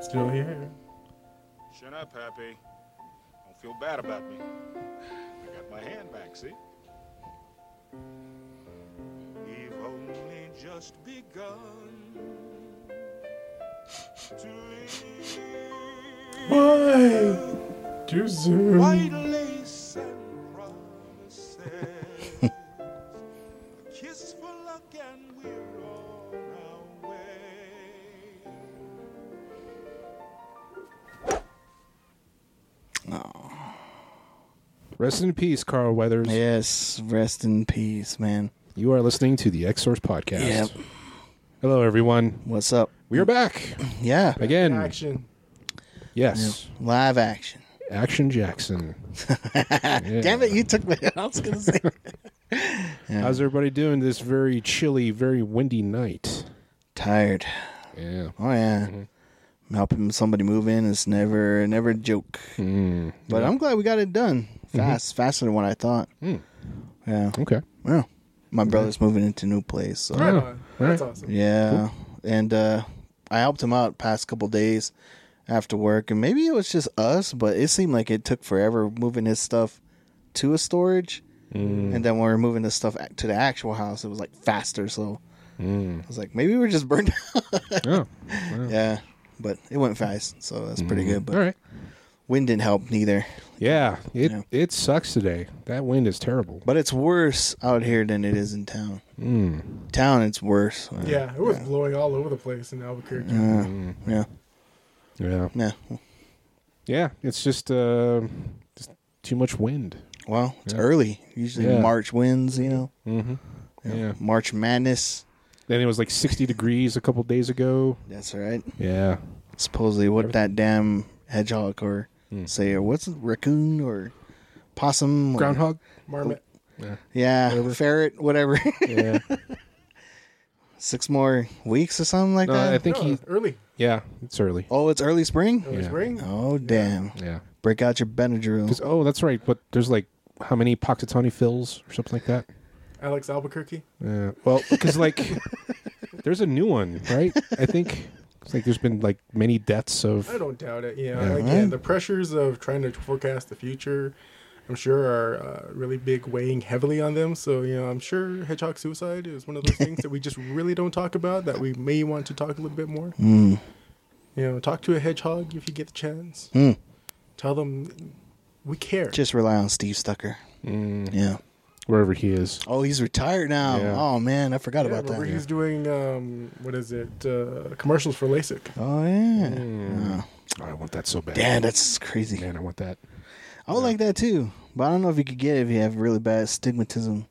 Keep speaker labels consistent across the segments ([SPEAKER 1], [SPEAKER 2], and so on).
[SPEAKER 1] Still here.
[SPEAKER 2] Shut up, Happy. Don't feel bad about me. I got my hand back, see? We've only just begun to live
[SPEAKER 1] Why? Too soon.
[SPEAKER 2] white lace and promises. A kiss for luck and we're on our way.
[SPEAKER 3] Rest in peace, Carl Weathers.
[SPEAKER 4] Yes, rest in peace, man.
[SPEAKER 3] You are listening to the X Source Podcast.
[SPEAKER 4] Yep.
[SPEAKER 3] Hello, everyone.
[SPEAKER 4] What's up?
[SPEAKER 3] We are back
[SPEAKER 4] Yeah,
[SPEAKER 3] again.
[SPEAKER 1] Action.
[SPEAKER 3] Yes,
[SPEAKER 4] live action.
[SPEAKER 3] Action Jackson.
[SPEAKER 4] Damn it, you took me. I was gonna say
[SPEAKER 3] How's everybody doing this very chilly, very windy night?
[SPEAKER 4] tired.
[SPEAKER 3] Yeah.
[SPEAKER 4] Oh yeah, helping somebody move in is never never a joke.
[SPEAKER 3] Hmm.
[SPEAKER 4] But I'm glad we got it done fast, faster than what I thought. Yeah,
[SPEAKER 3] Okay.
[SPEAKER 4] yeah. My brother's moving into a new place, so
[SPEAKER 1] Right on. That's awesome.
[SPEAKER 4] Oh, yeah. And uh, I helped him out past couple days after work, and maybe it was just us, but it seemed like it took forever moving his stuff to a storage. And then when we were moving the stuff a- to the actual house, it was like faster. So I was like, maybe we are just burned out.
[SPEAKER 3] Oh,
[SPEAKER 4] yeah, but it went fast, so that's pretty good. But
[SPEAKER 3] all right.
[SPEAKER 4] wind didn't help neither.
[SPEAKER 3] Yeah. It
[SPEAKER 4] Yeah.
[SPEAKER 3] it sucks today. That wind is terrible.
[SPEAKER 4] But it's worse out here than it is in town. Town, it's worse. Uh,
[SPEAKER 1] Yeah, it was blowing all over the place in Albuquerque.
[SPEAKER 4] yeah,
[SPEAKER 3] Yeah.
[SPEAKER 4] yeah.
[SPEAKER 3] Yeah. It's just uh, just too much wind.
[SPEAKER 4] Well, it's early. Usually
[SPEAKER 3] Yeah.
[SPEAKER 4] March winds, you know.
[SPEAKER 3] Mm-hmm. Yeah.
[SPEAKER 4] March Madness.
[SPEAKER 3] Then it was like 60 degrees a couple days ago.
[SPEAKER 4] That's right.
[SPEAKER 3] Yeah.
[SPEAKER 4] Oh, Supposedly, what that damn hedgehog or
[SPEAKER 3] Hmm.
[SPEAKER 4] say or what's it, raccoon or possum, or-
[SPEAKER 3] Groundhog.
[SPEAKER 1] Marmot.
[SPEAKER 4] yeah, ferret, whatever.
[SPEAKER 3] Yeah.
[SPEAKER 4] Six more weeks or something like
[SPEAKER 3] No,
[SPEAKER 4] that.
[SPEAKER 3] I think
[SPEAKER 1] No,
[SPEAKER 3] he.
[SPEAKER 1] early.
[SPEAKER 3] Yeah. It's early.
[SPEAKER 4] oh, it's early spring.
[SPEAKER 1] Early
[SPEAKER 3] Yeah.
[SPEAKER 1] spring.
[SPEAKER 4] Oh damn!
[SPEAKER 3] Yeah.
[SPEAKER 4] Break out your Benadryl.
[SPEAKER 3] 'Cause- oh, that's right. But there's like how many Poxitani fills or something like that?
[SPEAKER 1] Alex Albuquerque.
[SPEAKER 3] Yeah. Well, because like there's a new one, right? I think it's like there's been like many deaths of.
[SPEAKER 1] I don't doubt it. Yeah,
[SPEAKER 3] Yeah.
[SPEAKER 1] again, the pressures of trying to forecast the future, I'm sure, are uh, really big, weighing heavily on them. So, you know, I'm sure hedgehog suicide is one of those things that we just really don't talk about that we may want to talk a little bit more.
[SPEAKER 4] Mm.
[SPEAKER 1] You know, talk to a hedgehog if you get the chance. Tell them we care.
[SPEAKER 4] mm. Just rely on Steve Stucker. Yeah.
[SPEAKER 3] wherever he is.
[SPEAKER 4] Oh, he's retired now.
[SPEAKER 3] Mm. Yeah.
[SPEAKER 4] Oh man, I forgot
[SPEAKER 1] Yeah,
[SPEAKER 4] about
[SPEAKER 1] remember
[SPEAKER 4] that.
[SPEAKER 1] he's doing um, what is it? Uh, commercials for LASIK.
[SPEAKER 4] Oh yeah. Oh.
[SPEAKER 3] Oh, I want that so bad.
[SPEAKER 4] Damn, that's crazy.
[SPEAKER 3] Man, I want that.
[SPEAKER 4] I would like that too, but I don't know if you could get it if you have really bad stigmatism.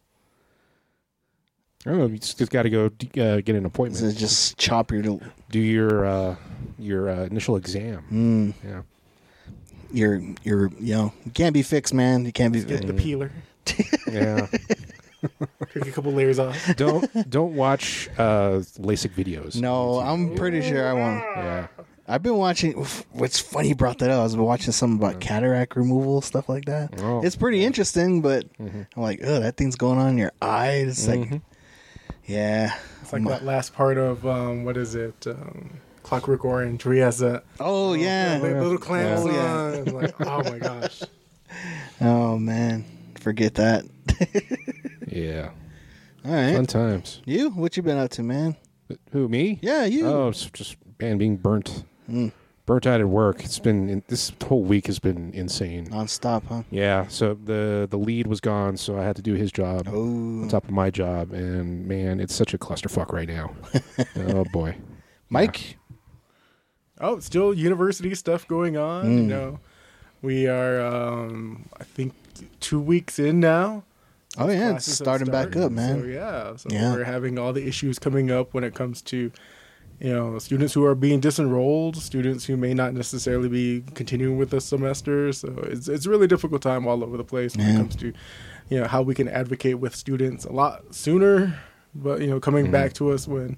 [SPEAKER 3] I don't know. You just, got to go d- uh, get an appointment.
[SPEAKER 4] Is it just chop your
[SPEAKER 3] Do your uh, your uh, initial exam.
[SPEAKER 4] Hmm.
[SPEAKER 3] Yeah.
[SPEAKER 4] your your you know you can't be fixed, man. You can't be.
[SPEAKER 1] Get the peeler.
[SPEAKER 3] Yeah.
[SPEAKER 1] Take a couple layers off.
[SPEAKER 3] don't don't watch uh, LASIK videos.
[SPEAKER 4] No, I'm pretty sure I won't.
[SPEAKER 3] Yeah.
[SPEAKER 4] I've been watching. What's funny you brought that up? I've been watching something about cataract removal stuff like that.
[SPEAKER 3] Oh, Mm-hmm.
[SPEAKER 4] it's pretty interesting, but I'm like, oh, that thing's going on in your eye. It's like, yeah.
[SPEAKER 1] It's like that last part of um, what is it? Um, Clockwork Orange. where he has that
[SPEAKER 4] Oh
[SPEAKER 1] the
[SPEAKER 4] yeah.
[SPEAKER 1] little clamps
[SPEAKER 4] Yeah.
[SPEAKER 1] on. I'm Like, oh my gosh.
[SPEAKER 4] Oh man, forget that.
[SPEAKER 3] Yeah.
[SPEAKER 4] All right.
[SPEAKER 3] Fun times.
[SPEAKER 4] You? What you been up to, man?
[SPEAKER 3] Who me?
[SPEAKER 4] Yeah, Mm. you.
[SPEAKER 3] Oh, it's just man being burnt, burnt out at work. It's been this whole week has been insane.
[SPEAKER 4] Oh. Non-stop, huh?
[SPEAKER 3] Yeah, so the the lead was gone, so I had to do his job
[SPEAKER 4] Oh.
[SPEAKER 3] on top of my job, and man, it's such a clusterfuck right now. oh boy,
[SPEAKER 4] Mike?
[SPEAKER 1] Oh, still university stuff going on.
[SPEAKER 4] Mm.
[SPEAKER 1] You know, we are. Um, I think two weeks in now.
[SPEAKER 4] Oh yeah, it's
[SPEAKER 1] Classes have
[SPEAKER 4] starting back
[SPEAKER 1] started.
[SPEAKER 4] up, man.
[SPEAKER 1] So yeah, so
[SPEAKER 4] Yeah.
[SPEAKER 1] we're having all the issues coming up when it comes to you know students who are being disenrolled, students who may not necessarily be continuing with the semester. So it's it's a really difficult time all over the place when
[SPEAKER 4] Yeah.
[SPEAKER 1] it comes to you know how we can advocate with students a lot sooner, but you know coming
[SPEAKER 4] Mm-hmm.
[SPEAKER 1] back to us when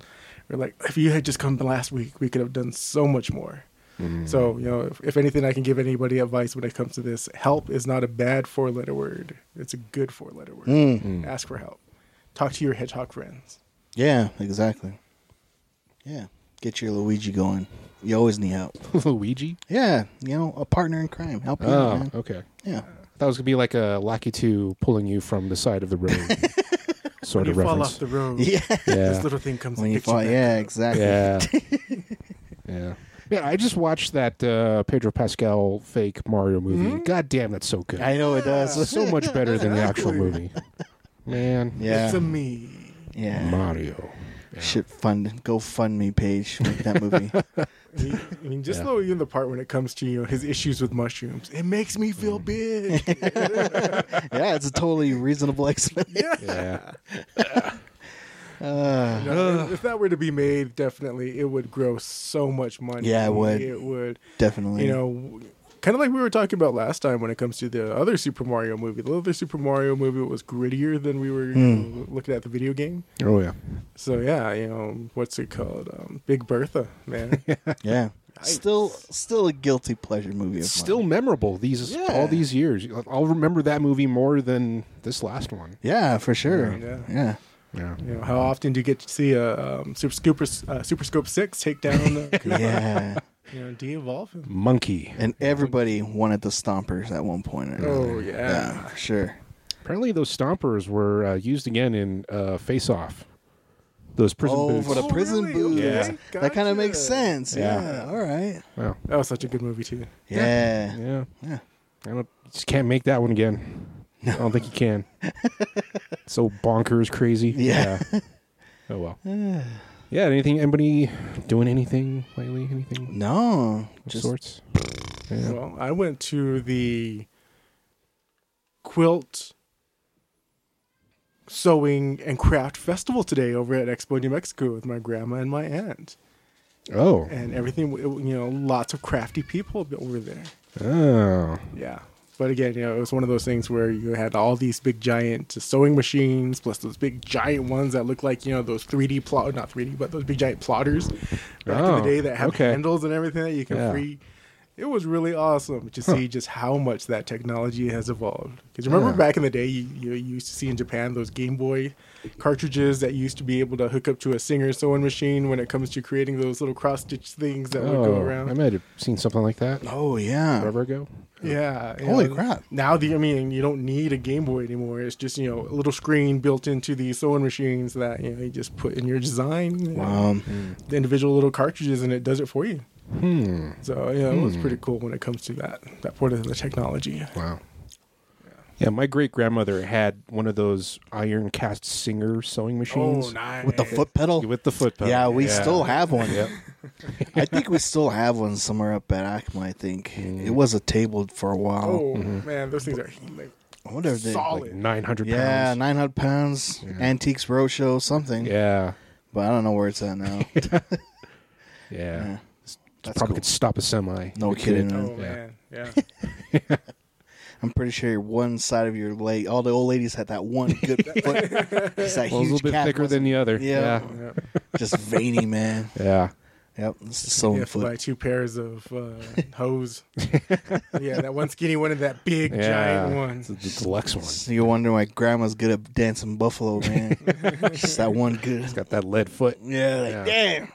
[SPEAKER 1] we're like, if you had just come last week, we could have done so much more.
[SPEAKER 4] Mm-hmm.
[SPEAKER 1] So, you know, if, if anything, I can give anybody advice when it comes to this. Help is not a bad four letter word, it's a good four letter word.
[SPEAKER 4] Mm.
[SPEAKER 1] Ask for help. Talk to your hedgehog friends.
[SPEAKER 4] Yeah, exactly. Yeah. Get your Luigi going. You always need help.
[SPEAKER 3] Luigi.
[SPEAKER 4] Yeah, you know, a partner in crime. Help you, out,
[SPEAKER 3] Oh,
[SPEAKER 4] man.
[SPEAKER 3] okay.
[SPEAKER 4] Yeah.
[SPEAKER 3] I thought it was gonna be like a Lackey Two pulling you from the side of the road, sort
[SPEAKER 1] When you
[SPEAKER 3] of
[SPEAKER 1] fall off
[SPEAKER 3] reference.
[SPEAKER 1] the road,
[SPEAKER 4] Yeah.
[SPEAKER 1] this
[SPEAKER 3] yeah,
[SPEAKER 1] little thing comes
[SPEAKER 4] when
[SPEAKER 1] and
[SPEAKER 4] you
[SPEAKER 1] picks you
[SPEAKER 4] fall,
[SPEAKER 1] back
[SPEAKER 4] yeah,
[SPEAKER 1] up.
[SPEAKER 4] exactly.
[SPEAKER 3] yeah, yeah. Yeah, I just watched that uh, Pedro Pascal fake Mario movie. God damn, that's so good.
[SPEAKER 4] Mm-hmm. I know it does.
[SPEAKER 3] so much better than the actual movie. Man,
[SPEAKER 4] Yeah.
[SPEAKER 1] It's a me.
[SPEAKER 4] yeah.
[SPEAKER 3] Mario.
[SPEAKER 4] Shit, fund go fund me page. Make that movie.
[SPEAKER 1] I mean- I mean, just
[SPEAKER 3] Yeah.
[SPEAKER 1] know even the part when it comes to you know, his issues with mushrooms. It makes me feel
[SPEAKER 3] Mm.
[SPEAKER 1] big.
[SPEAKER 4] yeah, it's a totally reasonable explanation.
[SPEAKER 3] Yeah,
[SPEAKER 4] Uh,
[SPEAKER 1] You know, if that were to be made, definitely it would grow so much money.
[SPEAKER 4] Yeah, it would.
[SPEAKER 1] It would.
[SPEAKER 4] definitely.
[SPEAKER 1] You know, kind of like we were talking about last time when it comes to the other Super Mario movie. The other Super Mario movie was grittier than we were you
[SPEAKER 4] Hmm.
[SPEAKER 1] know, looking at the video game.
[SPEAKER 3] oh yeah.
[SPEAKER 1] So yeah, you know what's it called? Um, Big Bertha, man.
[SPEAKER 4] Yeah. Still, still a guilty pleasure movie. Of
[SPEAKER 3] Still
[SPEAKER 4] mine.
[SPEAKER 3] memorable these
[SPEAKER 4] Yeah.
[SPEAKER 3] all these years. I'll remember that movie more than this last one.
[SPEAKER 4] Yeah, for sure.
[SPEAKER 1] Yeah.
[SPEAKER 4] Yeah.
[SPEAKER 3] Yeah,
[SPEAKER 1] You know, how often do you get to see a um, Super Scooper, uh, Super Scope Six take down, uh,
[SPEAKER 4] Yeah.
[SPEAKER 1] you know, de-evolve him?
[SPEAKER 3] Monkey.
[SPEAKER 4] And everybody wanted the stompers at one point or another.
[SPEAKER 1] Oh yeah.
[SPEAKER 4] Yeah, for sure.
[SPEAKER 3] Apparently, those stompers were uh, used again in uh, Face Off. Those prison
[SPEAKER 4] oh,
[SPEAKER 3] boots.
[SPEAKER 4] for the
[SPEAKER 1] Oh,
[SPEAKER 4] prison
[SPEAKER 1] really?
[SPEAKER 4] boots.
[SPEAKER 1] Okay,
[SPEAKER 4] That kind
[SPEAKER 1] gotcha.
[SPEAKER 4] of makes sense. Yeah.
[SPEAKER 3] Yeah.
[SPEAKER 4] All right.
[SPEAKER 3] wow.
[SPEAKER 1] That was such a good movie too.
[SPEAKER 4] Yeah.
[SPEAKER 3] Oh, Yeah.
[SPEAKER 4] Yeah.
[SPEAKER 3] I don't just can't make that one again. I don't think you can. so bonkers crazy.
[SPEAKER 4] Yeah.
[SPEAKER 3] Oh well. yeah. Anything? Anybody doing anything lately? Anything
[SPEAKER 4] No.
[SPEAKER 3] of
[SPEAKER 4] Just
[SPEAKER 3] sorts? Yeah.
[SPEAKER 1] Well, I went to the quilt sewing and craft festival today over at Expo New Mexico with my grandma and my aunt,
[SPEAKER 3] Oh.
[SPEAKER 1] and everything. You know, lots of crafty people over there.
[SPEAKER 3] Oh.
[SPEAKER 1] Yeah. But again, you know, it was one of those things where you had all these big giant sewing machines, plus those big giant ones that look like you know those three D plot, not three D, but those big giant plotters back in
[SPEAKER 3] Oh,
[SPEAKER 1] the day that have
[SPEAKER 3] okay.
[SPEAKER 1] handles and everything that you can
[SPEAKER 3] Yeah.
[SPEAKER 1] free. It was really awesome to see just how much that technology has evolved. Because remember
[SPEAKER 3] Yeah.
[SPEAKER 1] back in the day, you, you used to see in Japan those Game Boy cartridges that used to be able to hook up to a Singer sewing machine when it comes to creating those little cross stitch things that would go
[SPEAKER 3] Oh.
[SPEAKER 1] around.
[SPEAKER 3] I might have seen something like that
[SPEAKER 4] Oh yeah.
[SPEAKER 3] forever ago.
[SPEAKER 1] Yeah. you
[SPEAKER 4] Holy crap.
[SPEAKER 1] Now the I mean, you don't need a Game Boy anymore. It's just you know a little screen built into the sewing machines that you know you just put in your design, you know,
[SPEAKER 3] Mm.
[SPEAKER 4] Um.
[SPEAKER 1] the individual little cartridges, and it does it for you.
[SPEAKER 3] Hmm.
[SPEAKER 1] So yeah, it was pretty cool when it comes to that that part of the technology.
[SPEAKER 3] Wow. Yeah, my great grandmother had one of those iron cast Singer sewing machines
[SPEAKER 1] Oh, nice.
[SPEAKER 4] With the foot pedal.
[SPEAKER 3] with the foot pedal.
[SPEAKER 4] Oh, yeah, we still have one. I think we still have one somewhere up at ACMA, I think.
[SPEAKER 3] Mm.
[SPEAKER 4] It was a table for a while.
[SPEAKER 1] Oh man, those things are like,
[SPEAKER 4] I wonder if they
[SPEAKER 1] solid.
[SPEAKER 3] like 900
[SPEAKER 4] Yeah,
[SPEAKER 3] pounds.
[SPEAKER 4] nine hundred pounds. Antiques Roadshow, something.
[SPEAKER 3] Yeah.
[SPEAKER 4] But I don't know where it's at now.
[SPEAKER 3] Yeah.
[SPEAKER 4] Yeah. That's
[SPEAKER 3] Probably
[SPEAKER 4] cool.
[SPEAKER 3] could stop a semi.
[SPEAKER 4] No
[SPEAKER 3] It
[SPEAKER 4] kidding.
[SPEAKER 3] could.
[SPEAKER 4] man.
[SPEAKER 1] Oh
[SPEAKER 3] Yeah.
[SPEAKER 1] man, yeah.
[SPEAKER 4] I'm pretty sure one side of your leg, all the old ladies had that one good foot. It's that
[SPEAKER 3] Well, a
[SPEAKER 4] huge
[SPEAKER 3] little bit
[SPEAKER 4] calf
[SPEAKER 3] thicker
[SPEAKER 4] muscle.
[SPEAKER 3] than the other.
[SPEAKER 4] Yeah.
[SPEAKER 3] Yeah.
[SPEAKER 1] yeah.
[SPEAKER 4] Just veiny, man.
[SPEAKER 3] Yeah.
[SPEAKER 4] Yep, this is sewing
[SPEAKER 1] You have to buy
[SPEAKER 4] foot.
[SPEAKER 1] two pairs of uh, hose. yeah, that one skinny one and that big
[SPEAKER 3] Yeah.
[SPEAKER 1] giant one.
[SPEAKER 3] It's the deluxe one.
[SPEAKER 4] So you wonder why grandma's good at dancing buffalo, man. Just that one good.
[SPEAKER 3] Got that lead foot.
[SPEAKER 4] Yeah, like,
[SPEAKER 3] Yeah.
[SPEAKER 4] damn.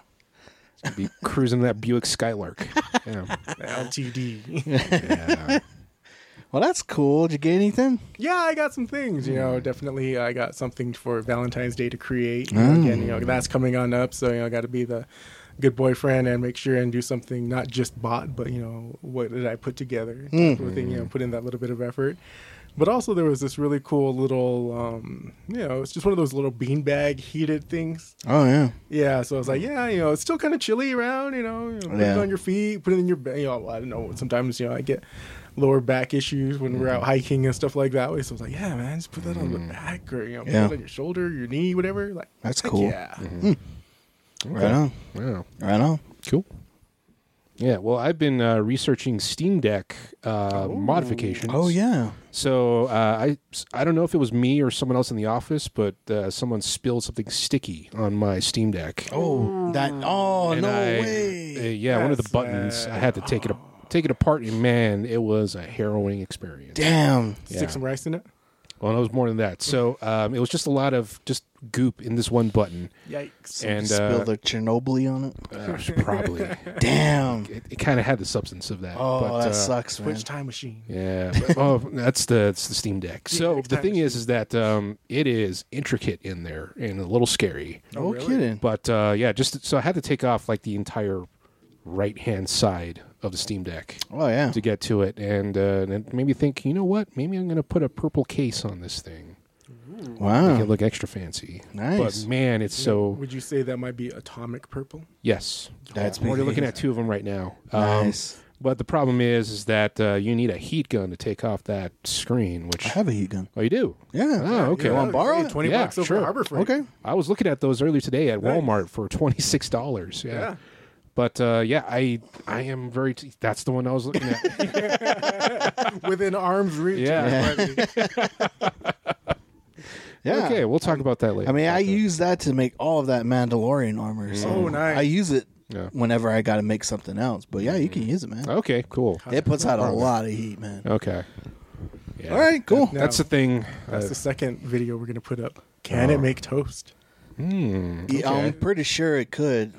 [SPEAKER 3] Be cruising that Buick Skylark. Yeah.
[SPEAKER 1] LTD.
[SPEAKER 3] yeah.
[SPEAKER 4] Well, that's cool. Did you get anything?
[SPEAKER 1] yeah, I got some things. You know, definitely uh, I got something for Valentine's Day to create. You know, Again, you know that's coming on up, so you know, got to be the good boyfriend and make sure and do something not just bought, but you know, what did I put together? Type of thing, you know, put in that little bit of effort. But also, there was this really cool little, um, you know, it's just one of those little beanbag heated things.
[SPEAKER 4] Oh yeah.
[SPEAKER 1] Yeah, so I was like, yeah, you know, it's still kind of chilly around, you know, you know, put
[SPEAKER 4] Mm. Yeah.
[SPEAKER 1] it on your feet, put it in your bed. You know, I don't know. Sometimes, you know, I get lower back issues when we're
[SPEAKER 4] Mm.
[SPEAKER 1] out hiking and stuff like that. So I was like, yeah, man, just put that on the back or, you know, put
[SPEAKER 4] Yeah.
[SPEAKER 1] it on your shoulder, your knee, whatever. Like,
[SPEAKER 4] That's
[SPEAKER 1] heck
[SPEAKER 4] cool. Mm-hmm.
[SPEAKER 1] Yeah.
[SPEAKER 4] Right on.
[SPEAKER 3] Wow.
[SPEAKER 4] Right on.
[SPEAKER 3] Cool. Yeah. Well, I've been uh, researching Steam Deck uh, modifications.
[SPEAKER 4] Oh yeah.
[SPEAKER 3] So uh, I I don't know if it was me or someone else in the office, but uh, someone spilled something sticky on my Steam Deck.
[SPEAKER 4] Oh that.
[SPEAKER 1] Mm.
[SPEAKER 4] Oh
[SPEAKER 3] And
[SPEAKER 4] no
[SPEAKER 3] I-
[SPEAKER 4] way.
[SPEAKER 3] uh, yeah, one of the
[SPEAKER 1] That's
[SPEAKER 3] buttons. I had to take it a- take it apart, and man, it was a harrowing experience.
[SPEAKER 4] Damn.
[SPEAKER 3] Yeah.
[SPEAKER 1] Stick some rice in it.
[SPEAKER 3] Well, no, it was more than that. So um, it was just a lot of just goop in this one button,
[SPEAKER 1] Yikes.
[SPEAKER 3] and
[SPEAKER 4] Spill
[SPEAKER 3] uh,
[SPEAKER 4] the Chernobyl on it.
[SPEAKER 3] gosh, Uh, probably it,
[SPEAKER 4] Damn.
[SPEAKER 3] it kind of had the substance of that.
[SPEAKER 4] Oh,
[SPEAKER 3] but,
[SPEAKER 4] that
[SPEAKER 3] uh,
[SPEAKER 4] sucks, man.
[SPEAKER 1] Switch time machine.
[SPEAKER 3] Yeah. but- oh, that's the it's the Steam Deck. So
[SPEAKER 1] Yeah,
[SPEAKER 3] the thing is, is that um, it is intricate in there and a little scary.
[SPEAKER 4] No
[SPEAKER 1] Oh, really?
[SPEAKER 4] kidding.
[SPEAKER 3] But uh, yeah, just so I had to take off like the entire right hand side of the Steam Deck
[SPEAKER 4] Oh yeah.
[SPEAKER 3] to get to it, and uh, and it made me think, you know what? Maybe I'm going to put a purple case on this thing, make it
[SPEAKER 4] Wow.
[SPEAKER 3] look extra fancy.
[SPEAKER 4] Nice.
[SPEAKER 3] But man, it's so
[SPEAKER 1] Would you say that might be atomic purple?
[SPEAKER 3] yes.
[SPEAKER 4] That's
[SPEAKER 3] I'm already
[SPEAKER 4] pretty
[SPEAKER 3] looking at two of them right now. Um,
[SPEAKER 4] nice.
[SPEAKER 3] But the problem is, is that uh, you need a heat gun to take off that screen, which
[SPEAKER 4] I have a heat gun.
[SPEAKER 3] oh, you do.
[SPEAKER 4] Yeah.
[SPEAKER 3] Oh, okay.
[SPEAKER 1] Yeah,
[SPEAKER 4] wanna borrow it?
[SPEAKER 1] 20
[SPEAKER 3] Yeah,
[SPEAKER 1] bucks over
[SPEAKER 3] sure.
[SPEAKER 1] Harbor Freight.
[SPEAKER 4] Okay.
[SPEAKER 3] I was looking at those earlier today at
[SPEAKER 1] Nice.
[SPEAKER 3] Walmart for twenty six dollars. Yeah.
[SPEAKER 1] Yeah.
[SPEAKER 3] But uh, yeah, I I am very. T- that's the one I was looking at.
[SPEAKER 1] Within arm's reach.
[SPEAKER 3] Yeah.
[SPEAKER 4] Yeah.
[SPEAKER 3] Okay, we'll talk about that later.
[SPEAKER 4] I mean, I use that to make all of that Mandalorian armor. So
[SPEAKER 1] Oh, nice.
[SPEAKER 4] I use it
[SPEAKER 3] Yeah.
[SPEAKER 4] whenever I got to make something else. But yeah, you can
[SPEAKER 3] Mm-hmm.
[SPEAKER 4] use it, man.
[SPEAKER 3] okay, cool.
[SPEAKER 4] It puts out a lot of heat, man.
[SPEAKER 3] Okay. Oh, Yeah.
[SPEAKER 4] All right, cool.
[SPEAKER 1] No.
[SPEAKER 3] That's the thing.
[SPEAKER 1] That's
[SPEAKER 3] Uh,
[SPEAKER 1] the second video we're going to put up. Can
[SPEAKER 4] Oh.
[SPEAKER 1] it make toast?
[SPEAKER 3] hmm,
[SPEAKER 4] Yeah, I'm pretty sure it could.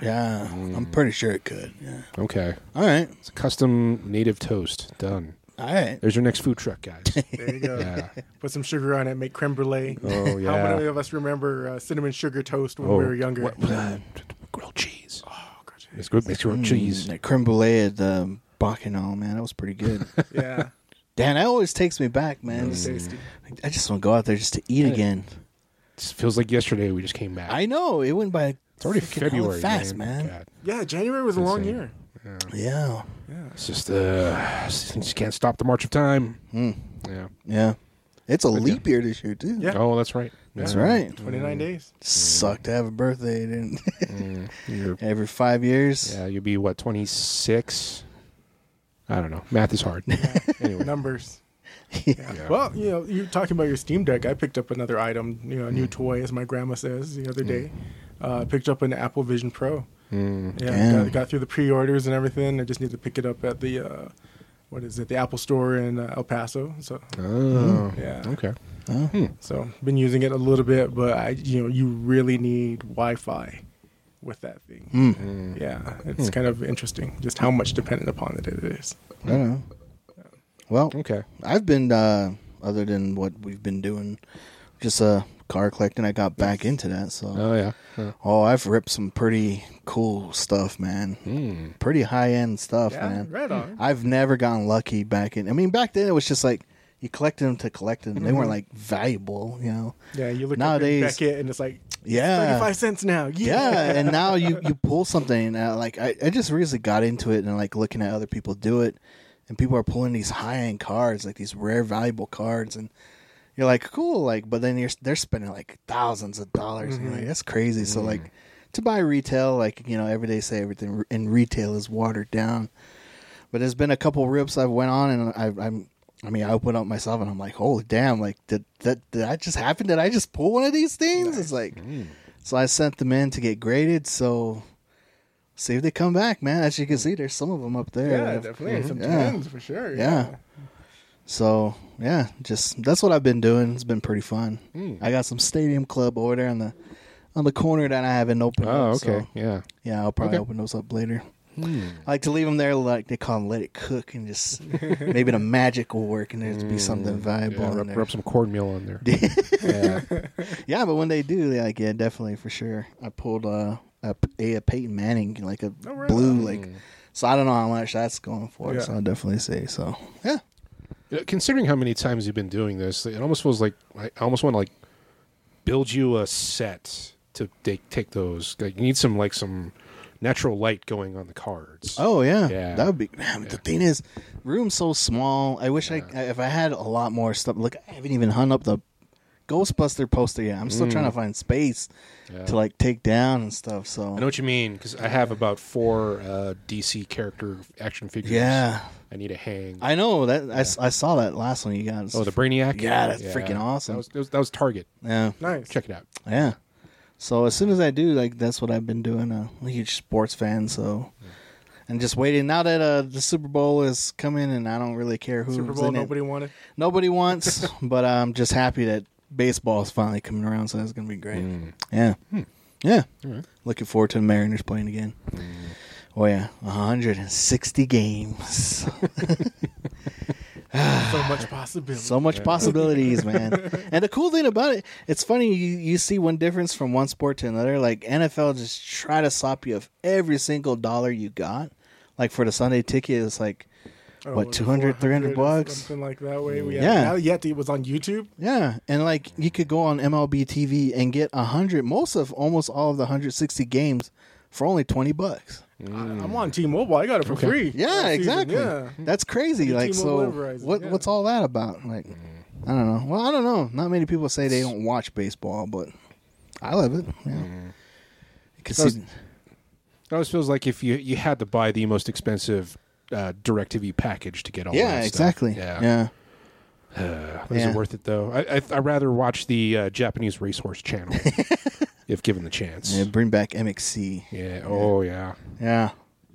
[SPEAKER 4] Yeah, I'm
[SPEAKER 3] Mm.
[SPEAKER 4] pretty sure it could. Yeah.
[SPEAKER 3] okay.
[SPEAKER 4] All right.
[SPEAKER 3] It's a custom native toast. Done.
[SPEAKER 4] All right.
[SPEAKER 3] There's your next food truck, guys.
[SPEAKER 1] There you go.
[SPEAKER 3] yeah.
[SPEAKER 1] Put some sugar on it, make creme brulee.
[SPEAKER 3] Oh yeah.
[SPEAKER 1] How many of us remember uh, cinnamon sugar toast when
[SPEAKER 3] Oh,
[SPEAKER 1] we were younger?
[SPEAKER 3] what- grilled cheese.
[SPEAKER 1] Oh, God.
[SPEAKER 3] It's grilled, it's grilled cheese.
[SPEAKER 4] Mm, that creme brulee at um, Bacchanal, man. That was pretty good.
[SPEAKER 1] Yeah.
[SPEAKER 4] Damn, that always takes me back,
[SPEAKER 3] Mm.
[SPEAKER 4] man. Just-
[SPEAKER 1] Tasty.
[SPEAKER 4] I just want to go out there just to eat again.
[SPEAKER 3] It feels like yesterday we just came back.
[SPEAKER 4] I know. It went by.
[SPEAKER 3] it's already
[SPEAKER 4] freaking hella
[SPEAKER 3] February.
[SPEAKER 4] Fast, man.
[SPEAKER 3] God.
[SPEAKER 1] Yeah, January was a long
[SPEAKER 3] Insane.
[SPEAKER 1] year.
[SPEAKER 4] Yeah.
[SPEAKER 3] It's just uh, you just can't stop the march of time.
[SPEAKER 4] Hmm.
[SPEAKER 3] Yeah.
[SPEAKER 4] Yeah. It's a leap year this year, too.
[SPEAKER 1] Yeah.
[SPEAKER 3] Oh, that's right.
[SPEAKER 4] That's
[SPEAKER 3] Yeah. Mm.
[SPEAKER 4] right.
[SPEAKER 1] 29 days.
[SPEAKER 4] Suck to have a birthday didn't
[SPEAKER 3] You're-
[SPEAKER 4] every five years.
[SPEAKER 3] Mm. yeah, you'll be what twenty six. I don't know. Math is hard. anyway.
[SPEAKER 1] Numbers. Yeah. Well, you know, you're talking about your Steam Deck. I picked up another item, you know, a
[SPEAKER 3] Mm.
[SPEAKER 1] new toy, as my grandma says, the other day. Uh, I picked up an Apple Vision Pro.
[SPEAKER 3] Hmm.
[SPEAKER 1] Yeah,
[SPEAKER 4] Damn.
[SPEAKER 1] got, got through the pre-orders and everything. I just need to pick it up at the, uh, what is it, the Apple Store in uh, El Paso. So,
[SPEAKER 4] Hmm.
[SPEAKER 3] Oh.
[SPEAKER 1] yeah.
[SPEAKER 3] Okay. Hmm.
[SPEAKER 1] So been using it a little bit, but I, you know, you really need Wi-Fi with that thing.
[SPEAKER 4] Mm.
[SPEAKER 1] Yeah,
[SPEAKER 4] Hmm.
[SPEAKER 1] it's kind of interesting just how much dependent upon it it is.
[SPEAKER 4] I don't know. Well,
[SPEAKER 3] Okay.
[SPEAKER 4] I've been uh, other than what we've been doing, just uh car collecting. I got back into that, so
[SPEAKER 3] Oh yeah. Yeah.
[SPEAKER 4] oh, I've ripped some pretty cool stuff, man. Mm. Pretty high end stuff,
[SPEAKER 1] Yeah,
[SPEAKER 4] man.
[SPEAKER 1] right on.
[SPEAKER 4] I've never gotten lucky back in. I mean, back then it was just like you collected them to collect them. They weren't like valuable, you know.
[SPEAKER 1] Mm-hmm. Yeah, you look
[SPEAKER 4] Nowadays-
[SPEAKER 1] at Beckett and it's like
[SPEAKER 4] Yeah.
[SPEAKER 1] thirty-five cents now. Yeah,
[SPEAKER 4] yeah and now you you pull something and I, like I, I just recently got into it and like looking at other people do it and people are pulling these high-end cards like these rare valuable cards and you're like cool like but then you're they're spending like thousands of dollars and you're like that's crazy so like to buy retail like you know everyday say everything in retail is watered down but there's been a couple rips I've went on and I, I'm I mean I opened up myself and I'm like holy damn like did that did that just happen did I just pull one of these things it's like so I sent them in to get graded so see if they come back man as you can see there's some of them up there
[SPEAKER 1] yeah,
[SPEAKER 4] that have-
[SPEAKER 1] definitely some
[SPEAKER 4] Mm-hmm. Yeah.
[SPEAKER 1] tens for sure.
[SPEAKER 4] yeah so yeah just that's what I've been doing it's been pretty fun
[SPEAKER 1] Hmm.
[SPEAKER 4] I got some stadium club over there on the on the corner that I haven't opened
[SPEAKER 3] Oh
[SPEAKER 4] up,
[SPEAKER 3] okay.
[SPEAKER 4] so-
[SPEAKER 3] Yeah.
[SPEAKER 4] yeah, I'll probably
[SPEAKER 3] Okay.
[SPEAKER 4] open those up later.
[SPEAKER 3] Hmm.
[SPEAKER 4] I like to leave them there, like they call them, let it cook, and just maybe the magic will work, and there'll be something valuable
[SPEAKER 3] Hmm. Yeah,
[SPEAKER 4] in
[SPEAKER 3] rub,
[SPEAKER 4] there.
[SPEAKER 3] rub some cornmeal on there. yeah.
[SPEAKER 4] Yeah, but when they do, they like yeah, definitely for sure. I pulled uh, a a, a Peyton Manning, like a
[SPEAKER 1] Oh, right
[SPEAKER 4] blue,
[SPEAKER 1] on.
[SPEAKER 3] Hmm.
[SPEAKER 4] like so I don't know how much that's going for.
[SPEAKER 1] Yeah.
[SPEAKER 4] So I'll definitely say so. Yeah,
[SPEAKER 3] You know, Uh, considering how many times you've been doing this, it almost feels like I almost want to like build you a set to take take those. Like, you need some like some natural light going on the cards.
[SPEAKER 4] Oh yeah,
[SPEAKER 3] Yeah.
[SPEAKER 4] that would be. Man, The thing is, room's so small. I wish I if I had a lot more stuff. Look, I haven't even hung up the Ghostbuster poster yet. I'm still trying to find space to like take down and stuff. So
[SPEAKER 3] Mm. I know what you mean because I have about four uh, DC character action figures.
[SPEAKER 4] yeah,
[SPEAKER 3] I need a hang.
[SPEAKER 4] I know that. I s I I, saw that last one you got. It's-
[SPEAKER 3] oh, the Brainiac.
[SPEAKER 4] Yeah, that's freaking awesome.
[SPEAKER 3] That was, that was that was Target.
[SPEAKER 4] yeah,
[SPEAKER 1] nice.
[SPEAKER 3] Check it out.
[SPEAKER 4] yeah. So as soon as I do, like that's what I've been doing. Uh, I'm a huge sports fan, so and just waiting. Now that uh, the Super Bowl is coming, and I don't really care who's
[SPEAKER 1] Super Bowl,
[SPEAKER 4] in it.
[SPEAKER 1] nobody wanted.
[SPEAKER 4] nobody wants, but I'm just happy that baseball is finally coming around, so that's going to be great. Yeah. Yeah. Looking forward to the Mariners playing again. Oh, yeah. 160 games.
[SPEAKER 1] So much possibility.
[SPEAKER 4] so much possibilities, man. And the cool thing about it, it's funny, you, you see one difference from one sport to another. Like, NFL just try to slap you of every single dollar you got. Like, for the Sunday ticket, it's like,
[SPEAKER 1] Oh,
[SPEAKER 4] what,
[SPEAKER 1] was it
[SPEAKER 4] 200, 300
[SPEAKER 1] or
[SPEAKER 4] bucks?
[SPEAKER 1] Something like that way. We had,
[SPEAKER 4] Yeah.
[SPEAKER 1] yeah. Now yet it was on YouTube.
[SPEAKER 4] Yeah, and like you could go on MLB TV and get a hundred, most of almost all of the hundred sixty games for only twenty bucks.
[SPEAKER 1] I, am on T-Mobile. I got it for free.
[SPEAKER 4] Yeah,
[SPEAKER 1] Last season,
[SPEAKER 4] exactly.
[SPEAKER 1] Yeah.
[SPEAKER 4] That's crazy.
[SPEAKER 1] Your
[SPEAKER 4] like
[SPEAKER 1] team
[SPEAKER 4] so,
[SPEAKER 1] will Verizon,
[SPEAKER 4] what
[SPEAKER 1] yeah.
[SPEAKER 4] what's all that about? Like,
[SPEAKER 3] Mm-hmm.
[SPEAKER 4] I don't know. Well, I don't know. Not many people say they don't watch baseball, but I love it. Yeah,
[SPEAKER 3] Mm-hmm.
[SPEAKER 4] you can
[SPEAKER 3] That's-
[SPEAKER 4] see.
[SPEAKER 3] It always feels like if you you had to buy the most expensive uh, Directv package to get all
[SPEAKER 4] Yeah,
[SPEAKER 3] that
[SPEAKER 4] exactly. Yeah.
[SPEAKER 3] stuff. Yeah, But is
[SPEAKER 4] Yeah.
[SPEAKER 3] it worth it though? I I, I rather watch the uh, Japanese racehorse channel if given the chance.
[SPEAKER 4] yeah, bring back MXC.
[SPEAKER 3] Yeah. Oh yeah.
[SPEAKER 4] Yeah.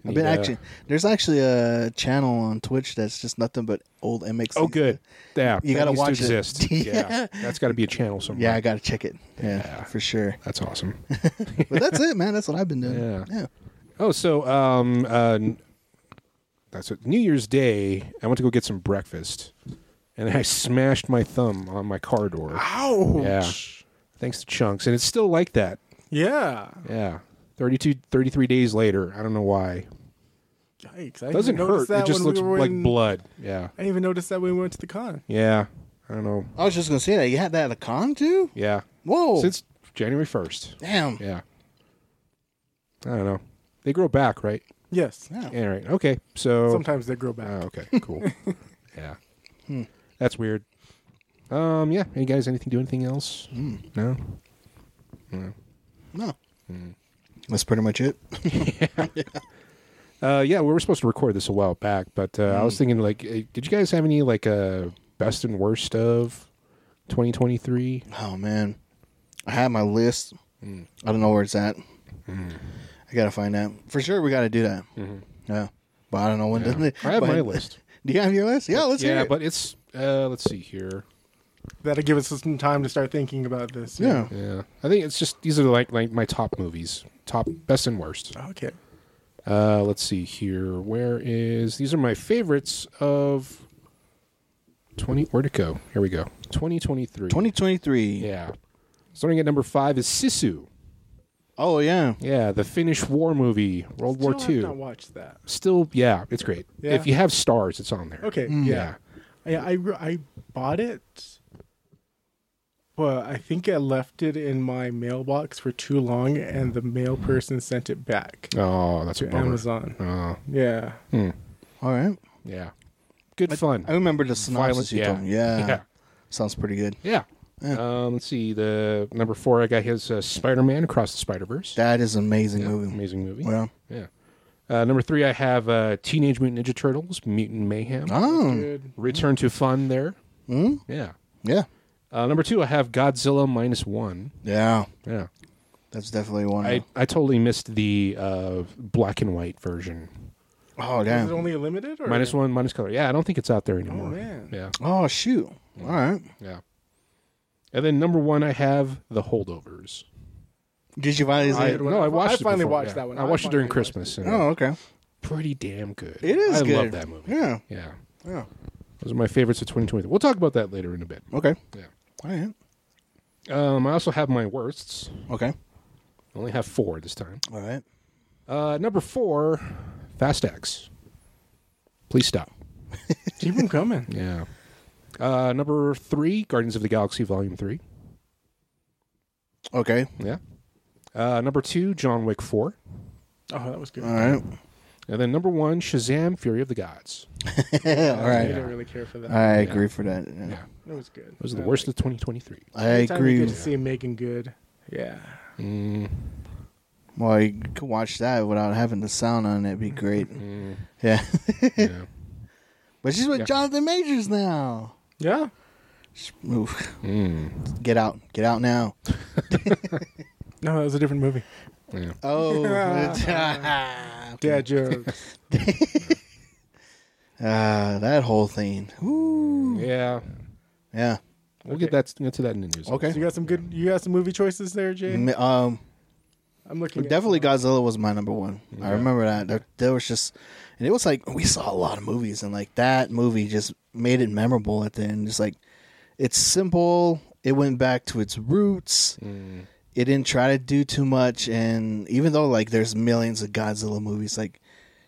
[SPEAKER 4] I've been
[SPEAKER 3] Yeah.
[SPEAKER 4] actually there's actually a channel on Twitch that's just nothing but old MXC.
[SPEAKER 3] Oh good. Yeah.
[SPEAKER 4] You
[SPEAKER 3] that
[SPEAKER 4] gotta
[SPEAKER 3] needs to
[SPEAKER 4] watch it.
[SPEAKER 3] exist. yeah. That's got to be a channel somewhere.
[SPEAKER 4] Yeah, I gotta check it. yeah.
[SPEAKER 3] Yeah.
[SPEAKER 4] for sure.
[SPEAKER 3] That's awesome.
[SPEAKER 4] but that's it, man. That's what I've been doing.
[SPEAKER 3] Yeah.
[SPEAKER 4] yeah.
[SPEAKER 3] Oh, so um, uh, n- that's what New Year's Day. I went to go get some breakfast, and I smashed my thumb on my car door.
[SPEAKER 1] Ouch.
[SPEAKER 3] Thanks to chunks, and it's still like that.
[SPEAKER 1] Yeah.
[SPEAKER 3] Yeah, 32, 33 days later. I don't know why.
[SPEAKER 1] Yikes. I
[SPEAKER 3] Doesn't
[SPEAKER 1] didn't notice
[SPEAKER 3] hurt. It just
[SPEAKER 1] when
[SPEAKER 3] looks
[SPEAKER 1] we were
[SPEAKER 3] like
[SPEAKER 1] in-
[SPEAKER 3] blood. Yeah,
[SPEAKER 1] I didn't even notice that when we went to the con.
[SPEAKER 3] yeah. I don't know.
[SPEAKER 4] I was just gonna say that you had that at a con too.
[SPEAKER 3] Yeah,
[SPEAKER 4] Whoa,
[SPEAKER 3] since January first.
[SPEAKER 4] damn.
[SPEAKER 3] Yeah. I don't know. They grow back, right?
[SPEAKER 1] Yes.
[SPEAKER 4] Yeah.
[SPEAKER 3] All right. Okay. So
[SPEAKER 1] Sometimes they grow back.
[SPEAKER 3] Oh, okay, cool. yeah, that's weird. Um, yeah. Hey guys, anything do anything else? No.
[SPEAKER 4] No,
[SPEAKER 3] Mm.
[SPEAKER 4] that's pretty much it.
[SPEAKER 3] Uh, yeah, we were supposed to record this a while back, but uh, I was thinking like, eh, did you guys have any like uh, best and worst of 2023?
[SPEAKER 4] Oh man, I had my list.
[SPEAKER 3] Mm.
[SPEAKER 4] I don't know where it's at.
[SPEAKER 3] Mm-hmm.
[SPEAKER 4] I gotta find out for sure. We gotta do that. Yeah, but I don't know when.
[SPEAKER 3] Yeah.
[SPEAKER 4] to-
[SPEAKER 3] I have
[SPEAKER 4] but-
[SPEAKER 3] my list.
[SPEAKER 4] Do you have your list? Yeah, let's hear
[SPEAKER 3] yeah,
[SPEAKER 4] it.
[SPEAKER 3] but it's uh, let's see here.
[SPEAKER 1] That'll give us some time to start thinking about this.
[SPEAKER 4] yeah,
[SPEAKER 3] Yeah, I think it's just these are like like my top movies, top best and worst.
[SPEAKER 1] Okay.
[SPEAKER 3] Uh, let's see here. Where is these are my favorites of twenty? Where'd it go? Here we go. Twenty twenty three.
[SPEAKER 4] twenty twenty three.
[SPEAKER 3] Yeah. Starting at number five is Sisu.
[SPEAKER 4] Oh yeah,
[SPEAKER 3] Yeah, the Finnish war movie, World War
[SPEAKER 1] Still have Not
[SPEAKER 3] Two.
[SPEAKER 1] watch that.
[SPEAKER 3] Still, yeah, it's great.
[SPEAKER 1] Yeah.
[SPEAKER 3] If you have stars, it's on there.
[SPEAKER 1] Okay. Yeah.
[SPEAKER 3] Yeah.
[SPEAKER 1] Yeah, I, re- I bought it, but I think I left it in my mailbox for too long, and the mail person sent it back
[SPEAKER 3] Oh, that's a
[SPEAKER 1] to
[SPEAKER 3] bummer.
[SPEAKER 1] Amazon.
[SPEAKER 3] Oh,
[SPEAKER 1] Yeah,
[SPEAKER 4] all right.
[SPEAKER 3] yeah. Good fun.
[SPEAKER 4] I remember the synopsis
[SPEAKER 3] Violent.
[SPEAKER 4] you
[SPEAKER 3] Yeah.
[SPEAKER 4] told me. Yeah.
[SPEAKER 3] Yeah.
[SPEAKER 4] sounds pretty good.
[SPEAKER 3] Yeah. Um, let's see. The number four, I got his uh, Spider Man Across the Spider Verse.
[SPEAKER 4] That is an amazing movie.
[SPEAKER 3] Amazing movie.
[SPEAKER 4] Well,
[SPEAKER 3] Yeah. Uh, number three, I have uh, Teenage Mutant Ninja Turtles, Mutant Mayhem.
[SPEAKER 1] Ah.
[SPEAKER 4] oh
[SPEAKER 1] good.
[SPEAKER 3] Return to Fun there.
[SPEAKER 4] Mm.
[SPEAKER 3] Yeah.
[SPEAKER 4] yeah,
[SPEAKER 3] Uh, number two, I have Godzilla minus one.
[SPEAKER 4] yeah.
[SPEAKER 3] Yeah.
[SPEAKER 4] That's definitely one.
[SPEAKER 3] I, I totally missed the uh, black and white version.
[SPEAKER 4] oh
[SPEAKER 1] Is it
[SPEAKER 4] damn.
[SPEAKER 1] only a limited or
[SPEAKER 3] Minus one, minus color. Yeah, I don't think it's out there anymore.
[SPEAKER 1] Oh, man.
[SPEAKER 3] Yeah,
[SPEAKER 4] Oh shoot. All right.
[SPEAKER 3] yeah. And then number one, I have the holdovers.
[SPEAKER 4] Did you finally
[SPEAKER 3] I,
[SPEAKER 4] see it?
[SPEAKER 1] one?
[SPEAKER 3] no, I
[SPEAKER 1] I
[SPEAKER 3] watched. it
[SPEAKER 1] finally
[SPEAKER 3] before,
[SPEAKER 1] watched
[SPEAKER 3] yeah.
[SPEAKER 1] that one.
[SPEAKER 3] I
[SPEAKER 1] I
[SPEAKER 3] watched it during
[SPEAKER 1] finally watched
[SPEAKER 3] Christmas. and
[SPEAKER 4] Oh, okay.
[SPEAKER 3] pretty damn good.
[SPEAKER 4] It is
[SPEAKER 3] I
[SPEAKER 4] good.
[SPEAKER 3] love that movie.
[SPEAKER 4] Yeah.
[SPEAKER 3] yeah.
[SPEAKER 4] Yeah.
[SPEAKER 3] Those are my favorites of 2023. We'll talk about that later in a bit.
[SPEAKER 4] Okay.
[SPEAKER 3] Yeah.
[SPEAKER 4] All right.
[SPEAKER 3] Um, I also have my worsts.
[SPEAKER 4] Okay.
[SPEAKER 3] I only have four this time.
[SPEAKER 4] All right.
[SPEAKER 3] Uh, number four, Fast X. Please stop.
[SPEAKER 1] keep them coming.
[SPEAKER 3] Yeah. Uh, number three, Guardians of the Galaxy Volume Three.
[SPEAKER 4] Okay.
[SPEAKER 3] Yeah. Uh, number two, John Wick Four,
[SPEAKER 1] Oh, that was good.
[SPEAKER 4] All right.
[SPEAKER 3] and then number one, Shazam: Fury of the Gods.
[SPEAKER 4] All
[SPEAKER 1] I
[SPEAKER 4] right.
[SPEAKER 1] didn't really care for that.
[SPEAKER 4] I agree for that. Yeah.
[SPEAKER 3] Yeah,
[SPEAKER 1] It was good.
[SPEAKER 3] those are the
[SPEAKER 1] I
[SPEAKER 3] worst
[SPEAKER 1] liked
[SPEAKER 3] of 2023.
[SPEAKER 4] I
[SPEAKER 1] it. Anytime
[SPEAKER 4] agree.
[SPEAKER 1] You get to see him making good. Yeah.
[SPEAKER 3] Mm-hmm.
[SPEAKER 4] Well, you could watch that without having the sound on. It'd be great. Yeah.
[SPEAKER 3] yeah.
[SPEAKER 4] but she's with
[SPEAKER 3] Mm-hmm. Yeah.
[SPEAKER 4] Jonathan Majors now.
[SPEAKER 1] Yeah.
[SPEAKER 4] Oof.
[SPEAKER 3] Mm.
[SPEAKER 4] Get out. Get out now.
[SPEAKER 1] No, that was a different movie.
[SPEAKER 3] Yeah.
[SPEAKER 4] Oh,
[SPEAKER 1] Dad jokes.
[SPEAKER 4] ah, that whole thing. Woo.
[SPEAKER 3] Yeah.
[SPEAKER 4] Yeah.
[SPEAKER 3] We'll get that get to that in the news.
[SPEAKER 4] Okay.
[SPEAKER 1] you got some good. You got some movie choices there, Jay.
[SPEAKER 4] M- Um,
[SPEAKER 1] I'm looking. at-
[SPEAKER 4] definitely Godzilla was my number one. I remember that. There, there was just, and it was like we saw a lot of movies, and like that movie just made it memorable at the end. Just like it's simple. It went back to its roots.
[SPEAKER 3] Mm.
[SPEAKER 4] It didn't try to do too much, and even though like there's millions of Godzilla movies, like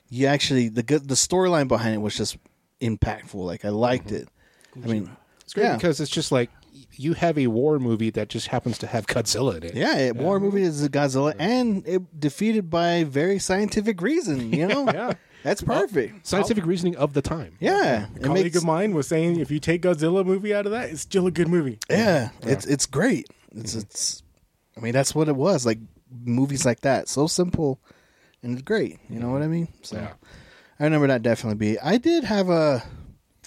[SPEAKER 4] you actually the good the storyline behind it was just impactful. Like I liked it. I mean,
[SPEAKER 3] Mm-hmm. It's great
[SPEAKER 4] Yeah.
[SPEAKER 3] because it's just like you have a war movie that just happens to have Godzilla in it.
[SPEAKER 4] Yeah, it, war movie is a Godzilla, and it defeated by very scientific reason. You know, yeah, that's perfect.
[SPEAKER 3] Scientific reasoning of the time.
[SPEAKER 4] Yeah,
[SPEAKER 1] A
[SPEAKER 4] it
[SPEAKER 1] colleague
[SPEAKER 4] makes-
[SPEAKER 1] of mine was saying if you take Godzilla movie out of that, it's still a good movie.
[SPEAKER 4] yeah, it's it's great. It's it's, I mean, that's what it was like. Movies like that, so simple, and it's great. You know what I mean? So,
[SPEAKER 3] Yeah.
[SPEAKER 4] I remember that definitely. Be I did have a,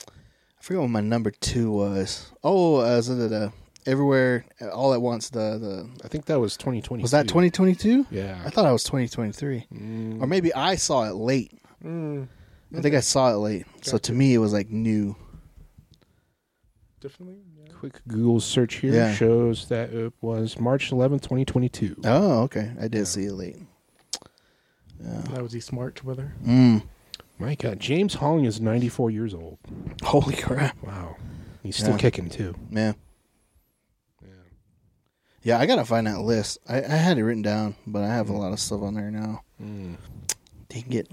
[SPEAKER 4] I forget what my number two was. Oh, uh, so the, the everywhere all at once. The the
[SPEAKER 3] I think that was 2020.
[SPEAKER 4] Was that 2022?
[SPEAKER 3] Yeah.
[SPEAKER 4] I thought I was 2023. Or maybe I saw it late. Mm. I think I saw it late. So to me, it was like new.
[SPEAKER 1] Definitely. yeah.
[SPEAKER 3] Quick Google search here
[SPEAKER 4] Yeah.
[SPEAKER 3] shows that it was March 11th, 2022.
[SPEAKER 4] Oh, okay. I did see it late.
[SPEAKER 1] That was he smart brother.
[SPEAKER 3] My God, James Holling is 94 years old.
[SPEAKER 4] Holy crap.
[SPEAKER 3] Wow, he's still
[SPEAKER 4] Yeah.
[SPEAKER 3] kicking too.
[SPEAKER 4] Man. Yeah, I got to find that list. I, I had it written down, but I have a lot of stuff on there now. Dang it.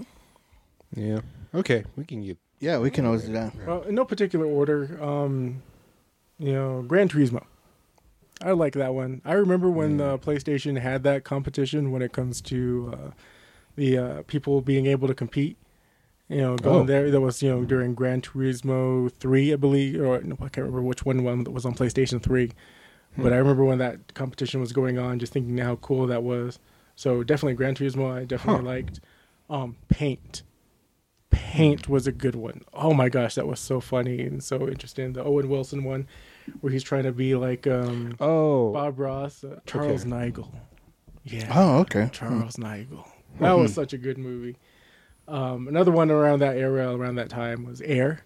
[SPEAKER 3] Yeah. Okay, we can get.
[SPEAKER 4] Yeah, we can always do that.
[SPEAKER 1] Well, Uh, in no particular order, um, you know, Gran Turismo. I like that one. I remember when uh, PlayStation had that competition when it comes to uh, the uh, people being able to compete. You know, going
[SPEAKER 3] Oh.
[SPEAKER 1] there that was you know during Gran Turismo three, I believe, or no, I can't remember which one one that was on PlayStation three. But I remember when that competition was going on, just thinking how cool that was. So definitely Gran Turismo, I definitely liked. Um, Paint.
[SPEAKER 3] Hmm.
[SPEAKER 1] Paint was a good one. Oh my gosh, that was so funny and so interesting. The Owen Wilson one, where he's trying to be like um,
[SPEAKER 3] Oh,
[SPEAKER 1] Bob Ross, uh, Charles Nigel. Yeah.
[SPEAKER 4] Oh, okay.
[SPEAKER 1] Charles Nigel.
[SPEAKER 3] Hmm.
[SPEAKER 1] That was such a good movie. Um, another one around that era, around that time, was Air.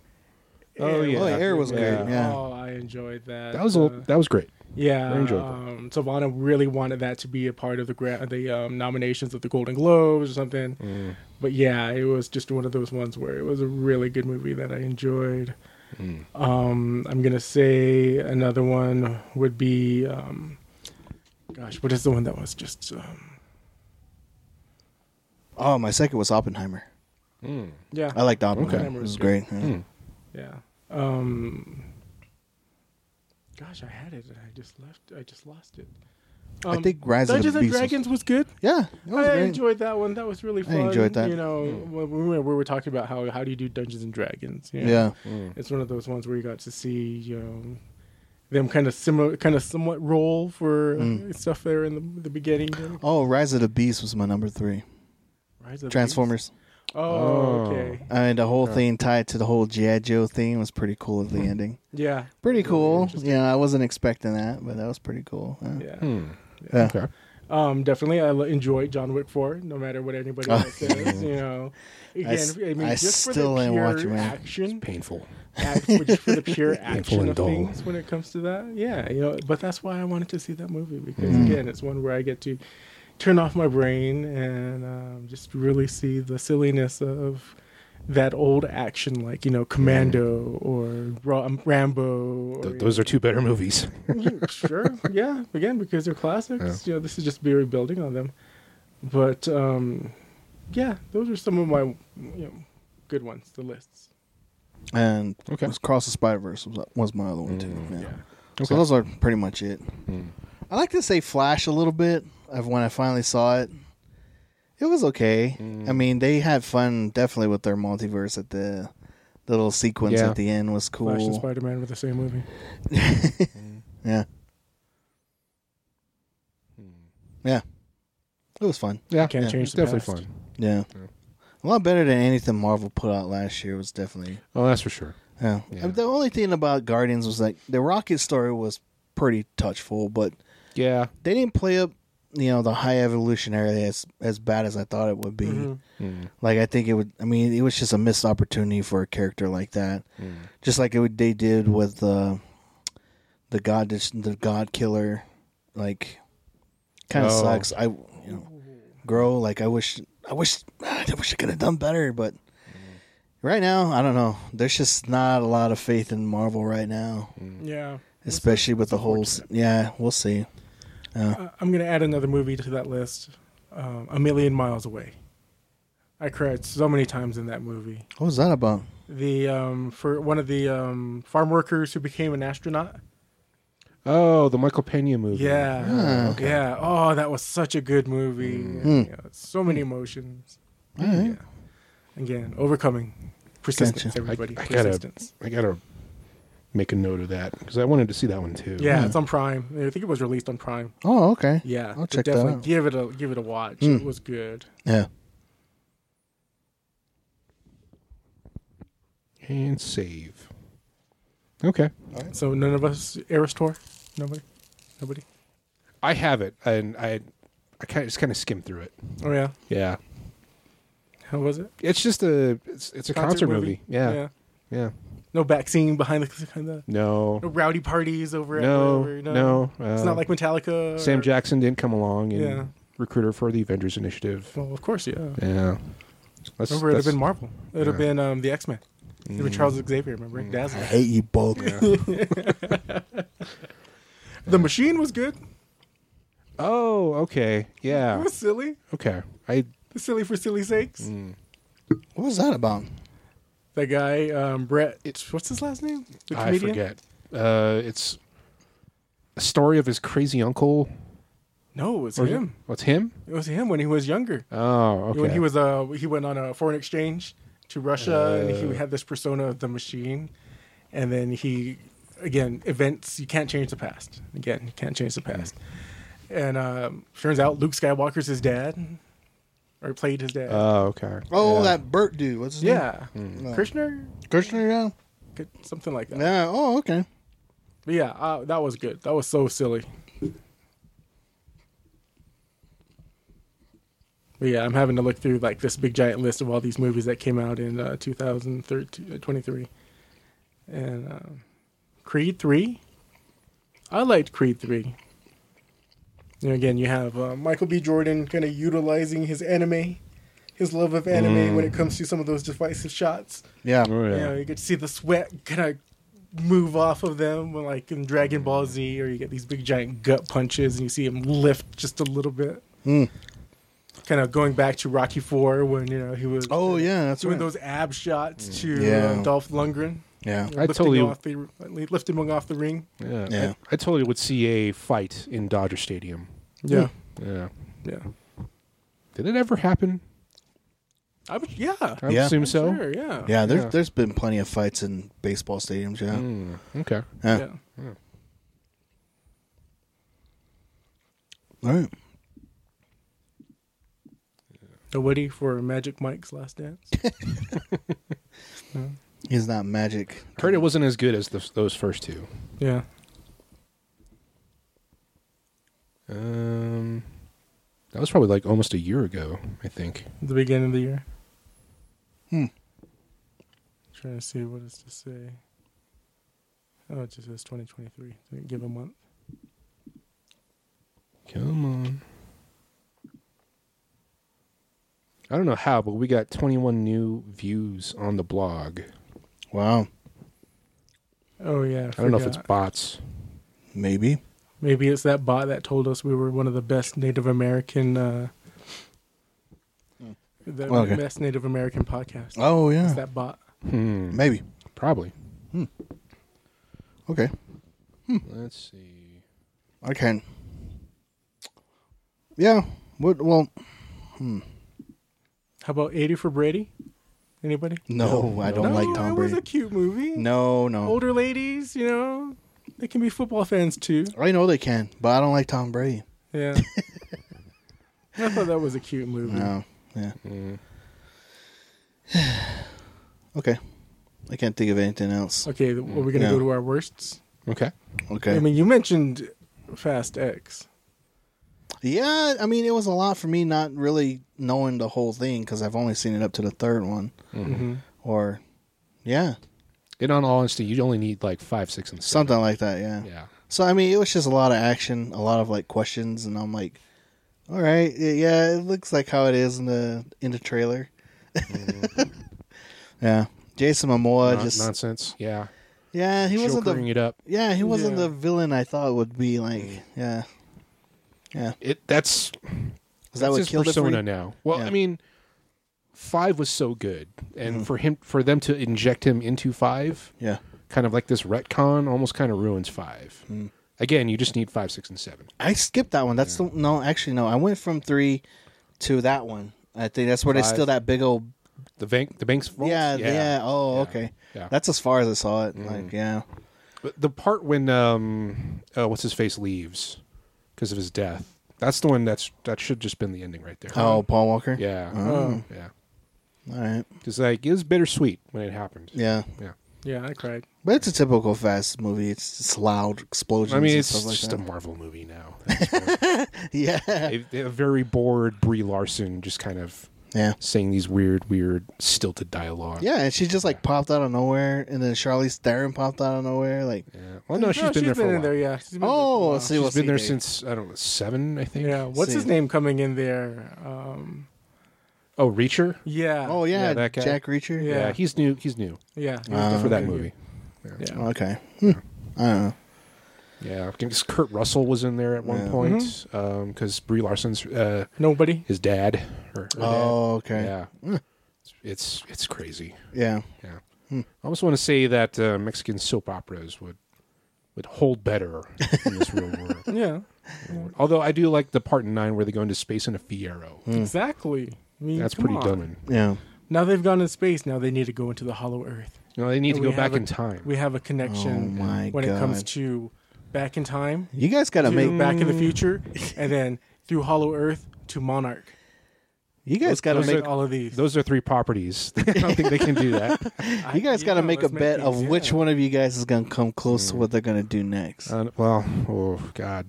[SPEAKER 3] Oh, yeah.
[SPEAKER 4] Oh, Air was
[SPEAKER 3] Yeah.
[SPEAKER 4] good. Yeah.
[SPEAKER 1] Oh, I enjoyed that.
[SPEAKER 3] that was
[SPEAKER 1] Uh,
[SPEAKER 3] a, that was great.
[SPEAKER 1] yeah,
[SPEAKER 3] I enjoyed that.
[SPEAKER 1] um, Savannah really wanted that to be a part of the gra- the um, nominations of the Golden Globes or something.
[SPEAKER 4] Mm.
[SPEAKER 1] But yeah, it was just one of those ones where it was a really good movie that I enjoyed.
[SPEAKER 4] Mm.
[SPEAKER 1] Um, I'm gonna say another one would be, um, gosh, what is the one that was just? Um,
[SPEAKER 4] Oh, my second was Oppenheimer.
[SPEAKER 1] yeah,
[SPEAKER 4] I liked Oppenheimer.
[SPEAKER 1] Oppenheimer
[SPEAKER 4] It
[SPEAKER 1] was
[SPEAKER 4] was
[SPEAKER 1] good.
[SPEAKER 4] great. Yeah.
[SPEAKER 1] yeah. Um, gosh, I had it and I just left. I just lost it. Um,
[SPEAKER 4] I think Rise of the
[SPEAKER 1] Dungeons and
[SPEAKER 4] Beast was-
[SPEAKER 1] Dragons was good.
[SPEAKER 4] Yeah. It was
[SPEAKER 1] I
[SPEAKER 4] great.
[SPEAKER 1] enjoyed that one. That was really
[SPEAKER 4] I
[SPEAKER 1] fun.
[SPEAKER 4] enjoyed that.
[SPEAKER 1] You know, when we were, we were talking about how how do you do Dungeons and Dragons? you know?
[SPEAKER 4] yeah.
[SPEAKER 1] it's one of those ones where you got to see you know them kind of similar, kind of somewhat roll for
[SPEAKER 4] Mm.
[SPEAKER 1] uh, stuff there in the, the beginning. you know?
[SPEAKER 4] Oh, Rise of the Beast was my number three.
[SPEAKER 1] Rise of the
[SPEAKER 4] Transformers.
[SPEAKER 1] Beast. Oh, okay.
[SPEAKER 4] I mean, the whole thing tied to the whole G.I. Joe thing was pretty cool at the ending.
[SPEAKER 1] Yeah,
[SPEAKER 4] Pretty cool. yeah, I wasn't expecting that, but that was pretty cool. Yeah.
[SPEAKER 1] yeah.
[SPEAKER 3] Hmm.
[SPEAKER 4] Hmm. Yeah.
[SPEAKER 3] Okay.
[SPEAKER 1] Um, definitely, I l- enjoy John Wick four, no matter what anybody else says. You know,
[SPEAKER 4] Oh. I
[SPEAKER 1] again,
[SPEAKER 4] s-
[SPEAKER 1] I, mean,
[SPEAKER 4] I
[SPEAKER 1] just
[SPEAKER 4] still
[SPEAKER 1] for the
[SPEAKER 4] ain't
[SPEAKER 1] pure
[SPEAKER 4] watch it, man.
[SPEAKER 1] action.
[SPEAKER 3] Painful.
[SPEAKER 1] act, which for the pure action
[SPEAKER 3] and
[SPEAKER 1] of
[SPEAKER 3] dull.
[SPEAKER 1] things when it comes to that. Yeah, you know, but that's why I wanted to see that movie because
[SPEAKER 3] Mm.
[SPEAKER 1] again, it's one where I get to turn off my brain and um, just really see the silliness of that old action, like you know, Commando or Ra- um, Rambo. Or,
[SPEAKER 3] Th- those are two better movies.
[SPEAKER 1] sure, yeah, again because they're classics. You know, this is just be rebuilding on them, but um, yeah, those are some of my you know good ones. The lists.
[SPEAKER 4] And
[SPEAKER 3] Okay.
[SPEAKER 4] it was Cross the Spider Verse was, was my other one, too. Yeah.
[SPEAKER 3] Okay. Hmm.
[SPEAKER 4] So those are pretty much it. I like to say Flash a little bit of when I finally saw it. It was okay.
[SPEAKER 3] Mm.
[SPEAKER 4] I mean, they had fun definitely with their multiverse at the. The little sequence
[SPEAKER 3] Yeah.
[SPEAKER 4] at the end was cool.
[SPEAKER 1] Flash and Spider Man were the same movie.
[SPEAKER 4] Yeah. Yeah. It was fun.
[SPEAKER 3] Yeah,
[SPEAKER 1] Can't
[SPEAKER 3] yeah.
[SPEAKER 1] change
[SPEAKER 3] It's
[SPEAKER 1] the
[SPEAKER 3] definitely
[SPEAKER 1] past.
[SPEAKER 3] fun.
[SPEAKER 4] Yeah. A lot better than anything Marvel put out last year was definitely.
[SPEAKER 3] Oh, that's for sure.
[SPEAKER 4] Yeah.
[SPEAKER 3] Yeah.
[SPEAKER 4] The only thing about Guardians was like the Rocket story was pretty touchful, but
[SPEAKER 3] Yeah,
[SPEAKER 4] they didn't play up you know the high evolutionary as as bad as I thought it would be.
[SPEAKER 1] Mm-hmm.
[SPEAKER 3] Mm-hmm. Hmm,
[SPEAKER 4] Like I think it would. I mean, it was just a missed opportunity for a character like that.
[SPEAKER 3] hmm.
[SPEAKER 4] Just like it would, they did with uh, the god the god killer. Like, kind of
[SPEAKER 3] Oh.
[SPEAKER 4] sucks. I you know, grow. Like I wish. I wish. I wish I could have done better, but. Right now, I don't know. There's just not a lot of faith in Marvel right now,
[SPEAKER 1] Mm-hmm. Yeah.
[SPEAKER 4] especially with the whole. Yeah, we'll see.
[SPEAKER 1] Uh, I'm going to add another movie to that list um, A Million Miles Away. I cried so many times in that movie.
[SPEAKER 4] What was that about?
[SPEAKER 1] The um, for one of the um, farm workers who became an astronaut.
[SPEAKER 3] Oh, the Michael Pena movie.
[SPEAKER 1] Yeah,
[SPEAKER 4] Ah, Mm.
[SPEAKER 1] yeah. Oh, that was such a good movie. And, you know, so many
[SPEAKER 4] Hmm.
[SPEAKER 1] emotions.
[SPEAKER 4] All right.
[SPEAKER 1] Yeah. Again, overcoming persistence.
[SPEAKER 4] Gotcha.
[SPEAKER 3] I, I
[SPEAKER 1] Everybody,
[SPEAKER 3] gotta,
[SPEAKER 1] persistence.
[SPEAKER 3] I gotta make a note of that because I wanted to see that one too.
[SPEAKER 1] Yeah, it's on Prime. I think it was released on Prime.
[SPEAKER 4] Oh, okay.
[SPEAKER 1] Yeah,
[SPEAKER 4] Hmm. I'll
[SPEAKER 1] so
[SPEAKER 4] check that
[SPEAKER 1] definitely
[SPEAKER 4] out. Hmm.
[SPEAKER 1] Give it a give it a watch. It was good.
[SPEAKER 4] Yeah.
[SPEAKER 3] and save. Okay,
[SPEAKER 1] So none of us Eris Tour? Nobody, nobody.
[SPEAKER 3] I have it, and I, I kind of just kind of skimmed through it.
[SPEAKER 1] Oh yeah,
[SPEAKER 3] Yeah,
[SPEAKER 1] how was it?
[SPEAKER 3] it's just a it's, it's a concert, movie. Yeah. yeah,
[SPEAKER 1] No backseam behind the kind of
[SPEAKER 3] No,
[SPEAKER 1] no rowdy parties over. at
[SPEAKER 3] no,
[SPEAKER 1] wherever,
[SPEAKER 3] no.
[SPEAKER 1] it's
[SPEAKER 3] uh,
[SPEAKER 1] not like Metallica.
[SPEAKER 3] Sam
[SPEAKER 1] or-
[SPEAKER 3] Jackson didn't come along and
[SPEAKER 1] Yeah.
[SPEAKER 3] recruit her for the Avengers Initiative.
[SPEAKER 1] Well, of course, yeah.
[SPEAKER 3] Yeah, that's,
[SPEAKER 1] Remember, it'd have
[SPEAKER 3] that's-
[SPEAKER 1] been Marvel. It'd have
[SPEAKER 3] yeah. Mm.
[SPEAKER 1] been um, the X Men. It'd have been Charles Xavier. Remember,
[SPEAKER 4] I
[SPEAKER 1] Dazzler.
[SPEAKER 4] hate you both.
[SPEAKER 1] The Machine was good.
[SPEAKER 3] Oh, okay,
[SPEAKER 1] It
[SPEAKER 3] yeah,
[SPEAKER 1] was silly,
[SPEAKER 3] okay. I
[SPEAKER 1] silly for silly sakes.
[SPEAKER 3] Mm.
[SPEAKER 4] What was that about?
[SPEAKER 1] That guy um, Brett. what's his last name? The
[SPEAKER 3] I forget. Uh, it's a story of his crazy uncle.
[SPEAKER 1] No, it was
[SPEAKER 3] Or-
[SPEAKER 1] him.
[SPEAKER 3] What's him?
[SPEAKER 1] It was him when he was younger.
[SPEAKER 3] Oh, okay.
[SPEAKER 1] When he was uh, he went on a foreign exchange to Russia, and he had this persona of the Machine, and then he, again, events you can't change the past. Again, you can't change the past. And um, turns out Luke Skywalker's his dad, or played his dad.
[SPEAKER 3] Oh, okay.
[SPEAKER 4] Oh,
[SPEAKER 3] Yeah.
[SPEAKER 4] that Burt dude. What's his name?
[SPEAKER 1] Yeah, Krishna,
[SPEAKER 4] Kirshner, yeah.
[SPEAKER 1] K- something like that.
[SPEAKER 4] Yeah. Oh, okay.
[SPEAKER 1] But yeah, uh, that was good. That was so silly. But yeah, I'm having to look through like this big giant list of all these movies that came out in uh, 2013, uh, 23, and um, Creed three. I liked Creed three. You know, again, you have uh, Michael B. Jordan kind of utilizing his anime, his love of anime when it comes to some of those divisive shots.
[SPEAKER 4] Yeah.
[SPEAKER 3] Oh, yeah.
[SPEAKER 1] You know, you get to see the sweat kind of move off of them, when, like in Dragon Ball Z, or you get these big giant gut punches, and you see him lift just a little bit.
[SPEAKER 4] Mm.
[SPEAKER 1] Kind of going back to Rocky Four when you know he was.
[SPEAKER 4] Oh, yeah. That's
[SPEAKER 1] Doing
[SPEAKER 4] right.
[SPEAKER 1] those ab shots to
[SPEAKER 4] Yeah.
[SPEAKER 1] uh, Dolph Lundgren,
[SPEAKER 4] Yeah.
[SPEAKER 3] Mm. I totally-
[SPEAKER 1] him off the, lifting him off the ring.
[SPEAKER 3] Yeah.
[SPEAKER 4] Yeah.
[SPEAKER 3] I, I totally would see a fight in Dodger Stadium.
[SPEAKER 1] Yeah,
[SPEAKER 3] Yeah.
[SPEAKER 1] yeah.
[SPEAKER 3] Did it ever happen?
[SPEAKER 1] I would, yeah,
[SPEAKER 3] I
[SPEAKER 4] Yeah.
[SPEAKER 3] assume so.
[SPEAKER 1] sure, yeah,
[SPEAKER 4] Yeah. There's
[SPEAKER 3] Yeah.
[SPEAKER 4] there's been plenty of fights in baseball stadiums. Yeah.
[SPEAKER 3] Mm, okay.
[SPEAKER 4] Yeah.
[SPEAKER 1] yeah.
[SPEAKER 4] All right.
[SPEAKER 1] Nobody for Magic Mike's Last Dance.
[SPEAKER 4] He's not magic.
[SPEAKER 3] I heard it wasn't as good as the, those first two.
[SPEAKER 1] Yeah,
[SPEAKER 3] Um, that was probably like almost a year ago, I think.
[SPEAKER 1] the beginning of the year.
[SPEAKER 4] Hmm.
[SPEAKER 1] Trying to see what it's to say. Oh, it just says 2023. Didn't give a month.
[SPEAKER 3] Come on. I don't know how, but we got 21 new views on the blog.
[SPEAKER 4] Wow.
[SPEAKER 1] Oh yeah,
[SPEAKER 3] I don't know if it's
[SPEAKER 1] forgot.
[SPEAKER 3] bots.
[SPEAKER 4] Maybe.
[SPEAKER 1] maybe it's that bot that told us we were one of the best Native American. Uh, the
[SPEAKER 4] Hmm. Okay.
[SPEAKER 1] best Native American podcast.
[SPEAKER 4] Oh
[SPEAKER 1] It's
[SPEAKER 4] yeah.
[SPEAKER 1] that bot.
[SPEAKER 3] Hmm.
[SPEAKER 4] Maybe.
[SPEAKER 3] Probably.
[SPEAKER 4] Okay.
[SPEAKER 3] Let's see.
[SPEAKER 4] I can. Yeah. What? Well.
[SPEAKER 1] How about 80 for Brady? Anybody?
[SPEAKER 4] No, I
[SPEAKER 1] no,
[SPEAKER 4] don't like Tom
[SPEAKER 1] it was
[SPEAKER 4] Brady.
[SPEAKER 1] a cute movie.
[SPEAKER 4] No, no.
[SPEAKER 1] Older ladies, you know, they can be football fans too.
[SPEAKER 4] I know they can, but I don't like Tom Brady.
[SPEAKER 1] Yeah. I thought that was a cute movie.
[SPEAKER 4] No. Yeah.
[SPEAKER 3] Mm.
[SPEAKER 4] Okay. I can't think of anything else.
[SPEAKER 1] Okay, th- are we going to
[SPEAKER 4] Yeah.
[SPEAKER 1] go to our worsts?
[SPEAKER 3] Okay.
[SPEAKER 4] Okay.
[SPEAKER 1] I mean, you mentioned Fast X.
[SPEAKER 4] Yeah, I mean, it was a lot for me not really knowing the whole thing because I've only seen it up to the third one.
[SPEAKER 3] Mm-hmm.
[SPEAKER 1] Mm-hmm.
[SPEAKER 4] Or, yeah,
[SPEAKER 3] In all honesty, you only need like five, six, and seven.
[SPEAKER 4] something like that. Yeah.
[SPEAKER 3] Yeah.
[SPEAKER 4] So I mean, it was just a lot of action, a lot of like questions, and I'm like, all right, y- yeah, it looks like how it is in the in the trailer. yeah, Jason Momoa
[SPEAKER 3] Non-
[SPEAKER 4] just
[SPEAKER 3] nonsense. Yeah.
[SPEAKER 4] yeah, he wasn't
[SPEAKER 3] Jokering
[SPEAKER 4] the
[SPEAKER 3] it up.
[SPEAKER 4] yeah he wasn't
[SPEAKER 1] Yeah.
[SPEAKER 4] the villain I thought would be like yeah.
[SPEAKER 3] It that's
[SPEAKER 4] Is
[SPEAKER 3] That's
[SPEAKER 4] that what
[SPEAKER 3] his
[SPEAKER 4] killed it for
[SPEAKER 3] persona
[SPEAKER 4] you?
[SPEAKER 3] now. Well,
[SPEAKER 4] Yeah. Mm-hmm.
[SPEAKER 3] I mean, five was so good, and for him, for them to inject him into five,
[SPEAKER 4] Yeah,
[SPEAKER 3] kind of like this retcon, almost kind of ruins five.
[SPEAKER 4] Hmm.
[SPEAKER 3] Again, you just need five, six, and seven.
[SPEAKER 4] I skipped that one. That's the no, actually no. I went from three to that one. I think that's where they
[SPEAKER 3] Five.
[SPEAKER 4] still that big old
[SPEAKER 3] The bank, the bank's vault.
[SPEAKER 4] yeah yeah. Oh
[SPEAKER 3] Yeah.
[SPEAKER 4] okay,
[SPEAKER 3] Yeah. Mm.
[SPEAKER 4] that's as far as I saw it. Like yeah.
[SPEAKER 3] But the part when um, uh, what's his face leaves because of his death. That's the one that's that should just been the ending right there.
[SPEAKER 4] Oh, Paul Walker.
[SPEAKER 3] yeah, Uh.
[SPEAKER 1] Oh.
[SPEAKER 3] yeah.
[SPEAKER 4] All right.
[SPEAKER 3] Because like it was bittersweet when it happened.
[SPEAKER 4] Yeah.
[SPEAKER 3] yeah.
[SPEAKER 1] Yeah, I cried.
[SPEAKER 4] But it's a typical fast movie. It's just loud explosions.
[SPEAKER 3] I mean,
[SPEAKER 4] and
[SPEAKER 3] it's
[SPEAKER 4] stuff like
[SPEAKER 3] just
[SPEAKER 4] that.
[SPEAKER 3] a Marvel movie now.
[SPEAKER 4] yeah,
[SPEAKER 3] a, a very bored Brie Larson just kind of
[SPEAKER 4] yeah,
[SPEAKER 3] saying these weird, weird, stilted dialogue.
[SPEAKER 4] yeah. And she just like popped out of nowhere, and then Charlize Theron popped out of nowhere. Like,
[SPEAKER 3] Yeah. Well, Oh, no, she's been there for a
[SPEAKER 1] in
[SPEAKER 3] while.
[SPEAKER 1] there. Yeah. She's been
[SPEAKER 4] Oh,
[SPEAKER 1] there for a while.
[SPEAKER 4] see-
[SPEAKER 3] She's
[SPEAKER 4] We'll
[SPEAKER 3] been there
[SPEAKER 4] Dave.
[SPEAKER 3] since I don't know seven, I think.
[SPEAKER 1] yeah. What's his
[SPEAKER 4] see.
[SPEAKER 1] name coming in there? Um,
[SPEAKER 3] Oh, Reacher.
[SPEAKER 1] yeah.
[SPEAKER 4] oh yeah,
[SPEAKER 3] Yeah, that guy.
[SPEAKER 4] Jack Reacher.
[SPEAKER 1] Yeah.
[SPEAKER 3] Yeah. he's new. He's new
[SPEAKER 1] yeah.
[SPEAKER 4] Uh,
[SPEAKER 3] for that
[SPEAKER 1] Yeah.
[SPEAKER 3] movie.
[SPEAKER 1] Yeah.
[SPEAKER 4] Okay. Hmm. I don't know.
[SPEAKER 3] Yeah, because Kurt Russell was in there at one
[SPEAKER 4] Yeah.
[SPEAKER 3] point because
[SPEAKER 1] Mm-hmm.
[SPEAKER 3] Brie Larson's uh,
[SPEAKER 1] Nobody.
[SPEAKER 3] his dad. Her, her
[SPEAKER 4] Oh, okay.
[SPEAKER 3] dad. Yeah. It's it's crazy.
[SPEAKER 4] Yeah.
[SPEAKER 3] Yeah.
[SPEAKER 4] Hmm.
[SPEAKER 3] I almost want to say that uh, Mexican soap operas would would hold better in this real world.
[SPEAKER 1] Yeah.
[SPEAKER 3] Although I do like the part in nine where they go into space in a Fiero.
[SPEAKER 4] Hmm.
[SPEAKER 1] Exactly. I mean,
[SPEAKER 3] That's
[SPEAKER 1] come
[SPEAKER 3] pretty
[SPEAKER 1] on.
[SPEAKER 3] dumb.
[SPEAKER 4] yeah,
[SPEAKER 1] Now they've gone in space. Now they need to go into the hollow Earth.
[SPEAKER 3] You know, they need to
[SPEAKER 1] We
[SPEAKER 3] go back
[SPEAKER 1] have a-
[SPEAKER 3] in time.
[SPEAKER 1] We have a connection
[SPEAKER 4] Oh, my
[SPEAKER 1] when it comes
[SPEAKER 4] God.
[SPEAKER 1] to back in time,
[SPEAKER 4] You guys gotta
[SPEAKER 1] to
[SPEAKER 4] make.
[SPEAKER 1] back in the future, and then through hollow Earth to Monarch.
[SPEAKER 4] You guys gotta
[SPEAKER 3] those
[SPEAKER 4] make.
[SPEAKER 1] all of these.
[SPEAKER 3] Those are three properties. I don't think they can do that.
[SPEAKER 1] I-
[SPEAKER 4] You guys
[SPEAKER 1] yeah,
[SPEAKER 4] gotta make a
[SPEAKER 1] let's
[SPEAKER 4] bet
[SPEAKER 1] these,
[SPEAKER 4] of
[SPEAKER 1] yeah.
[SPEAKER 4] which one of you guys is gonna come close to what they're gonna do next.
[SPEAKER 3] Hmm. Uh, well, oh god.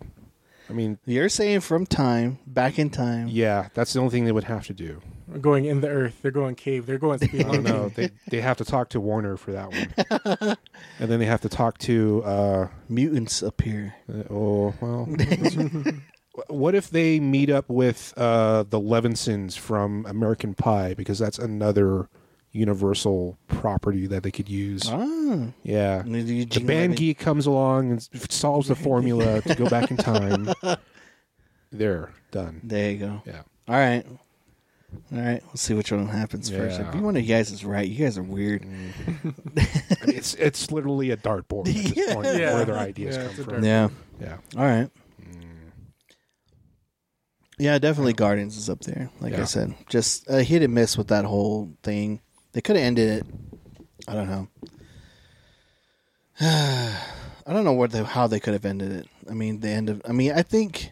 [SPEAKER 3] I mean,
[SPEAKER 4] You're saying from time back in time.
[SPEAKER 3] yeah, that's the only thing they would have to do.
[SPEAKER 1] We're going in the Earth. They're going cave. They're going
[SPEAKER 3] I don't know.
[SPEAKER 1] spelunking.
[SPEAKER 3] they they have to talk to Warner for that one, and then they have to talk to. Uh,
[SPEAKER 4] Mutants appear.
[SPEAKER 3] uh, oh well. what if they meet up with uh, the Levinsons from American Pie because that's another Universal property that they could use.
[SPEAKER 4] Ah.
[SPEAKER 3] Yeah.
[SPEAKER 4] And then you
[SPEAKER 3] The
[SPEAKER 4] jingle
[SPEAKER 3] band
[SPEAKER 4] everything.
[SPEAKER 3] geek comes along and s- solves the formula to go back in time. There, done.
[SPEAKER 4] There you go.
[SPEAKER 3] Yeah.
[SPEAKER 4] All right. All right. We'll see which one happens first.
[SPEAKER 3] Yeah. Hmm.
[SPEAKER 4] If you one of you guys is right, you guys are weird.
[SPEAKER 3] I mean, it's it's literally a dartboard at this point
[SPEAKER 1] Yeah.
[SPEAKER 3] where their ideas
[SPEAKER 1] Yeah,
[SPEAKER 3] come
[SPEAKER 1] it's a
[SPEAKER 3] from.
[SPEAKER 4] Yeah.
[SPEAKER 3] Yeah.
[SPEAKER 4] All right.
[SPEAKER 3] Hmm.
[SPEAKER 4] Yeah, definitely Guardians is up there. Like I
[SPEAKER 3] Yeah.
[SPEAKER 4] said, just a hit and miss with that whole thing. They could have ended it. I don't know. I don't know what the, how they could have ended it. I mean, the end of. I mean, I think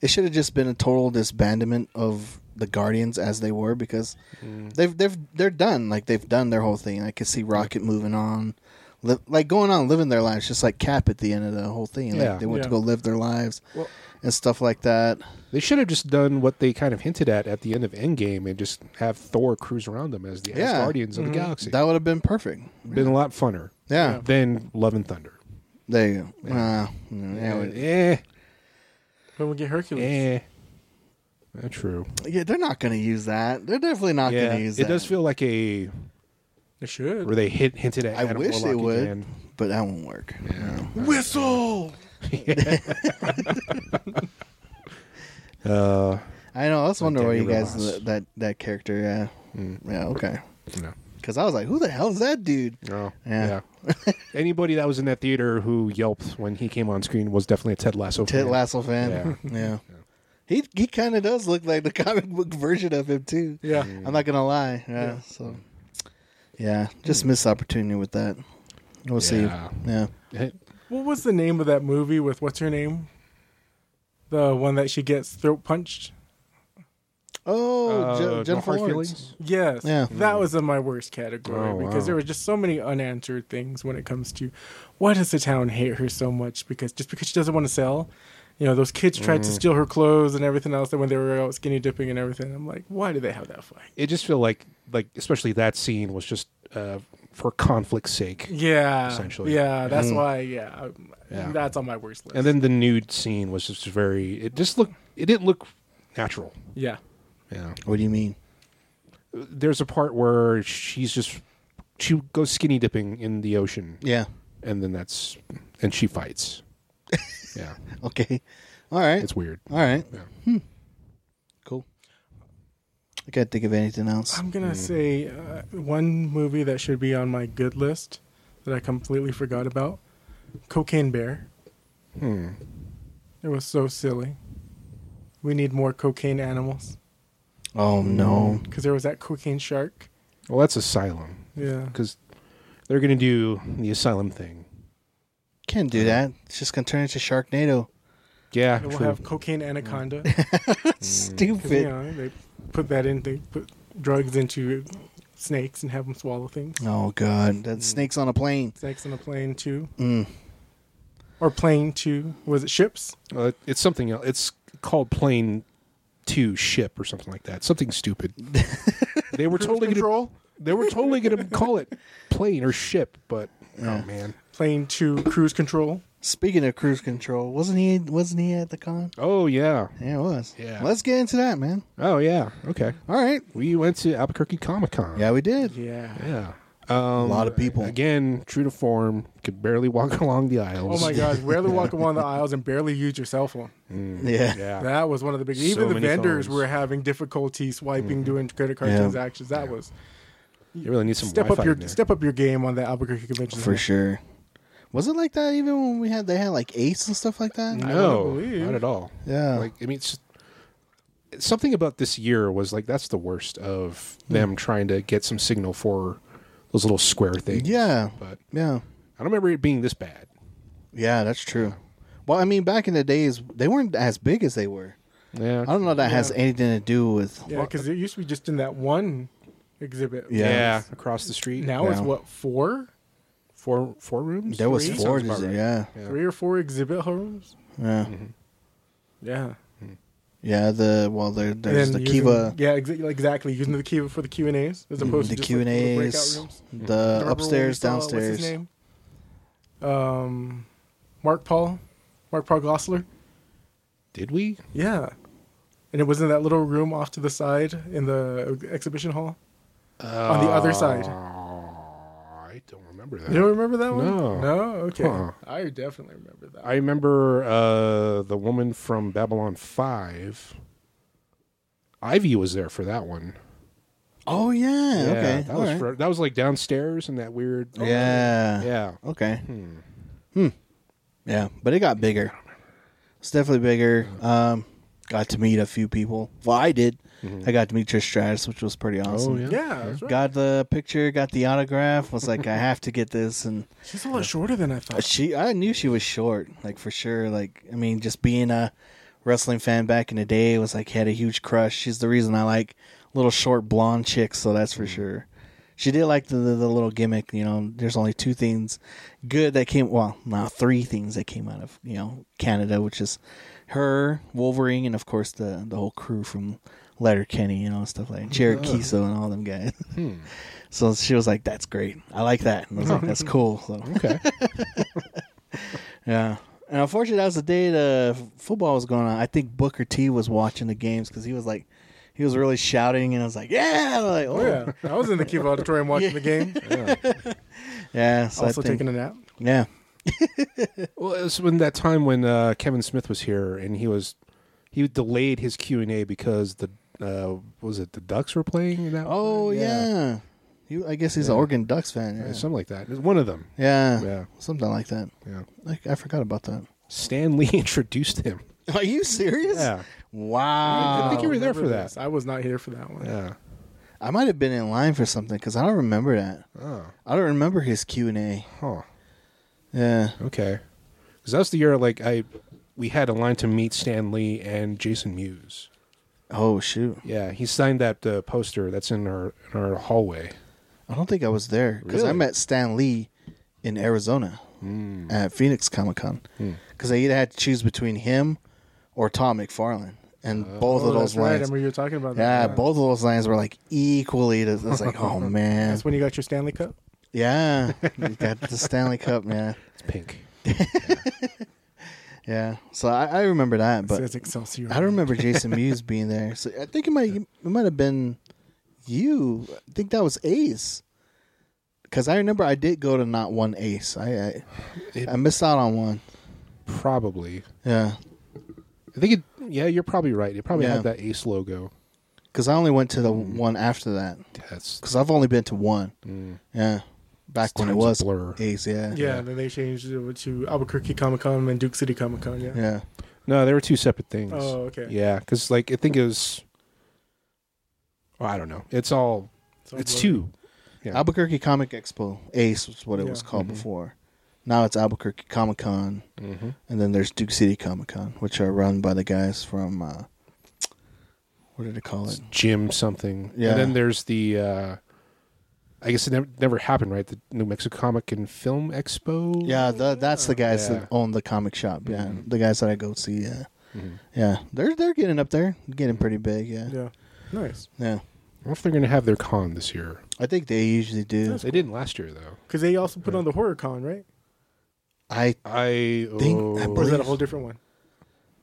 [SPEAKER 4] it should have just been a total disbandment of the Guardians as they were because
[SPEAKER 3] Mm.
[SPEAKER 4] they've they've they're done. Like they've done their whole thing. I could see Rocket moving on, li- like going on living their lives, just like Cap at the end of the whole thing. Like
[SPEAKER 3] Yeah.
[SPEAKER 4] they went to
[SPEAKER 1] Yeah.
[SPEAKER 4] go live their lives
[SPEAKER 3] Well-
[SPEAKER 4] and stuff like that.
[SPEAKER 3] They should have just done what they kind of hinted at at the end of Endgame and just have Thor cruise around them as the
[SPEAKER 4] Yeah. Mm-hmm.
[SPEAKER 3] Guardians of the Galaxy.
[SPEAKER 4] That would have been perfect.
[SPEAKER 3] Been a lot funner
[SPEAKER 4] Yeah,
[SPEAKER 1] Yeah.
[SPEAKER 3] than Love and Thunder.
[SPEAKER 4] there you go. Yeah. yeah, we-
[SPEAKER 3] Eh,
[SPEAKER 1] When we get Hercules.
[SPEAKER 3] eh. Eh, true.
[SPEAKER 4] yeah, they're not going to use that. They're definitely not
[SPEAKER 3] Yeah,
[SPEAKER 4] going to use
[SPEAKER 3] it
[SPEAKER 4] that.
[SPEAKER 3] does feel like a
[SPEAKER 1] They should.
[SPEAKER 3] where they hit, hinted at.
[SPEAKER 4] I
[SPEAKER 3] Adam
[SPEAKER 4] wish they
[SPEAKER 3] Warlock
[SPEAKER 4] would,
[SPEAKER 3] again.
[SPEAKER 4] but that won't work. No.
[SPEAKER 1] Whistle!
[SPEAKER 3] Uh,
[SPEAKER 4] I know. I was wondering where you
[SPEAKER 3] Daniel
[SPEAKER 4] guys
[SPEAKER 3] Ross.
[SPEAKER 4] that, that that character. Yeah, yeah, okay.
[SPEAKER 3] no.
[SPEAKER 4] Because I was like, who the hell is that dude?
[SPEAKER 3] No.
[SPEAKER 4] Oh, Yeah.
[SPEAKER 3] Anybody that was in that theater who yelped when he came on screen was definitely a Ted Lasso.
[SPEAKER 4] Ted
[SPEAKER 3] fan.
[SPEAKER 4] Lasso fan. Yeah. He he kind of does look like the comic book version of him too.
[SPEAKER 1] Yeah.
[SPEAKER 4] I'm not gonna lie. Yeah. So. Yeah, just missed opportunity with that. We'll see.
[SPEAKER 3] Yeah.
[SPEAKER 4] Yeah.
[SPEAKER 1] What was the name of that movie with what's her name? The one that she gets throat punched?
[SPEAKER 4] Oh,
[SPEAKER 3] Uh,
[SPEAKER 4] Je-
[SPEAKER 3] No
[SPEAKER 4] Jennifer
[SPEAKER 3] Hard
[SPEAKER 4] Lawrence.
[SPEAKER 3] Feelings?
[SPEAKER 1] Yes.
[SPEAKER 4] Yeah.
[SPEAKER 1] That was in my worst category
[SPEAKER 3] Oh,
[SPEAKER 1] because
[SPEAKER 3] wow.
[SPEAKER 1] there were just so many unanswered things when it comes to why does the town hate her so much? Because just because she doesn't want to sell, you know, those kids tried
[SPEAKER 3] Mm.
[SPEAKER 1] to steal her clothes and everything else. And when they were out skinny dipping and everything, I'm like, why did they have that fight?
[SPEAKER 3] It just feel like like especially that scene was just uh, for conflict's sake.
[SPEAKER 1] Yeah,
[SPEAKER 3] Essentially.
[SPEAKER 1] Yeah, that's why. Yeah, I'm-
[SPEAKER 3] mm. Yeah.
[SPEAKER 1] that's on my worst list.
[SPEAKER 3] And then the nude scene was just very. It just looked. It didn't look natural.
[SPEAKER 1] yeah,
[SPEAKER 3] Yeah.
[SPEAKER 4] What do you mean?
[SPEAKER 3] There's a part where she's just she goes skinny dipping in the ocean,
[SPEAKER 4] Yeah.
[SPEAKER 3] and then that's and she fights. yeah,
[SPEAKER 4] Okay. All right.
[SPEAKER 3] it's weird.
[SPEAKER 4] All right.
[SPEAKER 3] Yeah.
[SPEAKER 4] Hmm. Cool. I can't think of anything else.
[SPEAKER 1] I'm
[SPEAKER 3] mm.
[SPEAKER 1] gonna say uh, one movie that should be on my good list that I completely forgot about: Cocaine Bear.
[SPEAKER 3] Hmm.
[SPEAKER 1] It was so silly. We need more cocaine animals
[SPEAKER 4] Oh no.
[SPEAKER 1] because there was that cocaine shark.
[SPEAKER 3] Well, that's Asylum
[SPEAKER 1] Yeah,
[SPEAKER 3] because they're gonna do the Asylum thing.
[SPEAKER 4] Can't do that. It's just gonna turn into Sharknado.
[SPEAKER 3] Yeah,
[SPEAKER 1] and we'll
[SPEAKER 3] true.
[SPEAKER 1] have cocaine anaconda.
[SPEAKER 3] Mm.
[SPEAKER 1] Because,
[SPEAKER 4] Stupid.
[SPEAKER 1] you know, they put that in. They put drugs into snakes and have them swallow things.
[SPEAKER 4] Oh god. That snake's on a plane.
[SPEAKER 1] Snakes on a plane too,
[SPEAKER 4] Mm.
[SPEAKER 1] or plane too. Was it ships?
[SPEAKER 3] Uh, it's something else. It's called Plane Two Ship or something like that. Something stupid. they were totally gonna,
[SPEAKER 1] control.
[SPEAKER 3] they were totally going to call it plane or ship, but
[SPEAKER 4] Yeah.
[SPEAKER 3] oh man.
[SPEAKER 1] Plane two cruise control.
[SPEAKER 4] Speaking of cruise control, wasn't he wasn't he at the con?
[SPEAKER 3] Oh yeah.
[SPEAKER 4] Yeah, it was.
[SPEAKER 3] Yeah.
[SPEAKER 4] Let's get into that, man.
[SPEAKER 3] Oh yeah. Okay.
[SPEAKER 4] All right.
[SPEAKER 3] We went to Albuquerque Comic Con.
[SPEAKER 4] Yeah, we did.
[SPEAKER 1] Yeah.
[SPEAKER 3] Yeah. Um,
[SPEAKER 4] lot of people.
[SPEAKER 3] Again, true to form, could barely walk along the
[SPEAKER 1] Oh
[SPEAKER 3] aisles.
[SPEAKER 1] my God! Rarely walk along the aisles and barely use your cell phone.
[SPEAKER 4] Yeah.
[SPEAKER 3] Yeah.
[SPEAKER 1] That was one of the big.
[SPEAKER 3] So
[SPEAKER 1] even the
[SPEAKER 3] many
[SPEAKER 1] vendors
[SPEAKER 3] phones.
[SPEAKER 1] were having difficulty swiping, doing credit card
[SPEAKER 4] Yeah.
[SPEAKER 1] transactions. That was
[SPEAKER 3] you really need some
[SPEAKER 1] step
[SPEAKER 3] Wi-Fi
[SPEAKER 1] up your
[SPEAKER 3] in there.
[SPEAKER 1] step up your game on the Albuquerque convention.
[SPEAKER 4] For sure. Was it like that even when we had they had like ace and stuff like that?
[SPEAKER 3] No,
[SPEAKER 1] wouldn't believe.
[SPEAKER 3] not at all.
[SPEAKER 4] Yeah.
[SPEAKER 3] Like I mean, it's, something about this year was like that's the worst of
[SPEAKER 4] Hmm.
[SPEAKER 3] them trying to get some signal for those little square things.
[SPEAKER 4] Yeah.
[SPEAKER 3] But
[SPEAKER 4] Yeah.
[SPEAKER 3] I don't remember it being this bad.
[SPEAKER 4] Yeah, that's true. Well, I mean, back in the days, they weren't as big as they were.
[SPEAKER 3] Yeah.
[SPEAKER 4] I don't know if that has anything to do with.
[SPEAKER 1] Yeah, because it used to be just in that one exhibit.
[SPEAKER 4] Yeah.
[SPEAKER 3] yeah. Across the street.
[SPEAKER 1] Now it's
[SPEAKER 4] Yeah.
[SPEAKER 1] what four,
[SPEAKER 3] four four rooms.
[SPEAKER 4] There was
[SPEAKER 1] Three?
[SPEAKER 4] four,
[SPEAKER 3] Sounds about
[SPEAKER 4] is it?
[SPEAKER 3] right.
[SPEAKER 4] yeah,
[SPEAKER 3] Yeah. Mm-hmm.
[SPEAKER 1] three or four exhibit rooms.
[SPEAKER 4] yeah,
[SPEAKER 1] Yeah.
[SPEAKER 4] yeah. The well, there,
[SPEAKER 1] And
[SPEAKER 4] there's the
[SPEAKER 1] then
[SPEAKER 4] Kiva, Mm,
[SPEAKER 1] using- Yeah, exa- exactly. Using the Kiva for the Q and A's as opposed to
[SPEAKER 4] the
[SPEAKER 1] just
[SPEAKER 4] Q and
[SPEAKER 1] like little breakout
[SPEAKER 4] A's,
[SPEAKER 1] rooms.
[SPEAKER 4] the
[SPEAKER 1] Remember when we
[SPEAKER 4] upstairs,
[SPEAKER 1] saw- What's his
[SPEAKER 4] downstairs.
[SPEAKER 1] name? Um, Mark Paul, Mark Paul Gossler.
[SPEAKER 3] Did we?
[SPEAKER 1] Yeah. And it was in that little room off to the side in the exhibition hall on the other side.
[SPEAKER 4] Ah.
[SPEAKER 3] I don't remember that.
[SPEAKER 1] You don't remember that one?
[SPEAKER 3] No.
[SPEAKER 1] No? Okay.
[SPEAKER 3] Huh.
[SPEAKER 1] I definitely remember that.
[SPEAKER 3] I remember uh, the woman from Babylon Five. Ivy was there for that one.
[SPEAKER 4] Oh yeah,
[SPEAKER 3] Yeah,
[SPEAKER 4] okay,
[SPEAKER 3] that
[SPEAKER 4] all
[SPEAKER 3] was
[SPEAKER 4] right. Oh,
[SPEAKER 3] for, that was like downstairs in that weird.
[SPEAKER 4] yeah,
[SPEAKER 3] yeah.
[SPEAKER 4] okay,
[SPEAKER 3] Hmm.
[SPEAKER 4] yeah. But it got bigger. It's definitely bigger. Um, got to meet a few people. Well, I did. I got to meet Trish Stratus, which was pretty awesome.
[SPEAKER 3] Mm-hmm. Oh, yeah.
[SPEAKER 1] yeah, that's right.
[SPEAKER 4] Got the picture, got the autograph. Was like, I have to get this, and
[SPEAKER 1] She's a lot shorter than I thought.
[SPEAKER 4] She, I knew she was short, like for sure. Like, I mean, just being a wrestling fan back in the day was like had a huge crush. She's the reason I like little short blonde chicks, so that's for sure. She did like the, the the little gimmick, you know. There's only two things good that came, well, now three things that came out of you know Canada, which is her Wolverine, and of course the the whole crew from Letterkenny, you know, and stuff like Jared Kiso and all them guys. So she was like, "That's great. I like that." And I was like, "That's cool." So
[SPEAKER 3] Okay.
[SPEAKER 4] yeah. And unfortunately, that was the day the f- football was going on. I think Booker T was watching the games because he was like, he was really shouting, and I was like, yeah, like, oh.
[SPEAKER 1] Oh, yeah. I was in the Kiva auditorium watching the game,
[SPEAKER 4] yeah. So
[SPEAKER 1] also
[SPEAKER 4] I think,
[SPEAKER 1] taking a nap.
[SPEAKER 4] yeah,
[SPEAKER 3] well, it was when that time when uh, Kevin Smith was here and he was he delayed his Q and A because the uh, what was it the Ducks were playing in that.
[SPEAKER 4] oh
[SPEAKER 3] one?
[SPEAKER 4] yeah. You, I guess he's an Oregon Ducks fan.
[SPEAKER 3] Yeah,
[SPEAKER 4] Yeah.
[SPEAKER 3] something like that. It was One of them.
[SPEAKER 4] yeah,
[SPEAKER 3] Yeah.
[SPEAKER 4] something like that.
[SPEAKER 3] Yeah.
[SPEAKER 4] Like I forgot about that.
[SPEAKER 3] Stan Lee introduced him.
[SPEAKER 4] Are you serious?
[SPEAKER 3] Yeah.
[SPEAKER 4] Wow.
[SPEAKER 3] I think you were there
[SPEAKER 1] Remember
[SPEAKER 3] for that.
[SPEAKER 1] this. I was not here for that one.
[SPEAKER 3] Yeah.
[SPEAKER 4] I might have been in line for something because I don't remember that.
[SPEAKER 3] Oh.
[SPEAKER 4] I don't remember his Q and A.
[SPEAKER 3] Huh.
[SPEAKER 4] Yeah.
[SPEAKER 3] Okay. Because that's the year like I we had a line to meet Stan Lee and Jason Mewes.
[SPEAKER 4] Oh shoot.
[SPEAKER 3] Yeah, he signed that uh, poster that's in our in our hallway.
[SPEAKER 4] I don't think I was there because I
[SPEAKER 3] Really?
[SPEAKER 4] met Stan Lee in Arizona at Phoenix Comic Con because I either had to choose between him or Tom McFarlane, and both of those
[SPEAKER 1] Oh, that's right. I
[SPEAKER 4] lines,
[SPEAKER 1] remember you were talking about
[SPEAKER 4] yeah,
[SPEAKER 1] that.
[SPEAKER 4] both of those lines were like equally. To, it's like, oh man,
[SPEAKER 1] That's when you got your Stanley Cup.
[SPEAKER 4] yeah, you got the Stanley Cup, man.
[SPEAKER 3] It's pink.
[SPEAKER 4] Yeah, so I, I remember that,
[SPEAKER 1] It
[SPEAKER 4] but
[SPEAKER 1] says Excelsior.
[SPEAKER 4] I don't remember Jason Mewes being there. So I think it might it might have been you. I think that was Ace. Because I remember I did go to not one Ace. I I,
[SPEAKER 3] It-
[SPEAKER 4] I missed out on one.
[SPEAKER 3] Probably.
[SPEAKER 4] Yeah,
[SPEAKER 3] I think it. Yeah, you're probably right. It probably
[SPEAKER 4] Yeah.
[SPEAKER 3] had that Ace logo.
[SPEAKER 4] because I only went to the
[SPEAKER 3] Mm.
[SPEAKER 4] one after that.
[SPEAKER 3] That's
[SPEAKER 4] Because I've only been to one. Yeah, back
[SPEAKER 3] It's
[SPEAKER 4] when it
[SPEAKER 3] Mm.
[SPEAKER 4] was
[SPEAKER 3] times blur.
[SPEAKER 4] Ace. Yeah,
[SPEAKER 1] Yeah, and then they changed it over to Albuquerque Comic Con and Duke City Comic Con. Yeah.
[SPEAKER 4] yeah.
[SPEAKER 3] no. There were two separate things.
[SPEAKER 1] Oh, okay.
[SPEAKER 3] Yeah, because like I think it was. Well, I don't know. It's all.
[SPEAKER 1] all
[SPEAKER 3] it's
[SPEAKER 1] blurred.
[SPEAKER 3] two. Yeah.
[SPEAKER 4] Albuquerque Comic Expo. Ace was what it
[SPEAKER 1] Yeah.
[SPEAKER 4] was called before. Now it's Albuquerque Comic Con,
[SPEAKER 3] Mm-hmm.
[SPEAKER 4] and then there's Duke City Comic Con, which are run by the guys from uh, what did it call it?
[SPEAKER 3] Jim something.
[SPEAKER 4] Yeah.
[SPEAKER 3] And then there's the. uh I guess it never, never happened, right? The New Mexico Comic and Film Expo.
[SPEAKER 4] Yeah, the, that's the guys
[SPEAKER 3] Yeah. Mm-hmm.
[SPEAKER 4] that own the comic shop. Yeah, the guys that I go see. Yeah, yeah, they're they're getting up there, getting pretty big. Yeah, yeah.
[SPEAKER 1] Yeah. Nice.
[SPEAKER 3] I wonder if they're going to have their con this year.
[SPEAKER 4] I think they usually do.
[SPEAKER 1] That's
[SPEAKER 3] They didn't last year though.
[SPEAKER 1] Because they also put on the Horror Con, right?
[SPEAKER 4] I
[SPEAKER 3] I
[SPEAKER 4] Think- I
[SPEAKER 3] oh,
[SPEAKER 1] Or is
[SPEAKER 4] believe-
[SPEAKER 1] that a whole different one?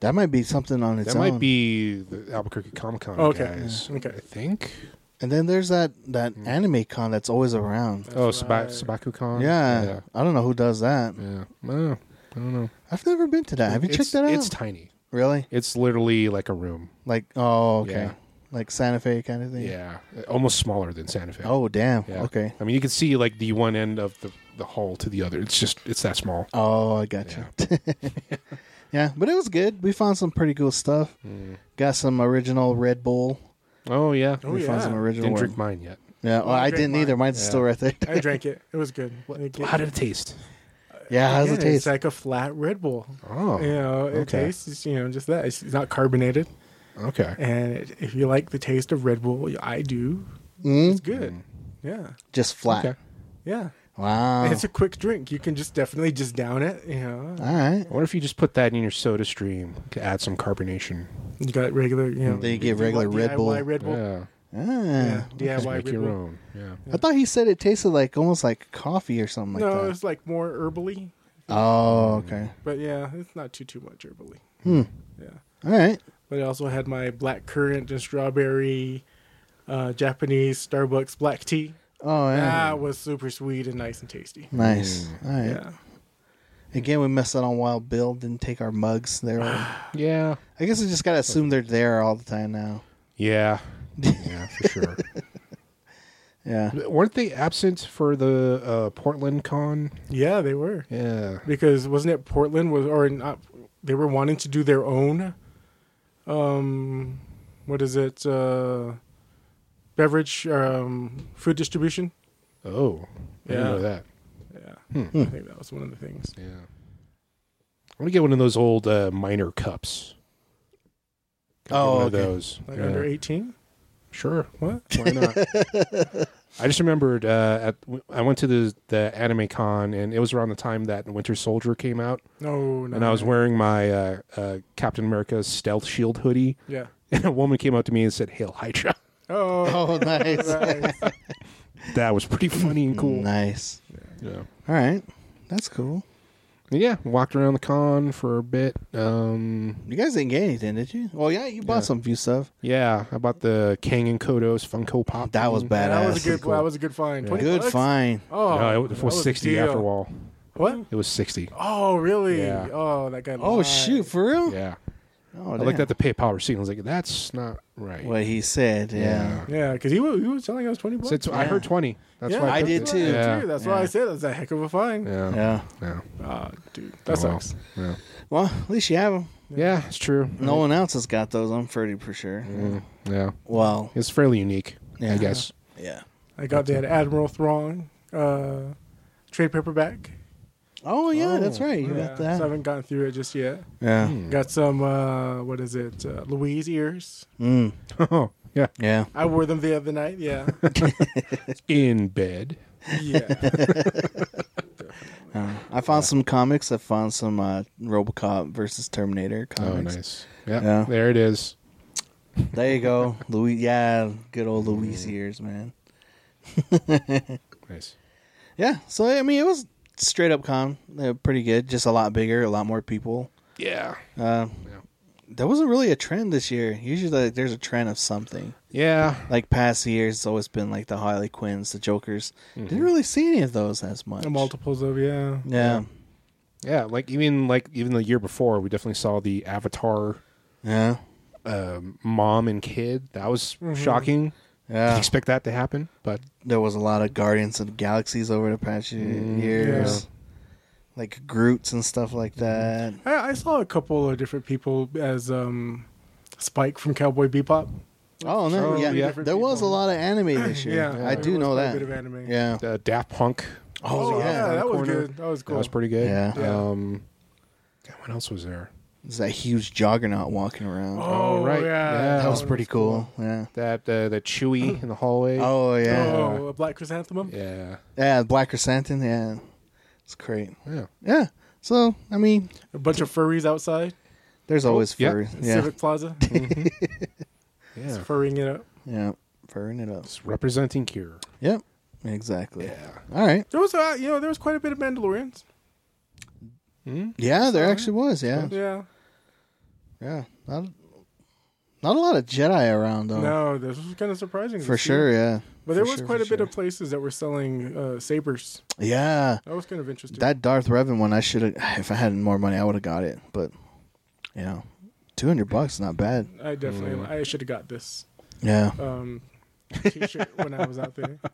[SPEAKER 4] that might be something on its
[SPEAKER 3] that
[SPEAKER 4] own.
[SPEAKER 3] might be the Albuquerque Comic Con
[SPEAKER 1] Okay.
[SPEAKER 3] guys.
[SPEAKER 1] Yeah. Okay.
[SPEAKER 3] I think.
[SPEAKER 4] And then there's that that anime con that's always around.
[SPEAKER 1] That's
[SPEAKER 3] oh,
[SPEAKER 1] right.
[SPEAKER 3] Saba- Sabaku Con.
[SPEAKER 4] yeah,
[SPEAKER 3] Mm-hmm. Yeah.
[SPEAKER 4] I don't know who does that.
[SPEAKER 3] Yeah. Oh, I don't know.
[SPEAKER 4] I've never been to that. Have you
[SPEAKER 3] It's-
[SPEAKER 4] checked that out?
[SPEAKER 3] It's tiny.
[SPEAKER 4] really?
[SPEAKER 3] It's literally like a room.
[SPEAKER 4] Like oh okay,
[SPEAKER 3] Yeah.
[SPEAKER 4] like Santa Fe kind of thing.
[SPEAKER 3] Yeah, almost smaller than Santa Fe.
[SPEAKER 4] Oh damn.
[SPEAKER 3] Yeah.
[SPEAKER 4] Okay.
[SPEAKER 3] I mean, you can see like the one end of the the hall to the other. It's just it's that small.
[SPEAKER 4] Oh, I got you. yeah, but it was good. We found some pretty cool stuff. Got some original Red Bull.
[SPEAKER 3] Oh yeah.
[SPEAKER 1] Oh,
[SPEAKER 4] we found
[SPEAKER 1] yeah.
[SPEAKER 4] some original.
[SPEAKER 3] Didn't
[SPEAKER 4] one.
[SPEAKER 3] drink mine yet.
[SPEAKER 4] Yeah, well,
[SPEAKER 1] I
[SPEAKER 4] I
[SPEAKER 1] drank
[SPEAKER 4] didn't
[SPEAKER 1] mine.
[SPEAKER 4] either. Mine's
[SPEAKER 3] Yeah.
[SPEAKER 4] still right there.
[SPEAKER 1] Oh, I drank it. It was good. Like,
[SPEAKER 3] How did it taste?
[SPEAKER 4] Yeah, how's
[SPEAKER 1] yeah,
[SPEAKER 4] it taste?
[SPEAKER 1] It's like a flat Red Bull.
[SPEAKER 3] Oh,
[SPEAKER 1] you know, it
[SPEAKER 3] okay.
[SPEAKER 1] tastes, it's, you know, just that. It's, it's not carbonated.
[SPEAKER 3] okay.
[SPEAKER 1] And it, if you like the taste of Red Bull, I do,
[SPEAKER 4] Mm,
[SPEAKER 1] it's good. Yeah.
[SPEAKER 4] just flat.
[SPEAKER 3] Okay.
[SPEAKER 1] Yeah.
[SPEAKER 4] Wow.
[SPEAKER 1] And It's a quick drink. You can just definitely just down it. You know,
[SPEAKER 4] All right.
[SPEAKER 3] I wonder if you just put that in your Soda Stream to add some carbonation.
[SPEAKER 1] you got regular, you know.
[SPEAKER 4] Then you get regular
[SPEAKER 1] DIY
[SPEAKER 4] Red Bull.
[SPEAKER 1] Red Bull.
[SPEAKER 3] Yeah.
[SPEAKER 4] Ah.
[SPEAKER 1] Yeah,
[SPEAKER 3] Just
[SPEAKER 1] DIY
[SPEAKER 3] make
[SPEAKER 1] Red
[SPEAKER 3] your
[SPEAKER 1] Bull.
[SPEAKER 3] own. Yeah.
[SPEAKER 4] I thought he said it tasted like almost like coffee or something like
[SPEAKER 1] no,
[SPEAKER 4] that.
[SPEAKER 1] it's like more herbally,
[SPEAKER 4] Oh, okay.
[SPEAKER 1] but yeah, it's not too too much herbally.
[SPEAKER 4] Hmm.
[SPEAKER 1] Yeah,
[SPEAKER 4] All right.
[SPEAKER 1] but I also had my black currant and strawberry, uh, Japanese Starbucks black tea.
[SPEAKER 4] Oh yeah.
[SPEAKER 1] That was super sweet and nice and tasty.
[SPEAKER 4] Nice. All right.
[SPEAKER 1] Ah, Yeah,
[SPEAKER 4] Again, we messed out on Wild Bill. Didn't take our mugs. They're. all-
[SPEAKER 3] Yeah.
[SPEAKER 4] I guess I just gotta assume they're there all the time now.
[SPEAKER 3] Yeah. Yeah, for sure.
[SPEAKER 4] Yeah.
[SPEAKER 3] Weren't they absent for the uh, Portland con?
[SPEAKER 1] yeah, they were
[SPEAKER 3] Yeah.
[SPEAKER 1] because wasn't it Portland was or not? They were wanting to do their own. Um, what is it? Uh, beverage, um, food distribution.
[SPEAKER 3] Oh, I didn't
[SPEAKER 1] Yeah.
[SPEAKER 3] know that.
[SPEAKER 1] Yeah,
[SPEAKER 3] Hmm.
[SPEAKER 1] I think that was one of the things.
[SPEAKER 3] Yeah. I want to get one of those old uh, minor cups. Gotta get
[SPEAKER 4] Oh, okay.
[SPEAKER 3] one of those.
[SPEAKER 1] Like
[SPEAKER 3] Yeah.
[SPEAKER 1] under eighteen.
[SPEAKER 3] Sure.
[SPEAKER 1] What?
[SPEAKER 3] Why not? I just remembered uh, at, w- I went to the the anime con and it was around the time that Winter Soldier came out
[SPEAKER 1] No, no.
[SPEAKER 3] and I was
[SPEAKER 1] no.
[SPEAKER 3] wearing my uh, uh, Captain America stealth shield hoodie
[SPEAKER 1] Yeah.
[SPEAKER 3] and a woman came up to me and said "Hail Hydra."
[SPEAKER 1] Oh.
[SPEAKER 4] Oh, nice.
[SPEAKER 1] nice.
[SPEAKER 3] That was pretty funny and
[SPEAKER 4] Mm,
[SPEAKER 3] cool.
[SPEAKER 4] Nice.
[SPEAKER 3] Yeah.
[SPEAKER 4] All right. That's cool.
[SPEAKER 3] And yeah, walked around the con for a bit. Um,
[SPEAKER 4] You guys didn't get anything, did you? Well, yeah, you bought
[SPEAKER 3] Yeah.
[SPEAKER 4] some few stuff.
[SPEAKER 3] yeah, I bought the Kang and Kodos Funko Pop.
[SPEAKER 4] That was
[SPEAKER 3] thing.
[SPEAKER 4] badass.
[SPEAKER 1] that was a good.
[SPEAKER 3] Cool.
[SPEAKER 1] That was a good find. 20
[SPEAKER 4] Good
[SPEAKER 1] bucks?
[SPEAKER 4] find.
[SPEAKER 1] Oh,
[SPEAKER 3] no, it
[SPEAKER 1] that
[SPEAKER 3] was, 60
[SPEAKER 1] a
[SPEAKER 3] after
[SPEAKER 1] deal.
[SPEAKER 3] a while.
[SPEAKER 1] What?
[SPEAKER 3] It was 60.
[SPEAKER 1] Oh, really?
[SPEAKER 3] Yeah.
[SPEAKER 1] Oh, that guy.
[SPEAKER 4] Oh
[SPEAKER 1] lied.
[SPEAKER 4] shoot, for real?
[SPEAKER 3] Yeah.
[SPEAKER 4] Oh,
[SPEAKER 3] I looked
[SPEAKER 4] damn.
[SPEAKER 3] at the PayPal receipt and I was like, that's not right.
[SPEAKER 4] What he said, yeah.
[SPEAKER 1] Yeah, because he was, he was telling us twenty bucks.
[SPEAKER 3] So it's- I heard 20. That's
[SPEAKER 1] yeah,
[SPEAKER 3] why I,
[SPEAKER 4] I
[SPEAKER 3] took
[SPEAKER 4] did
[SPEAKER 3] it.
[SPEAKER 4] too.
[SPEAKER 3] Yeah.
[SPEAKER 1] That's
[SPEAKER 4] Yeah.
[SPEAKER 1] why I said that's a heck of a find.
[SPEAKER 3] Yeah.
[SPEAKER 4] Yeah.
[SPEAKER 3] Yeah. Yeah.
[SPEAKER 1] Ah, dude, that
[SPEAKER 3] Oh, well.
[SPEAKER 1] sucks.
[SPEAKER 3] Yeah.
[SPEAKER 4] Well, at least you have them.
[SPEAKER 3] Yeah, it's true.
[SPEAKER 4] No one else has got those. I'm pretty pretty sure.
[SPEAKER 3] Mm, Yeah.
[SPEAKER 4] Well,
[SPEAKER 3] It's fairly unique, I
[SPEAKER 4] Yeah.
[SPEAKER 3] guess.
[SPEAKER 4] yeah.
[SPEAKER 1] I got that Admiral Thrawn uh, trade paperback.
[SPEAKER 4] Oh yeah, Hmm. that's right. You
[SPEAKER 1] Yeah,
[SPEAKER 4] got
[SPEAKER 1] So I
[SPEAKER 4] that.
[SPEAKER 1] haven't gotten through it just yet.
[SPEAKER 4] Yeah.
[SPEAKER 1] Got some. Uh, what is it? Uh, Louise ears.
[SPEAKER 4] Mm.
[SPEAKER 3] Oh, yeah.
[SPEAKER 4] Yeah.
[SPEAKER 1] I wore them the other night. Yeah.
[SPEAKER 3] In bed.
[SPEAKER 1] yeah.
[SPEAKER 4] Uh, I found some comics. I found some uh, RoboCop versus Terminator
[SPEAKER 3] Oh,
[SPEAKER 4] comics.
[SPEAKER 3] nice. Yeah,
[SPEAKER 4] Yeah.
[SPEAKER 3] there it is.
[SPEAKER 4] There you go, Louis. Yeah, good old Louis years, man.
[SPEAKER 3] Nice.
[SPEAKER 4] Yeah. So I mean, it was straight up con. Uh, pretty good. Just a lot bigger, a lot more people.
[SPEAKER 3] Yeah.
[SPEAKER 4] Uh,
[SPEAKER 3] Yeah.
[SPEAKER 4] There wasn't really a trend this year. Usually, like, there's a trend of something.
[SPEAKER 3] Yeah.
[SPEAKER 4] Like past years, it's always been like the Harley Quinns, the Jokers. Didn't really see any of those as much.
[SPEAKER 1] And multiples of yeah.
[SPEAKER 4] Yeah.
[SPEAKER 3] Yeah. Like even like even the year before, we definitely saw the Avatar
[SPEAKER 4] Yeah.
[SPEAKER 3] um, mom and kid. That was shocking. Didn't
[SPEAKER 4] Yeah.
[SPEAKER 3] expect that to happen, but
[SPEAKER 4] There was a lot of Guardians of the Galaxies over the past y- years. Like Groots and stuff like that.
[SPEAKER 1] I, I saw a couple of different people as um, Spike from Cowboy Bebop.
[SPEAKER 4] Oh no,
[SPEAKER 1] Oh,
[SPEAKER 4] yeah.
[SPEAKER 1] yeah.
[SPEAKER 4] There was a lot of anime this year.
[SPEAKER 1] Yeah,
[SPEAKER 4] I do
[SPEAKER 1] there was
[SPEAKER 4] know
[SPEAKER 1] quite
[SPEAKER 4] that.
[SPEAKER 1] A bit of anime.
[SPEAKER 4] Yeah.
[SPEAKER 3] uh, Daft Punk.
[SPEAKER 1] Oh, yeah, that was
[SPEAKER 3] corner.
[SPEAKER 1] good. That was cool.
[SPEAKER 3] That was pretty good.
[SPEAKER 4] Yeah.
[SPEAKER 1] Yeah.
[SPEAKER 3] Um, yeah, what else was there?
[SPEAKER 4] It's that huge juggernaut walking around.
[SPEAKER 1] Oh,
[SPEAKER 3] Oh, right.
[SPEAKER 1] yeah.
[SPEAKER 3] Yeah.
[SPEAKER 4] that
[SPEAKER 3] that
[SPEAKER 4] was pretty cool. Yeah.
[SPEAKER 3] That uh, the Chewy in the hallway.
[SPEAKER 4] Oh yeah.
[SPEAKER 1] Oh, a black chrysanthemum.
[SPEAKER 3] Yeah.
[SPEAKER 4] Yeah, Black Chrysanthemum, yeah. It's great.
[SPEAKER 3] Yeah.
[SPEAKER 4] Yeah. So, I mean,
[SPEAKER 1] A bunch of furries outside
[SPEAKER 4] there's always
[SPEAKER 3] yeah.
[SPEAKER 4] fur. Yeah.
[SPEAKER 1] Oh, Civic Plaza,
[SPEAKER 3] Yeah.
[SPEAKER 1] furrying it up.
[SPEAKER 4] Yeah. Furring it up.
[SPEAKER 3] It's representing Cure.
[SPEAKER 4] Yep. Exactly. Yeah. All right.
[SPEAKER 1] There was, uh, you know, there was quite a bit of Mandalorians.
[SPEAKER 4] Yeah, there actually was. Yeah.
[SPEAKER 1] Yeah.
[SPEAKER 4] Yeah. Not, not a lot of Jedi around though.
[SPEAKER 1] No, this was kind of surprising to
[SPEAKER 4] Oh. For
[SPEAKER 1] see.
[SPEAKER 4] sure, yeah.
[SPEAKER 1] But there
[SPEAKER 4] For
[SPEAKER 1] was
[SPEAKER 4] sure,
[SPEAKER 1] quite
[SPEAKER 4] for
[SPEAKER 1] a bit
[SPEAKER 4] sure.
[SPEAKER 1] of places that were selling uh, sabers.
[SPEAKER 4] Yeah.
[SPEAKER 1] That was kind of interesting.
[SPEAKER 4] That Darth Revan one I should have if I had more money I would have got it, but you know, 200 bucks is not bad.
[SPEAKER 1] I definitely,
[SPEAKER 3] Mm.
[SPEAKER 1] I should have got this
[SPEAKER 4] Yeah.
[SPEAKER 1] um, t-shirt when I was out there.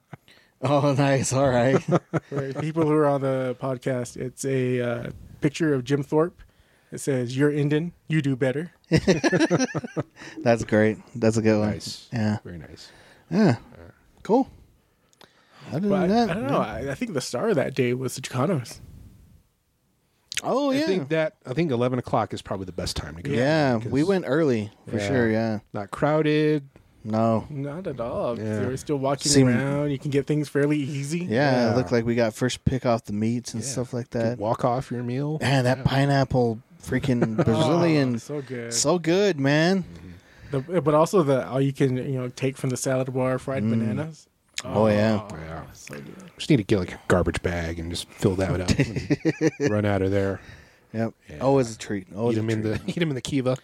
[SPEAKER 4] Oh, nice. All right.
[SPEAKER 1] Right. People who are on the podcast, it's a uh, picture of Jim Thorpe. It says, "You're Indian, you do better."
[SPEAKER 4] That's great. That's a good one.
[SPEAKER 3] Nice.
[SPEAKER 4] Yeah.
[SPEAKER 3] Very nice.
[SPEAKER 4] Yeah. Cool. Other
[SPEAKER 1] But I,
[SPEAKER 4] than that,
[SPEAKER 1] I don't know. I, I think the star of that day was the Chicanos.
[SPEAKER 4] Oh yeah.
[SPEAKER 3] I think that I think eleven o'clock is probably the best time to go.
[SPEAKER 4] yeah,
[SPEAKER 3] because-
[SPEAKER 4] we went early for
[SPEAKER 3] Yeah.
[SPEAKER 4] sure. Yeah.
[SPEAKER 3] Not crowded.
[SPEAKER 4] No.
[SPEAKER 1] Not at all.
[SPEAKER 3] Yeah.
[SPEAKER 1] They were still walking
[SPEAKER 4] Seem-
[SPEAKER 1] around. You can get things fairly easy.
[SPEAKER 4] Yeah,
[SPEAKER 3] Yeah.
[SPEAKER 4] It looked like we got first pick off the meats and
[SPEAKER 3] Yeah.
[SPEAKER 4] stuff like
[SPEAKER 3] Could
[SPEAKER 4] that.
[SPEAKER 3] walk off your meal.
[SPEAKER 4] Man, that pineapple freaking Brazilian,
[SPEAKER 1] Oh, so good.
[SPEAKER 4] so good, man.
[SPEAKER 1] The, but also the all you can you know take from the salad bar fried bananas.
[SPEAKER 4] Mm. Oh, yeah.
[SPEAKER 3] Yeah.
[SPEAKER 1] so good.
[SPEAKER 3] Just need to get like a garbage bag and just fill that up and run out of there.
[SPEAKER 4] Yep. Always a treat.
[SPEAKER 3] Eat
[SPEAKER 4] Always a
[SPEAKER 3] them in
[SPEAKER 4] treat.
[SPEAKER 3] Oh, the eat 'em in the kiva.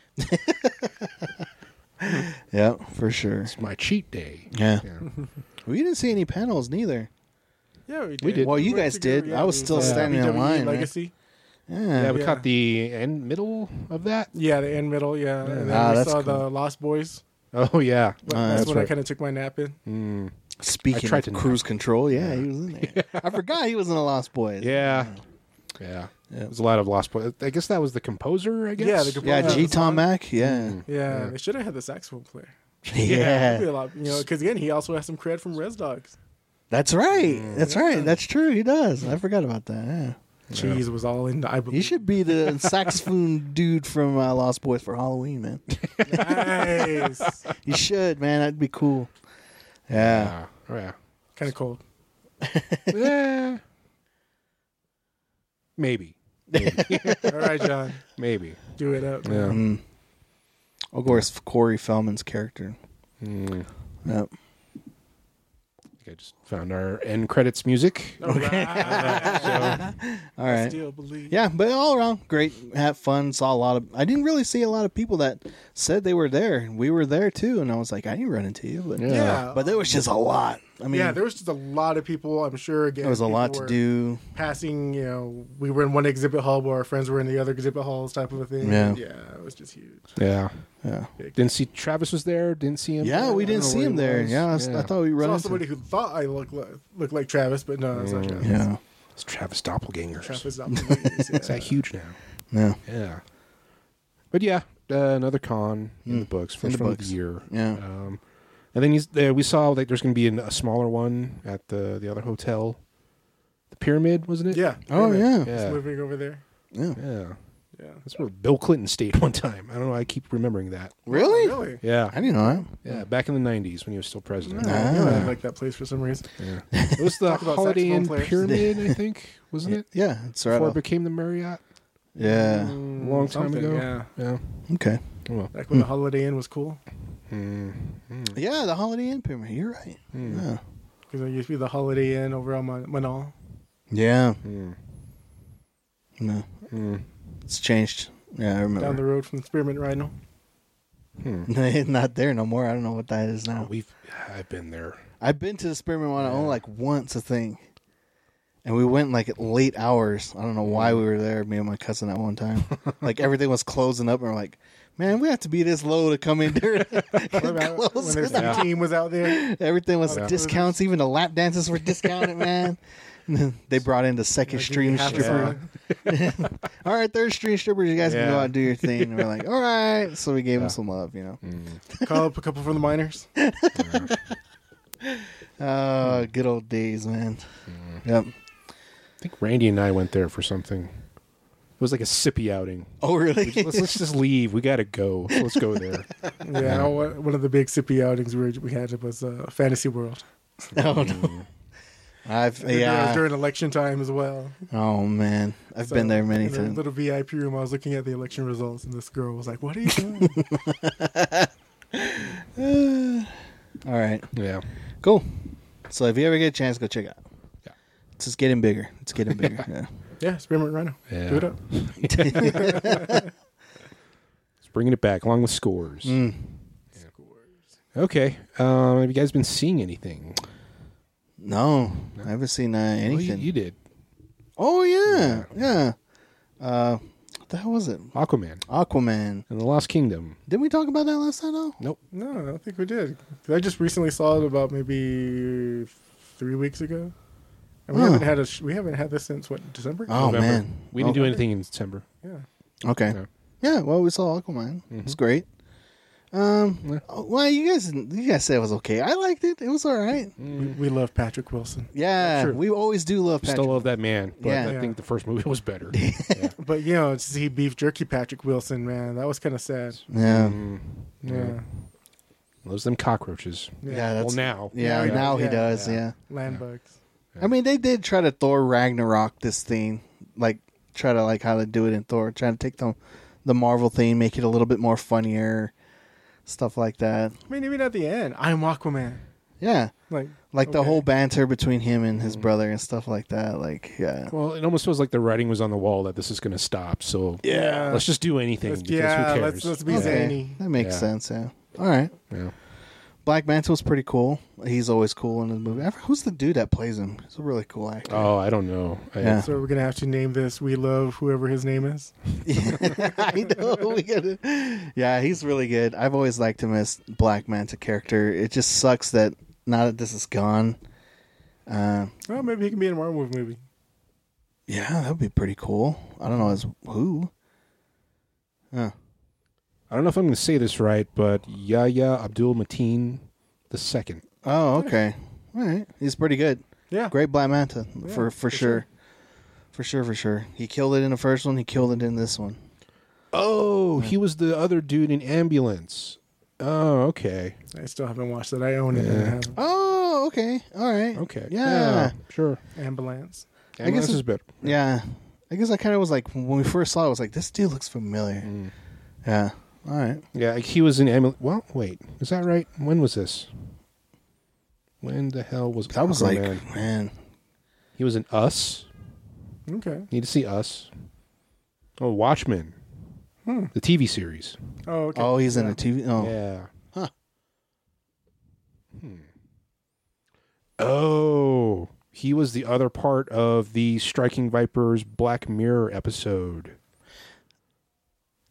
[SPEAKER 4] Yep, for sure.
[SPEAKER 3] It's my cheat day.
[SPEAKER 4] Yeah.
[SPEAKER 3] Yeah.
[SPEAKER 4] We didn't see any panels neither.
[SPEAKER 1] Yeah, we did.
[SPEAKER 3] did.
[SPEAKER 4] Well, you
[SPEAKER 1] went
[SPEAKER 4] guys
[SPEAKER 1] to
[SPEAKER 4] did. I was
[SPEAKER 1] we
[SPEAKER 4] still
[SPEAKER 1] saw
[SPEAKER 4] standing in
[SPEAKER 1] WWE
[SPEAKER 4] line, man.
[SPEAKER 1] Legacy.
[SPEAKER 3] Yeah,
[SPEAKER 4] Yeah.
[SPEAKER 3] we
[SPEAKER 1] Yeah.
[SPEAKER 3] caught the end middle of that.
[SPEAKER 1] Yeah, the end middle. Yeah, and then
[SPEAKER 4] Ah,
[SPEAKER 1] we
[SPEAKER 4] that's
[SPEAKER 1] saw the
[SPEAKER 4] cool.
[SPEAKER 1] Lost Boys.
[SPEAKER 3] Oh yeah.
[SPEAKER 1] But
[SPEAKER 4] Ah,
[SPEAKER 1] that's,
[SPEAKER 4] that's
[SPEAKER 1] when I
[SPEAKER 4] right.
[SPEAKER 1] kind of took my nap in.
[SPEAKER 3] Mm.
[SPEAKER 4] Speaking
[SPEAKER 3] I tried
[SPEAKER 4] of
[SPEAKER 3] to nap.
[SPEAKER 4] cruise control, yeah, he was in there. I forgot he was in the Lost Boys.
[SPEAKER 3] Yeah. Yeah.
[SPEAKER 4] Yeah.
[SPEAKER 3] It was a lot of lost boys. I guess that was the composer, I guess.
[SPEAKER 1] Yeah, the composer.
[SPEAKER 4] Yeah,
[SPEAKER 1] Yeah,
[SPEAKER 4] G
[SPEAKER 1] Sonic.
[SPEAKER 4] Tom Mac. Yeah.
[SPEAKER 1] Yeah, they should have had the saxophone player. That'd be
[SPEAKER 4] Yeah.
[SPEAKER 1] a lot, you know, because again, he also has some cred from Res Dogs.
[SPEAKER 4] That's right. That's right. That's true. He does. I forgot about that. Yeah.
[SPEAKER 1] Cheese was all in. The, I
[SPEAKER 4] He
[SPEAKER 1] believe.
[SPEAKER 4] should be the saxophone dude from uh, Lost Boys for Halloween, man.
[SPEAKER 1] nice.
[SPEAKER 4] You should, man. That'd be cool. Yeah.
[SPEAKER 3] Yeah. Oh, yeah.
[SPEAKER 1] kind of cold.
[SPEAKER 3] yeah. Maybe. Maybe.
[SPEAKER 1] All right, John,
[SPEAKER 3] Maybe.
[SPEAKER 1] do it up.
[SPEAKER 3] Yeah.
[SPEAKER 4] Mm. Of course, Corey Feldman's character.
[SPEAKER 3] Mm.
[SPEAKER 4] Yep.
[SPEAKER 3] I think I just found our end credits music.
[SPEAKER 1] Okay.
[SPEAKER 4] All right.
[SPEAKER 1] Still believe.
[SPEAKER 4] Yeah, but all around great. Had fun. Saw a lot of. I didn't really see a lot of people that said they were there. and We were there too, and I was like, I didn't run into you, but
[SPEAKER 3] Yeah.
[SPEAKER 1] Yeah.
[SPEAKER 4] But there was just a lot. I mean,
[SPEAKER 1] yeah, there was just a lot of people. I'm sure again,
[SPEAKER 4] there was a
[SPEAKER 1] people
[SPEAKER 4] lot to
[SPEAKER 1] were
[SPEAKER 4] do.
[SPEAKER 1] Passing, you know, we were in one exhibit hall, but our friends were in the other exhibit halls, type of a thing.
[SPEAKER 4] Yeah.
[SPEAKER 1] yeah, it was just huge.
[SPEAKER 3] Yeah.
[SPEAKER 4] Yeah.
[SPEAKER 3] Didn't see Travis was there. Didn't see him.
[SPEAKER 4] Yeah, we
[SPEAKER 3] I don't
[SPEAKER 4] didn't
[SPEAKER 3] know
[SPEAKER 4] see
[SPEAKER 3] where
[SPEAKER 4] him
[SPEAKER 3] he
[SPEAKER 4] there.
[SPEAKER 3] was.
[SPEAKER 4] Yeah, I, s- I thought we
[SPEAKER 1] Saw
[SPEAKER 4] run into.
[SPEAKER 1] somebody who thought I looked like, looked like Travis, but no, it's not Travis.
[SPEAKER 4] Yeah,
[SPEAKER 3] it's Travis doppelgangers.
[SPEAKER 1] Travis is obvious,
[SPEAKER 3] It's
[SPEAKER 1] yeah.
[SPEAKER 3] that huge now.
[SPEAKER 4] yeah,
[SPEAKER 3] Yeah. But yeah, uh, another con in the books. First
[SPEAKER 4] the
[SPEAKER 3] one
[SPEAKER 4] books.
[SPEAKER 3] of the year.
[SPEAKER 4] yeah.
[SPEAKER 3] Um, and then he's, uh, we saw like there's going to be an, a smaller one at the the other hotel, the pyramid, wasn't it?
[SPEAKER 1] Yeah.
[SPEAKER 4] oh
[SPEAKER 1] Pyramid.
[SPEAKER 4] yeah.
[SPEAKER 3] Yeah.
[SPEAKER 1] Just moving over there.
[SPEAKER 4] yeah,
[SPEAKER 3] Yeah.
[SPEAKER 1] Yeah.
[SPEAKER 3] That's where Bill Clinton stayed one time. I don't know. I keep remembering that.
[SPEAKER 4] Really?
[SPEAKER 1] Really?
[SPEAKER 3] Yeah,
[SPEAKER 4] I didn't know
[SPEAKER 3] yeah. Back in the '90s when he was still president.
[SPEAKER 1] I don't know, I like that place for some reason.
[SPEAKER 3] It was the
[SPEAKER 1] Talk about
[SPEAKER 3] Holiday
[SPEAKER 1] saxophone
[SPEAKER 3] Inn
[SPEAKER 1] players.
[SPEAKER 3] Pyramid, I think, wasn't
[SPEAKER 4] that.
[SPEAKER 3] it?
[SPEAKER 4] Yeah, it's right.
[SPEAKER 3] Before
[SPEAKER 4] off-
[SPEAKER 3] it became the Marriott.
[SPEAKER 4] yeah.
[SPEAKER 3] A long time
[SPEAKER 1] Something,
[SPEAKER 3] ago.
[SPEAKER 1] Yeah.
[SPEAKER 3] Mm, Yeah.
[SPEAKER 4] Okay.
[SPEAKER 3] Oh, well. Hmm.
[SPEAKER 1] Back
[SPEAKER 4] Hmm.
[SPEAKER 1] when the Holiday Inn was cool.
[SPEAKER 4] Yeah, the Holiday Inn pyramid. You're right. Yeah.
[SPEAKER 1] Because there used to be the Holiday Inn over on Mon- Manal.
[SPEAKER 4] Yeah.
[SPEAKER 3] Hmm.
[SPEAKER 4] No. It's changed. Yeah, I
[SPEAKER 1] down the
[SPEAKER 4] remember.
[SPEAKER 1] road from Spearmint Rhino.
[SPEAKER 4] Not there no more. I don't know what that is now.
[SPEAKER 3] We've. I've been there.
[SPEAKER 4] I've been to the Spearmint one only like once, I think. And we went like at late hours. I don't know why we were there, me and my cousin at one time. like everything was closing up and we're like, Man, we have to be this low to come in there.
[SPEAKER 1] When I- when
[SPEAKER 4] Close
[SPEAKER 1] their
[SPEAKER 4] it
[SPEAKER 1] C
[SPEAKER 4] up.
[SPEAKER 1] team was out there.
[SPEAKER 4] Everything was
[SPEAKER 1] Yeah.
[SPEAKER 4] discounts, even the lap dances were discounted, man. they brought in the second
[SPEAKER 1] Like,
[SPEAKER 4] stream
[SPEAKER 1] half
[SPEAKER 4] stripper.
[SPEAKER 1] hour.
[SPEAKER 4] all right, third stream strippers, you guys can
[SPEAKER 3] Yeah.
[SPEAKER 4] go out and do your thing. And we're like, all right. So we gave them some love, you know.
[SPEAKER 1] Mm. Call up a couple from the miners.
[SPEAKER 4] Uh, good old days, man.
[SPEAKER 1] Mm.
[SPEAKER 4] Yep.
[SPEAKER 3] I think Randy and I went there for something. It was like a sippy outing.
[SPEAKER 4] Oh, really?
[SPEAKER 3] Let's, let's just leave. We gotta go. Let's go there.
[SPEAKER 4] Oh,
[SPEAKER 1] Yeah, one one of the big sippy outings we, were- we had was uh, Fantasy World.
[SPEAKER 4] oh,
[SPEAKER 3] Mm-hmm.
[SPEAKER 4] no. I've,
[SPEAKER 1] It was
[SPEAKER 4] yeah.
[SPEAKER 1] during election time as well.
[SPEAKER 4] Oh, man. I've been there many
[SPEAKER 1] in the
[SPEAKER 4] times.
[SPEAKER 1] Little VIP room. I was looking at the election results, and this girl was like, "What are you doing?"
[SPEAKER 4] All right.
[SPEAKER 3] Yeah.
[SPEAKER 4] Cool. So if you ever get a chance, go check it out.
[SPEAKER 3] Yeah.
[SPEAKER 4] It's just getting bigger. It's getting bigger. yeah.
[SPEAKER 1] yeah, Spearmint Rhino.
[SPEAKER 3] Yeah.
[SPEAKER 1] Do it up.
[SPEAKER 3] It's bringing it back along with scores.
[SPEAKER 4] Mm.
[SPEAKER 3] Okay. Um, have you guys been seeing anything?
[SPEAKER 4] No, I haven't seen uh, anything.
[SPEAKER 3] Well, Oh, you, you did.
[SPEAKER 4] Oh yeah, yeah. Uh, what the hell was it?
[SPEAKER 3] Aquaman
[SPEAKER 4] Aquaman.
[SPEAKER 3] and the Lost Kingdom.
[SPEAKER 4] Didn't we talk about that last time? Though.
[SPEAKER 3] Nope.
[SPEAKER 1] No, I don't think we did. 'Cause I just recently saw it about maybe three weeks ago, and we
[SPEAKER 4] Oh.
[SPEAKER 1] haven't had a sh- we haven't had this since what December?
[SPEAKER 4] Oh
[SPEAKER 3] November.
[SPEAKER 4] man,
[SPEAKER 3] We didn't
[SPEAKER 4] Oh,
[SPEAKER 3] do anything in September.
[SPEAKER 1] yeah.
[SPEAKER 4] Okay.
[SPEAKER 3] No.
[SPEAKER 4] Yeah. Well, we saw Aquaman.
[SPEAKER 3] Mm-hmm.
[SPEAKER 4] It's great. Um. oh, Well, you guys, you guys said it was okay. I liked it. It was all right.
[SPEAKER 1] We, we love Patrick Wilson,
[SPEAKER 4] Yeah.
[SPEAKER 3] Sure.
[SPEAKER 4] We always do love Patrick.
[SPEAKER 3] Still love that man, but
[SPEAKER 4] Yeah.
[SPEAKER 3] I
[SPEAKER 1] Yeah.
[SPEAKER 3] think the first movie was better.
[SPEAKER 1] but you know, to see beef jerky Patrick Wilson, man, that was kind of sad.
[SPEAKER 4] yeah.
[SPEAKER 1] Yeah,
[SPEAKER 3] Um, Loves them cockroaches.
[SPEAKER 1] yeah,
[SPEAKER 4] Yeah. That's,
[SPEAKER 3] well, now.
[SPEAKER 4] Yeah.
[SPEAKER 1] Yeah,
[SPEAKER 4] now he
[SPEAKER 1] yeah,
[SPEAKER 4] does.
[SPEAKER 3] yeah.
[SPEAKER 4] yeah.
[SPEAKER 1] land bugs.
[SPEAKER 4] I mean, they did try to Thor Ragnarok this thing, like try to like how to do it in Thor, trying to take the the Marvel thing, make it a little bit more funnier, stuff like that.
[SPEAKER 1] I mean, even at the end, I'm Aquaman.
[SPEAKER 4] Yeah,
[SPEAKER 1] Like,
[SPEAKER 4] like the
[SPEAKER 1] Okay.
[SPEAKER 4] whole banter between him and his brother and stuff like that. Like, yeah,
[SPEAKER 3] Well, it almost feels like the writing was on the wall that this is going to stop. So
[SPEAKER 1] yeah,
[SPEAKER 3] let's just do anything
[SPEAKER 1] Let's-
[SPEAKER 3] because
[SPEAKER 1] yeah,
[SPEAKER 3] who
[SPEAKER 1] let's-
[SPEAKER 3] cares?
[SPEAKER 1] let's be
[SPEAKER 3] yeah.
[SPEAKER 1] zany.
[SPEAKER 4] that makes
[SPEAKER 3] Yeah.
[SPEAKER 4] sense. Yeah, all right.
[SPEAKER 3] Yeah.
[SPEAKER 4] Black Mantle's pretty cool. He's always cool in the movie. I forget- Who's the dude that plays him? He's a really cool actor.
[SPEAKER 3] Oh, I don't know. I,
[SPEAKER 4] Yeah.
[SPEAKER 1] so we're gonna have to name this. We love whoever his name is.
[SPEAKER 4] I know. We gotta, yeah, he's really good. I've always liked him as Black Manta character. It just sucks that now that this is gone. Uh,
[SPEAKER 1] Oh, maybe he can be in a Marvel movie.
[SPEAKER 4] yeah, that would be pretty cool. I don't know as who. Huh.
[SPEAKER 3] I don't know if I'm going to say this right, but Yahya Abdul Mateen the second.
[SPEAKER 4] Oh, okay. All right. He's pretty good.
[SPEAKER 1] Yeah,
[SPEAKER 4] Great Black Manta
[SPEAKER 1] Yeah,
[SPEAKER 4] for for
[SPEAKER 1] for
[SPEAKER 4] sure.
[SPEAKER 1] sure.
[SPEAKER 4] For sure, for sure. He killed it in the first one. He killed it in this one.
[SPEAKER 3] Oh, he was the other dude in ambulance. Oh, okay,
[SPEAKER 1] I still haven't watched it. I own it. And I have it.
[SPEAKER 4] Oh, okay. All right.
[SPEAKER 3] okay,
[SPEAKER 4] Yeah.
[SPEAKER 3] sure.
[SPEAKER 1] Ambulance.
[SPEAKER 3] I guess
[SPEAKER 4] it-
[SPEAKER 3] is better.
[SPEAKER 4] Yeah. I guess I kind of was like, when we first saw it, I was like, this dude looks familiar. Yeah. All right.
[SPEAKER 3] Yeah, like, he was in ambulance. Well, wait, is that right? When was this? When the hell was
[SPEAKER 4] That was like,
[SPEAKER 3] Aquaman?
[SPEAKER 4] man.
[SPEAKER 3] he was in Us.
[SPEAKER 1] Okay.
[SPEAKER 3] Need to see Us. Oh, Watchmen,
[SPEAKER 4] Hmm.
[SPEAKER 3] the TV series.
[SPEAKER 1] Oh, okay.
[SPEAKER 4] Oh, he's in
[SPEAKER 1] Yeah.
[SPEAKER 4] a TV. Oh,
[SPEAKER 3] Yeah.
[SPEAKER 4] Huh.
[SPEAKER 3] Hmm. Oh, he was the other part of the Striking Vipers Black Mirror episode.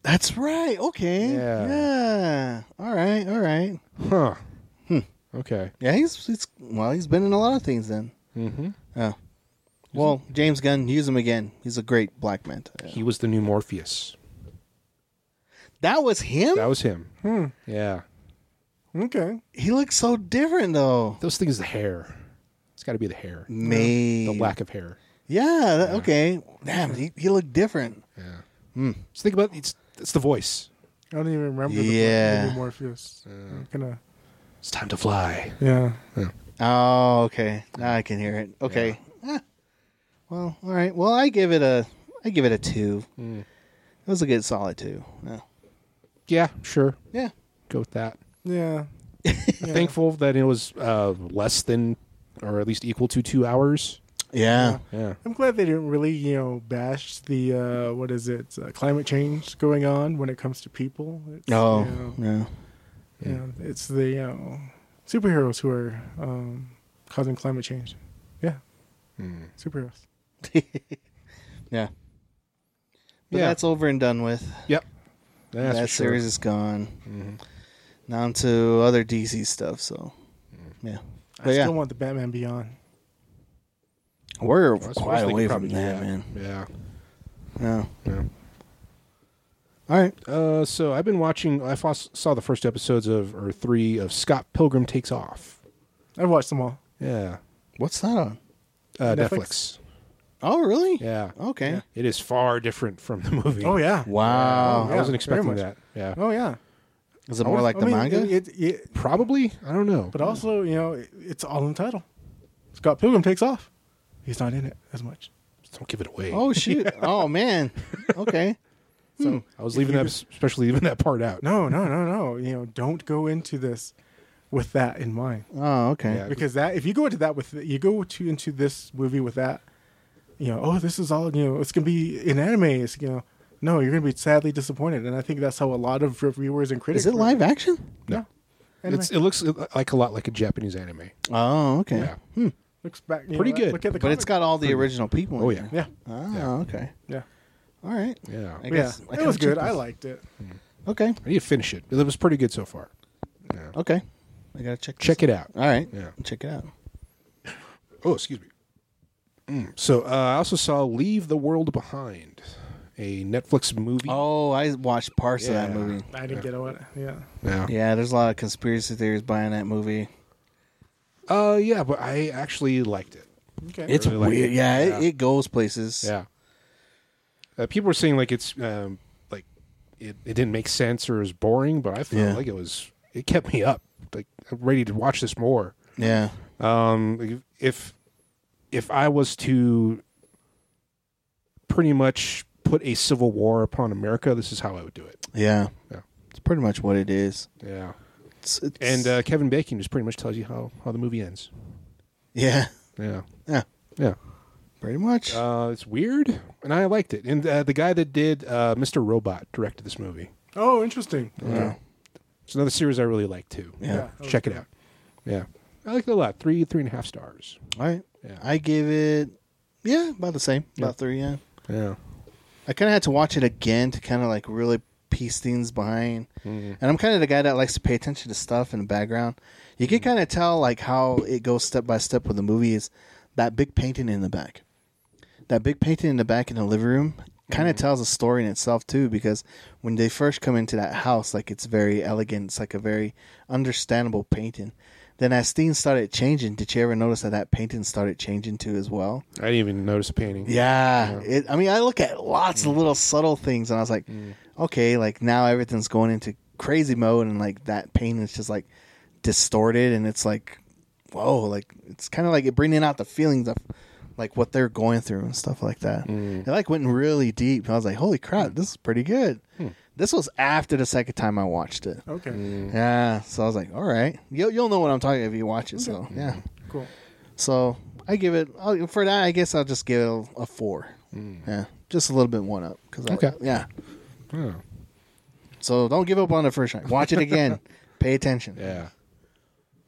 [SPEAKER 4] that's right. Okay.
[SPEAKER 3] Yeah.
[SPEAKER 4] Yeah. All right. All right.
[SPEAKER 3] Huh. Okay.
[SPEAKER 4] Yeah, he's, he's well, he's been in a lot of things then.
[SPEAKER 3] Mm-hmm.
[SPEAKER 4] Yeah. Well, James Gunn, use him again. He's a great Black Manta. Yeah.
[SPEAKER 3] He was the new Morpheus.
[SPEAKER 4] That was him.
[SPEAKER 3] That was him. Yeah.
[SPEAKER 1] Hmm. Okay.
[SPEAKER 4] he looks so different though.
[SPEAKER 3] Those things, the hair. It's got to be the hair.
[SPEAKER 4] Maybe.
[SPEAKER 3] The lack of hair.
[SPEAKER 4] Yeah. That, okay. Damn, he, he looked different.
[SPEAKER 3] Yeah. Just think about it's it's the voice.
[SPEAKER 1] I don't even remember.
[SPEAKER 4] Yeah.
[SPEAKER 1] the Lady Morpheus. Kind of.
[SPEAKER 3] It's time to fly.
[SPEAKER 1] Yeah.
[SPEAKER 4] Oh, okay. Now I can hear it. Okay. Ah. Well, all right. Well, I give it a I give it a 2. It was a good solid 2. Yeah.
[SPEAKER 3] Yeah, sure.
[SPEAKER 4] Yeah.
[SPEAKER 3] Go with that.
[SPEAKER 1] Yeah. Yeah.
[SPEAKER 3] Thankful that it was uh, less than or at least equal to two hours.
[SPEAKER 4] Yeah.
[SPEAKER 3] Yeah.
[SPEAKER 1] I'm glad they didn't really, you know, bash the uh, what is it, uh, climate change going on when it comes to people. It's,
[SPEAKER 4] Oh,
[SPEAKER 1] you know,
[SPEAKER 4] yeah.
[SPEAKER 1] you know, it's the you know, superheroes who are um, causing climate change. Yeah,
[SPEAKER 4] Hmm.
[SPEAKER 1] superheroes.
[SPEAKER 4] Yeah. But
[SPEAKER 3] Yeah.
[SPEAKER 4] that's over and done with.
[SPEAKER 3] Yep. That's
[SPEAKER 4] that
[SPEAKER 3] for sure. Mm-hmm.
[SPEAKER 4] series is gone. Now into other DC stuff, so
[SPEAKER 3] Mm.
[SPEAKER 4] yeah.
[SPEAKER 1] I
[SPEAKER 4] But yeah,
[SPEAKER 1] still want the Batman Beyond.
[SPEAKER 4] we're
[SPEAKER 3] I suppose
[SPEAKER 4] quite
[SPEAKER 3] they could
[SPEAKER 4] away
[SPEAKER 3] probably
[SPEAKER 4] from
[SPEAKER 3] do
[SPEAKER 4] that, man.
[SPEAKER 3] Yeah.
[SPEAKER 4] Yeah.
[SPEAKER 3] Yeah.
[SPEAKER 4] All right.
[SPEAKER 3] Uh, so I've been watching. I fos- saw the first episodes of or three of Scott Pilgrim Takes Off.
[SPEAKER 1] I've watched them all.
[SPEAKER 3] Yeah,
[SPEAKER 4] What's that on?
[SPEAKER 3] uh, Netflix.
[SPEAKER 1] Netflix?
[SPEAKER 4] Oh, really?
[SPEAKER 3] Yeah,
[SPEAKER 4] Okay.
[SPEAKER 3] it is far different from the movie.
[SPEAKER 1] Oh yeah.
[SPEAKER 4] Wow.
[SPEAKER 3] I
[SPEAKER 1] Yeah,
[SPEAKER 3] wasn't expecting
[SPEAKER 1] very
[SPEAKER 3] that. Yeah,
[SPEAKER 1] Oh yeah.
[SPEAKER 4] Is it more like
[SPEAKER 1] I
[SPEAKER 4] the
[SPEAKER 1] mean,
[SPEAKER 4] manga? Hmm.
[SPEAKER 1] It, it, it-
[SPEAKER 3] probably. I don't know.
[SPEAKER 1] but also, you know, it, it's all in the title. Scott Pilgrim takes off. He's not in it as much.
[SPEAKER 3] don't give it away.
[SPEAKER 4] oh shoot. Oh man. Okay.
[SPEAKER 3] so
[SPEAKER 4] Hmm.
[SPEAKER 3] I was leaving that, especially leaving that part out.
[SPEAKER 1] No, no, no, no. You know, don't go into this with that in mind.
[SPEAKER 4] Oh, okay.
[SPEAKER 3] Yeah.
[SPEAKER 1] because that if you go into that with you go to into this movie with that you know oh this is all you know it's gonna be in anime it's you know no you're gonna be sadly disappointed and i think that's how a lot of reviewers and critics
[SPEAKER 4] Is it
[SPEAKER 1] were.
[SPEAKER 4] live action?
[SPEAKER 1] no anime.
[SPEAKER 3] It's, it looks like a lot like a Japanese anime.
[SPEAKER 4] Oh, okay.
[SPEAKER 3] Yeah.
[SPEAKER 1] looks back you
[SPEAKER 3] pretty
[SPEAKER 1] know,
[SPEAKER 3] good.
[SPEAKER 1] look at the
[SPEAKER 4] But it's
[SPEAKER 1] comic.
[SPEAKER 4] got all the original people. In
[SPEAKER 3] Oh, yeah.
[SPEAKER 4] there.
[SPEAKER 1] yeah
[SPEAKER 4] Oh,
[SPEAKER 3] Yeah.
[SPEAKER 4] okay.
[SPEAKER 1] yeah
[SPEAKER 4] All right.
[SPEAKER 3] Yeah,
[SPEAKER 4] I
[SPEAKER 3] I,
[SPEAKER 4] guess I
[SPEAKER 1] yeah it
[SPEAKER 4] gotta
[SPEAKER 1] was
[SPEAKER 4] check
[SPEAKER 1] good i
[SPEAKER 4] this.
[SPEAKER 1] liked it
[SPEAKER 4] Okay.
[SPEAKER 3] need to finish it. It was pretty good so far. Yeah.
[SPEAKER 4] Okay. I gotta check.
[SPEAKER 3] Check it out.
[SPEAKER 4] All right.
[SPEAKER 3] Yeah.
[SPEAKER 4] Check it out.
[SPEAKER 3] Oh, excuse me. Mm. So uh, I also saw Leave the World Behind, a Netflix movie.
[SPEAKER 4] Oh, I watched parts of
[SPEAKER 3] Yeah.
[SPEAKER 4] that movie.
[SPEAKER 1] i didn't get it yeah
[SPEAKER 3] Yeah.
[SPEAKER 4] Yeah, there's a lot of conspiracy theories behind that movie.
[SPEAKER 3] Uh, yeah, but I actually liked it.
[SPEAKER 1] okay
[SPEAKER 4] It's
[SPEAKER 3] really like
[SPEAKER 4] weird.
[SPEAKER 3] it.
[SPEAKER 4] Yeah,
[SPEAKER 3] Yeah.
[SPEAKER 4] It, it goes places.
[SPEAKER 3] Yeah. Uh, people were saying like it's um, like it, it didn't make sense or is boring, but I felt
[SPEAKER 4] Yeah.
[SPEAKER 3] like it was. It kept me up, like I'm ready to watch this more.
[SPEAKER 4] Yeah.
[SPEAKER 3] Um, if if I was to pretty much put a civil war upon America, this is how I would do it.
[SPEAKER 4] Yeah.
[SPEAKER 3] Yeah.
[SPEAKER 4] It's pretty much what it is.
[SPEAKER 3] Yeah.
[SPEAKER 4] It's, it's,
[SPEAKER 3] And uh, Kevin Bacon just pretty much tells you how how the movie ends.
[SPEAKER 4] yeah,
[SPEAKER 3] Yeah.
[SPEAKER 4] yeah,
[SPEAKER 3] Yeah.
[SPEAKER 4] pretty much.
[SPEAKER 3] Uh, it's weird, and I liked it. And uh, the guy that did uh, Mr. Robot directed this movie. Uh,
[SPEAKER 1] oh interesting
[SPEAKER 4] yeah.
[SPEAKER 3] It's another series I really like too.
[SPEAKER 4] Yeah.
[SPEAKER 1] that was
[SPEAKER 3] Check it
[SPEAKER 1] good.
[SPEAKER 3] out. Yeah. I liked it a lot. Three, three and a half stars.
[SPEAKER 4] All right.
[SPEAKER 3] Yeah.
[SPEAKER 4] I give it. Yeah, about the same.
[SPEAKER 3] Yeah.
[SPEAKER 4] About three. Yeah.
[SPEAKER 3] Yeah.
[SPEAKER 4] I kind of had to watch it again to kind of like really piece things behind. And I'm kind of the guy that likes to pay attention to stuff in the background. You can kind of tell like how it goes step by step with the movie is that big painting in the back. That big painting in the back in the living room kind of tells a story in itself too because when they first come into that house like it's very elegant, it's like a very understandable painting. Then as things started changing, did you ever notice that that painting started changing too as well?
[SPEAKER 3] I didn't even notice a painting.
[SPEAKER 4] Yeah. It, I mean, I look at lots of little subtle things, and I was like, okay, like now everything's going into crazy mode, and like that pain is just like distorted, and it's like, whoa, like it's kind of like it bringing out the feelings of like what they're going through and stuff like that. It like went really deep. I was like, holy crap, this is pretty good. This was after the second time I watched it.
[SPEAKER 1] okay
[SPEAKER 4] Mm. Yeah, so I was like, all right, you'll, you'll know what I'm talking if you watch it. So yeah.
[SPEAKER 1] cool
[SPEAKER 4] So I give it I'll, for that. I guess I'll just give it a, a four.
[SPEAKER 3] Hmm.
[SPEAKER 4] Yeah, just a little bit one up. Cause I,
[SPEAKER 3] Okay.
[SPEAKER 4] Yeah.
[SPEAKER 3] Oh.
[SPEAKER 4] So don't give up on the first shot. Watch it again. Pay attention.
[SPEAKER 3] Yeah.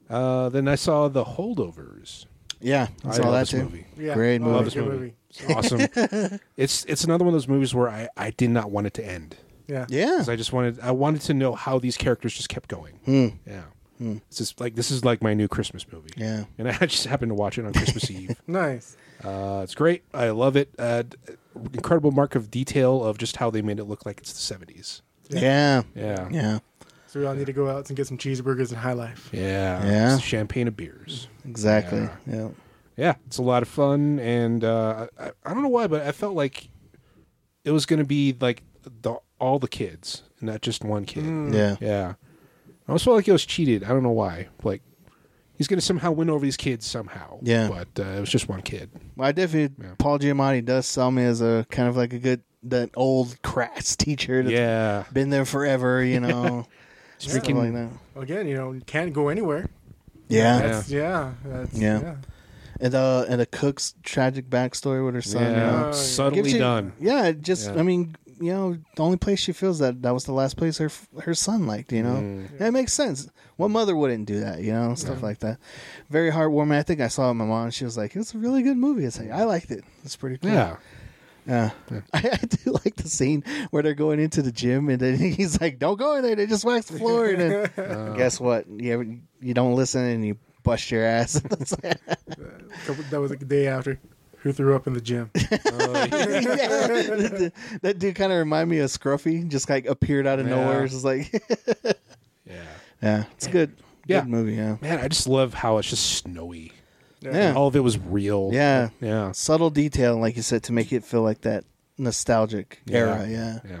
[SPEAKER 3] Uh, then I saw The Holdovers.
[SPEAKER 4] Yeah. I,
[SPEAKER 3] I
[SPEAKER 4] saw
[SPEAKER 3] love
[SPEAKER 4] that
[SPEAKER 3] this
[SPEAKER 4] too.
[SPEAKER 3] movie.
[SPEAKER 1] yeah
[SPEAKER 4] Great
[SPEAKER 1] Oh, it
[SPEAKER 4] movie. Love
[SPEAKER 1] was a
[SPEAKER 3] this
[SPEAKER 1] good
[SPEAKER 3] movie. It's awesome. it's it's another one of those movies where I, I did not want it to end.
[SPEAKER 1] yeah
[SPEAKER 4] Yeah.
[SPEAKER 3] Because I just wanted I wanted to know how these characters just kept going.
[SPEAKER 4] Hmm.
[SPEAKER 3] Yeah. It's just like this is like my new Christmas movie.
[SPEAKER 4] Yeah.
[SPEAKER 3] And I just happened to watch it on Christmas Eve.
[SPEAKER 1] nice
[SPEAKER 3] Uh, it's great. I love it. Uh, d- incredible mark of detail of just how they made it look like it's the 70s.
[SPEAKER 4] Yeah.
[SPEAKER 3] Yeah.
[SPEAKER 4] Yeah.
[SPEAKER 1] so we all need to go out and get some cheeseburgers and high life
[SPEAKER 3] Yeah.
[SPEAKER 4] Yeah.
[SPEAKER 3] It's champagne of beers.
[SPEAKER 4] Exactly. Yeah.
[SPEAKER 3] Yeah. Yeah. It's a lot of fun. And uh, I, I don't know why, but I felt like it was going to be like the all the kids, not just one kid.
[SPEAKER 4] Yeah.
[SPEAKER 3] Hmm. Yeah. I almost felt like it was cheated. I don't know why. Like, he's going to somehow win over these kids somehow.
[SPEAKER 4] Yeah.
[SPEAKER 3] But uh, it was just one kid.
[SPEAKER 4] Well, I definitely
[SPEAKER 3] Yeah.
[SPEAKER 4] Paul Giamatti does sell me as a kind of like a good that old crass teacher that's
[SPEAKER 3] Yeah.
[SPEAKER 4] been there forever, you know. stuff
[SPEAKER 3] Freaking-
[SPEAKER 4] like that.
[SPEAKER 1] Again, you know, you can't go anywhere.
[SPEAKER 4] Yeah.
[SPEAKER 1] That's, yeah. That's,
[SPEAKER 4] Yeah.
[SPEAKER 1] yeah.
[SPEAKER 4] And uh and a cook's tragic backstory with her son. you
[SPEAKER 3] yeah.
[SPEAKER 4] know?
[SPEAKER 1] yeah.
[SPEAKER 3] Subtly
[SPEAKER 4] Gives you-
[SPEAKER 3] Uh, done.
[SPEAKER 4] Yeah, it just
[SPEAKER 3] Yeah.
[SPEAKER 4] I mean, you know, the only place she feels that that was the last place her her son liked. You know, and it makes sense. What mother wouldn't do that? You know, stuff like that. Very heartwarming. I think I saw it with my mom. She was like, "It was a really good movie." It's like I liked it. It's pretty cool.
[SPEAKER 3] Yeah.
[SPEAKER 4] Yeah. I, I do like the scene where they're going into the gym and then he's like, "Don't go in there. They just wax the floor." And then,
[SPEAKER 3] Uh.
[SPEAKER 4] guess what? You ever, you don't listen and you bust your ass. It's like-
[SPEAKER 1] Couple- That was like the day after. Who threw up in the gym?
[SPEAKER 4] yeah. That dude kind of reminded me of Scruffy. Just like appeared out of
[SPEAKER 3] Yeah.
[SPEAKER 4] nowhere. It's just like.
[SPEAKER 3] Yeah.
[SPEAKER 4] Yeah, it's good.
[SPEAKER 3] Yeah.
[SPEAKER 4] Good movie, yeah.
[SPEAKER 3] Man, I just love how it's just snowy.
[SPEAKER 4] Yeah.
[SPEAKER 3] All of it was real.
[SPEAKER 4] Yeah.
[SPEAKER 3] Yeah.
[SPEAKER 4] Subtle detail, like you said, to make it feel like that nostalgic
[SPEAKER 3] Yeah.
[SPEAKER 4] era, yeah.
[SPEAKER 3] Yeah.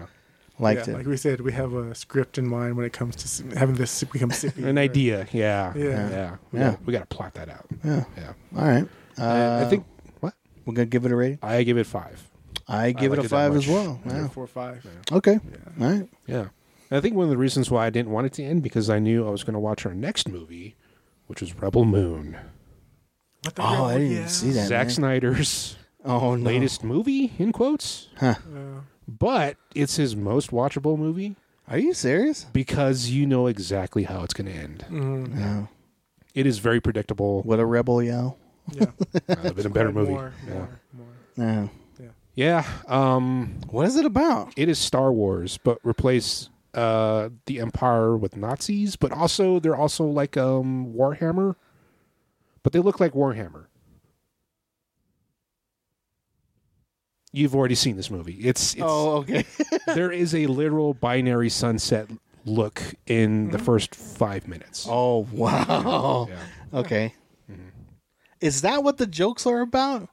[SPEAKER 4] Liked
[SPEAKER 1] yeah,
[SPEAKER 4] it.
[SPEAKER 1] Like we said, we have a script in mind when it comes to s- having this become sippy.
[SPEAKER 3] An idea. Yeah.
[SPEAKER 1] Yeah.
[SPEAKER 3] Yeah. We
[SPEAKER 4] Yeah.
[SPEAKER 3] Gotta, we got to plot that out.
[SPEAKER 4] yeah.
[SPEAKER 3] Yeah.
[SPEAKER 4] All right.
[SPEAKER 3] I-
[SPEAKER 4] Uh,
[SPEAKER 3] I think, what?
[SPEAKER 4] we're gonna give it a rating.
[SPEAKER 3] I give it five.
[SPEAKER 4] I give it
[SPEAKER 3] liked
[SPEAKER 4] a
[SPEAKER 3] it that
[SPEAKER 4] five as
[SPEAKER 3] much.
[SPEAKER 4] well.
[SPEAKER 1] Yeah,
[SPEAKER 4] Wow.
[SPEAKER 1] Four or five.
[SPEAKER 4] Okay. All right.
[SPEAKER 3] Yeah. And I think one of the reasons why I didn't want it to end because I knew I was going to watch our next movie, which was Rebel Moon.
[SPEAKER 1] What the
[SPEAKER 4] Oh, I didn't even see that.
[SPEAKER 3] Zack
[SPEAKER 4] man.
[SPEAKER 3] Snyder's
[SPEAKER 4] Oh no.
[SPEAKER 3] latest movie, in quotes. But it's his most watchable movie
[SPEAKER 4] Are you serious?
[SPEAKER 3] because you know exactly how it's going to end.
[SPEAKER 1] Mm-hmm.
[SPEAKER 4] No.
[SPEAKER 3] It is very predictable.
[SPEAKER 4] What a rebel yell.
[SPEAKER 1] Yeah.
[SPEAKER 3] Uh, it'd been a better movie.
[SPEAKER 1] More,
[SPEAKER 3] yeah.
[SPEAKER 1] more, more.
[SPEAKER 4] No.
[SPEAKER 3] Yeah, Um,
[SPEAKER 4] What is it about?
[SPEAKER 3] it is Star Wars, but replace uh, the Empire with Nazis, but also they're also like um, Warhammer, but they look like Warhammer. You've already seen this movie. It's, it's
[SPEAKER 4] oh, okay.
[SPEAKER 3] there is a literal binary sunset look in the first five minutes.
[SPEAKER 4] oh wow.
[SPEAKER 3] Yeah. Mm-hmm.
[SPEAKER 4] Okay. Is that what the jokes are about?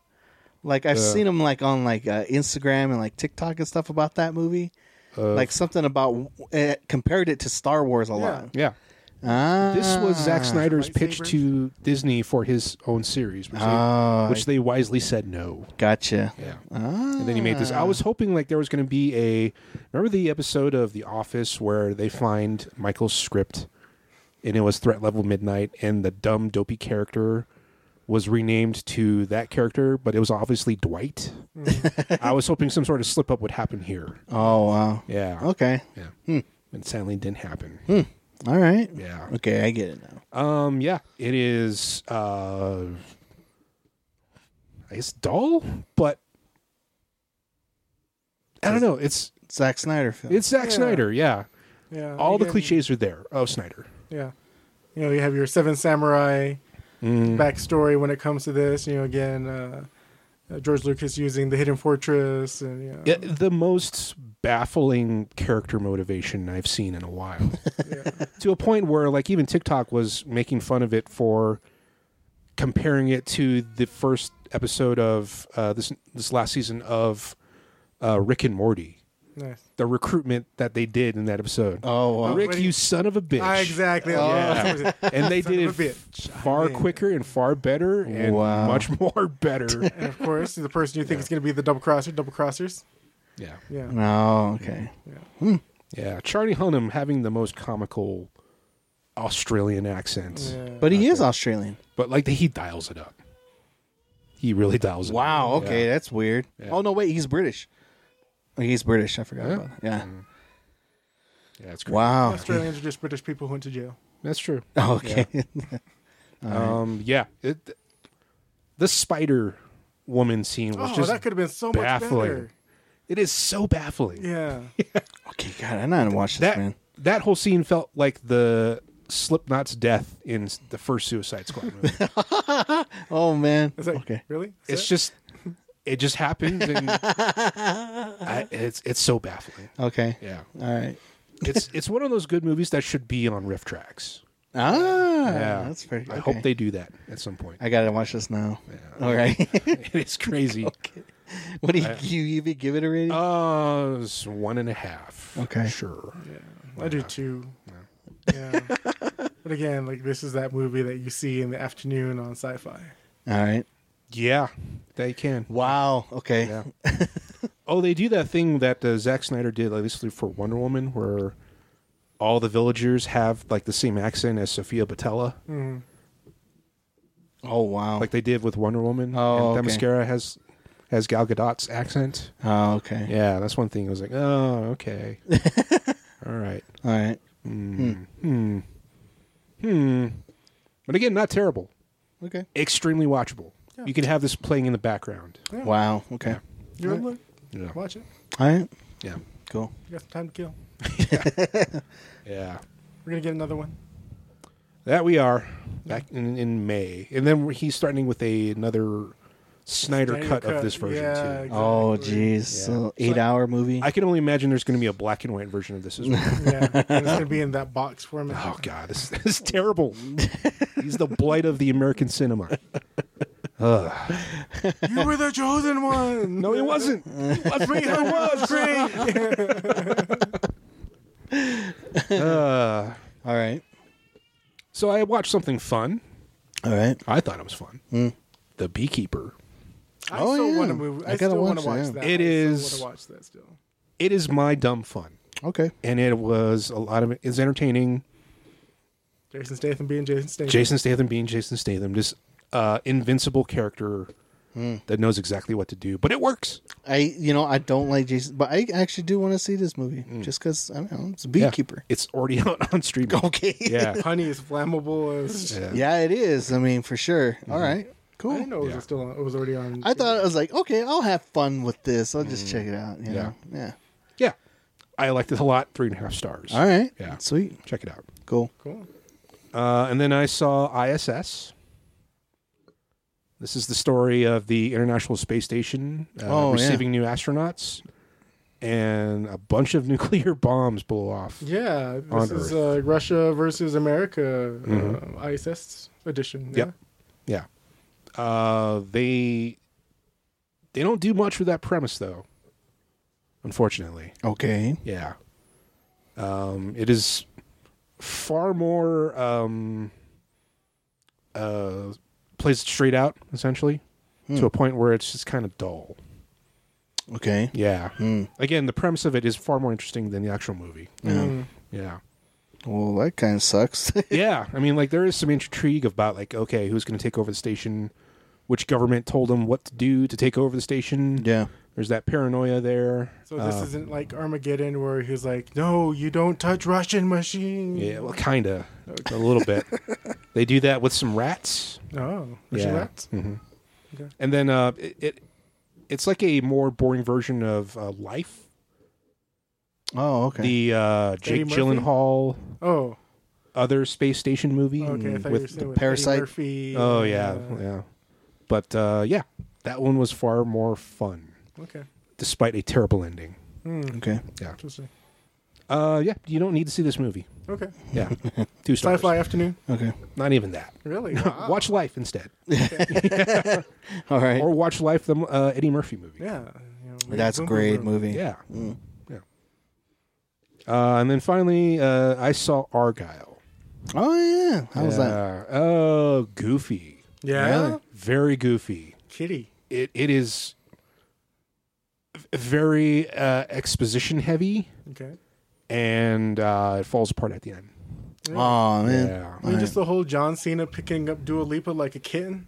[SPEAKER 4] Like I've 'em
[SPEAKER 3] The-
[SPEAKER 4] seen them like on like uh, Instagram and like TikTok and stuff about that movie.
[SPEAKER 3] Uh,
[SPEAKER 4] like something about it compared it to Star Wars a lot.
[SPEAKER 3] yeah.
[SPEAKER 4] Ah,
[SPEAKER 3] This was Zack Snyder's pitch
[SPEAKER 1] Lightsabers?
[SPEAKER 3] to Disney for his own series, which,
[SPEAKER 4] Oh,
[SPEAKER 3] they, which they wisely said no.
[SPEAKER 4] gotcha.
[SPEAKER 3] Ah. Yeah.
[SPEAKER 4] Ah,
[SPEAKER 3] And then he made this. I was hoping like there was going to be a. Remember the episode of The Office where they find Michael's script, and it was Threat Level Midnight, and the dumb dopey character was renamed to that character, but it was obviously Dwight. I was hoping some sort of slip up would happen here.
[SPEAKER 4] oh wow.
[SPEAKER 3] Yeah.
[SPEAKER 4] Okay. Hmm.
[SPEAKER 3] Yeah. And sadly, it didn't happen.
[SPEAKER 4] All right.
[SPEAKER 3] Yeah.
[SPEAKER 1] Oh.
[SPEAKER 4] Okay, I get it now.
[SPEAKER 3] Um. Yeah. It is. Uh. I guess dull, but I don't know. It's
[SPEAKER 4] Zack Snyder film.
[SPEAKER 3] It's Zack
[SPEAKER 1] Yeah. Uh,
[SPEAKER 3] Snyder, yeah.
[SPEAKER 1] Yeah.
[SPEAKER 3] All the
[SPEAKER 1] again,
[SPEAKER 3] cliches are there of Snyder.
[SPEAKER 1] Yeah. You know, you have your Seven Samurai
[SPEAKER 4] Mm.
[SPEAKER 3] Mm.
[SPEAKER 1] backstory when it comes to this. You know, again, uh, uh, George Lucas using the Hidden Fortress and you know,
[SPEAKER 3] Yeah, the most baffling character motivation I've seen in a while. to a point where, like, even TikTok was making fun of it for comparing it to the first episode of uh, this this last season of uh, Rick and Morty,
[SPEAKER 1] nice.
[SPEAKER 3] the recruitment that they did in that episode.
[SPEAKER 4] oh wow.
[SPEAKER 3] Rick,
[SPEAKER 1] what do
[SPEAKER 3] you
[SPEAKER 1] you-
[SPEAKER 3] son of a bitch!
[SPEAKER 1] Ah, exactly. Yeah.
[SPEAKER 3] And they
[SPEAKER 1] Son
[SPEAKER 3] did it
[SPEAKER 1] of a bitch.
[SPEAKER 3] far
[SPEAKER 1] Yeah.
[SPEAKER 3] quicker and far better and
[SPEAKER 4] Wow.
[SPEAKER 3] much more better.
[SPEAKER 1] and of course, the person you think is going to be the double crosser, double crossers.
[SPEAKER 3] yeah.
[SPEAKER 1] Yeah.
[SPEAKER 4] Oh, okay.
[SPEAKER 3] Yeah, Charlie Hunnam having the most comical Australian accent,
[SPEAKER 1] Yeah.
[SPEAKER 4] But he is Australian.
[SPEAKER 3] but like he dials it up. He really dials it.
[SPEAKER 4] Wow.
[SPEAKER 3] Up.
[SPEAKER 4] Okay,
[SPEAKER 3] Yeah.
[SPEAKER 4] that's weird.
[SPEAKER 3] Yeah.
[SPEAKER 4] Oh no, wait, he's British. Oh, He's British. I forgot
[SPEAKER 3] Yeah.
[SPEAKER 4] about that. Yeah.
[SPEAKER 3] Mm-hmm. Yeah, that's great.
[SPEAKER 4] Wow.
[SPEAKER 1] Australians are just British people who went to jail.
[SPEAKER 3] That's true.
[SPEAKER 4] Okay.
[SPEAKER 3] Um, yeah, it, the Spider Woman scene was
[SPEAKER 1] Oh,
[SPEAKER 3] just
[SPEAKER 1] that could have been so
[SPEAKER 3] baffling.
[SPEAKER 1] much better.
[SPEAKER 3] it is so baffling.
[SPEAKER 1] Yeah.
[SPEAKER 4] okay. God, I'm not watching this
[SPEAKER 3] That
[SPEAKER 4] man.
[SPEAKER 3] that whole scene felt like the Slipknot's death in the first Suicide Squad movie.
[SPEAKER 4] Oh man.
[SPEAKER 1] It's like,
[SPEAKER 4] okay.
[SPEAKER 1] really? That's
[SPEAKER 3] it's
[SPEAKER 1] it?
[SPEAKER 3] just it just happens, and I, it's it's so baffling.
[SPEAKER 4] Okay.
[SPEAKER 3] Yeah.
[SPEAKER 4] All right.
[SPEAKER 3] it's it's one of those good movies that should be on riff tracks.
[SPEAKER 4] Ah, that's pretty.
[SPEAKER 3] I
[SPEAKER 4] okay.
[SPEAKER 3] hope they do that at some point.
[SPEAKER 4] I gotta watch this now. All right.
[SPEAKER 3] it's crazy.
[SPEAKER 4] What do you, you even give it a rating?
[SPEAKER 3] Uh, it's one and a half.
[SPEAKER 4] Okay.
[SPEAKER 3] Sure.
[SPEAKER 1] I do too. Yeah. but again, like this is that movie that you see in the afternoon on sci-fi.
[SPEAKER 4] All right.
[SPEAKER 3] Yeah, they can.
[SPEAKER 4] Wow. Okay.
[SPEAKER 3] Yeah. oh, they do that thing that uh, Zack Snyder did, at least for Wonder Woman, where all the villagers have like the same accent as Sophia Patella,
[SPEAKER 4] Oh wow.
[SPEAKER 3] like they did with Wonder Woman.
[SPEAKER 4] Oh,
[SPEAKER 3] and
[SPEAKER 4] okay.
[SPEAKER 3] Themyscira has has Gal Gadot's accent.
[SPEAKER 4] oh okay.
[SPEAKER 3] Yeah, that's one thing. I was like, oh, okay, all right.
[SPEAKER 4] All right.
[SPEAKER 3] Hmm. But again, not terrible.
[SPEAKER 4] Okay.
[SPEAKER 3] Extremely watchable.
[SPEAKER 1] Yeah.
[SPEAKER 3] You can have this playing in the background.
[SPEAKER 1] Yeah.
[SPEAKER 4] Wow. Okay.
[SPEAKER 1] You ever look?
[SPEAKER 3] Yeah.
[SPEAKER 1] Watch it.
[SPEAKER 4] All right.
[SPEAKER 3] Yeah.
[SPEAKER 4] Cool.
[SPEAKER 1] You got some time to kill.
[SPEAKER 3] Yeah.
[SPEAKER 1] We're gonna get another one.
[SPEAKER 3] That we are back in, in May, and then he's starting with a another Snyder,
[SPEAKER 1] Snyder
[SPEAKER 3] cut,
[SPEAKER 1] cut,
[SPEAKER 3] of this version
[SPEAKER 1] yeah,
[SPEAKER 3] too.
[SPEAKER 1] exactly.
[SPEAKER 4] Oh jeez.
[SPEAKER 3] Yeah.
[SPEAKER 4] So eight hour movie.
[SPEAKER 3] I can only imagine there's going to be a black and white version of this as well.
[SPEAKER 1] Yeah, and it's gonna be in that box format.
[SPEAKER 3] oh God, this, this is terrible. he's the blight of the American cinema.
[SPEAKER 1] You were the chosen one.
[SPEAKER 3] No, he wasn't.
[SPEAKER 1] That's me. I was great.
[SPEAKER 3] Uh,
[SPEAKER 4] All right.
[SPEAKER 3] so I watched something fun.
[SPEAKER 4] All right.
[SPEAKER 3] I thought it was fun.
[SPEAKER 1] Hmm.
[SPEAKER 3] The Beekeeper.
[SPEAKER 1] I
[SPEAKER 4] Oh,
[SPEAKER 1] still
[SPEAKER 4] yeah.
[SPEAKER 1] want to move. I,
[SPEAKER 4] I gotta
[SPEAKER 1] still want
[SPEAKER 4] watch
[SPEAKER 1] to watch
[SPEAKER 4] that.
[SPEAKER 1] that.
[SPEAKER 3] It
[SPEAKER 1] I
[SPEAKER 3] is-
[SPEAKER 1] Still want to watch that still.
[SPEAKER 3] It is my dumb fun,
[SPEAKER 4] Okay.
[SPEAKER 3] and it was a lot of it is entertaining.
[SPEAKER 1] Jason Statham being Jason Statham.
[SPEAKER 3] Jason Statham being Jason Statham, this uh, invincible character
[SPEAKER 4] Hmm.
[SPEAKER 3] that knows exactly what to do, but it works.
[SPEAKER 4] I you know I don't like Jason, but I actually do want to see this movie just because I don't know it's a
[SPEAKER 3] Yeah.
[SPEAKER 4] beekeeper.
[SPEAKER 3] It's already out on streaming.
[SPEAKER 4] Okay.
[SPEAKER 3] Yeah.
[SPEAKER 1] Honey is flammable. As,
[SPEAKER 3] Yeah.
[SPEAKER 4] Yeah, it is. I mean, for sure. All right.
[SPEAKER 1] I
[SPEAKER 4] Cool.
[SPEAKER 1] didn't know it was
[SPEAKER 3] Yeah.
[SPEAKER 1] still on. It was already on.
[SPEAKER 4] I thought I was like, okay, I'll have fun with this. I'll just check it out. You
[SPEAKER 3] Yeah.
[SPEAKER 4] Know? Yeah.
[SPEAKER 3] Yeah. I liked it a lot. Three and a half stars.
[SPEAKER 4] All right.
[SPEAKER 3] Yeah.
[SPEAKER 4] Sweet.
[SPEAKER 3] Check it out.
[SPEAKER 4] Cool.
[SPEAKER 1] Cool.
[SPEAKER 3] Uh, and then I saw ISS. This is the story of the International Space Station uh,
[SPEAKER 4] Oh, yeah.
[SPEAKER 3] receiving new astronauts, and a bunch of nuclear bombs blow off.
[SPEAKER 1] Yeah, this
[SPEAKER 3] On
[SPEAKER 1] is uh, Russia versus America uh, ISS edition. Yeah.
[SPEAKER 3] Mm-hmm. Yep. Yeah. Uh, they they don't do much with that premise though. Unfortunately.
[SPEAKER 4] Okay.
[SPEAKER 3] Yeah. Um, it is far more um, uh, plays it straight out essentially to a point where it's just kind of dull.
[SPEAKER 4] Okay.
[SPEAKER 3] Yeah.
[SPEAKER 4] Hmm.
[SPEAKER 3] Again, the premise of it is far more interesting than the actual movie.
[SPEAKER 4] Yeah.
[SPEAKER 1] Mm.
[SPEAKER 3] Yeah.
[SPEAKER 4] Well, that kind of sucks.
[SPEAKER 3] yeah. I mean, like there is some intrigue about like okay, who's going to take over the station? Which government told them what to do to take over the station?
[SPEAKER 4] yeah.
[SPEAKER 3] There's that paranoia there.
[SPEAKER 1] So this
[SPEAKER 3] Uh,
[SPEAKER 1] isn't like Armageddon where he's like, "No, you don't touch Russian machine."
[SPEAKER 3] yeah, well, kind of a little bit. They do that with some rats.
[SPEAKER 1] Oh, Russian
[SPEAKER 3] Yeah.
[SPEAKER 1] rats.
[SPEAKER 3] and then uh, it, it it's like a more boring version of uh, Life.
[SPEAKER 4] Oh, okay.
[SPEAKER 3] The uh, Jake
[SPEAKER 1] Eddie Murphy?
[SPEAKER 3] Gyllenhaal
[SPEAKER 1] Oh,
[SPEAKER 3] other space station movie.
[SPEAKER 1] okay. I thought you were
[SPEAKER 3] Mm, with
[SPEAKER 1] saying with
[SPEAKER 4] Parasite.
[SPEAKER 1] Eddie Murphy.
[SPEAKER 3] oh
[SPEAKER 1] uh,
[SPEAKER 3] yeah, yeah. But uh, yeah, that one was far more fun,
[SPEAKER 1] Okay.
[SPEAKER 3] despite a terrible ending.
[SPEAKER 4] okay.
[SPEAKER 1] mm. Interesting.
[SPEAKER 3] Uh, yeah, you don't need to see this movie.
[SPEAKER 1] Okay.
[SPEAKER 3] Yeah, two stars.
[SPEAKER 1] Sci-fi afternoon.
[SPEAKER 4] Okay.
[SPEAKER 3] Not even that.
[SPEAKER 1] Really? Wow.
[SPEAKER 3] Watch Life instead,
[SPEAKER 4] All right.
[SPEAKER 3] or watch Life, the uh, Eddie Murphy movie.
[SPEAKER 1] Yeah. you know,
[SPEAKER 4] That's a
[SPEAKER 1] boom, boom,
[SPEAKER 4] great
[SPEAKER 1] boom.
[SPEAKER 4] movie.
[SPEAKER 3] Yeah.
[SPEAKER 4] Mm.
[SPEAKER 3] Yeah. Uh, and then finally, uh, I saw Argyle.
[SPEAKER 4] Oh yeah. How was that?
[SPEAKER 3] Yeah. Oh, goofy.
[SPEAKER 1] Yeah.
[SPEAKER 4] Really?
[SPEAKER 3] Very goofy.
[SPEAKER 1] Kitty.
[SPEAKER 3] It it is v- very uh, exposition heavy,
[SPEAKER 1] Okay.
[SPEAKER 3] and uh, it falls apart at the end.
[SPEAKER 4] Oh man.
[SPEAKER 3] Yeah.
[SPEAKER 1] I mean, just the whole John Cena picking up Dua Lipa like a kitten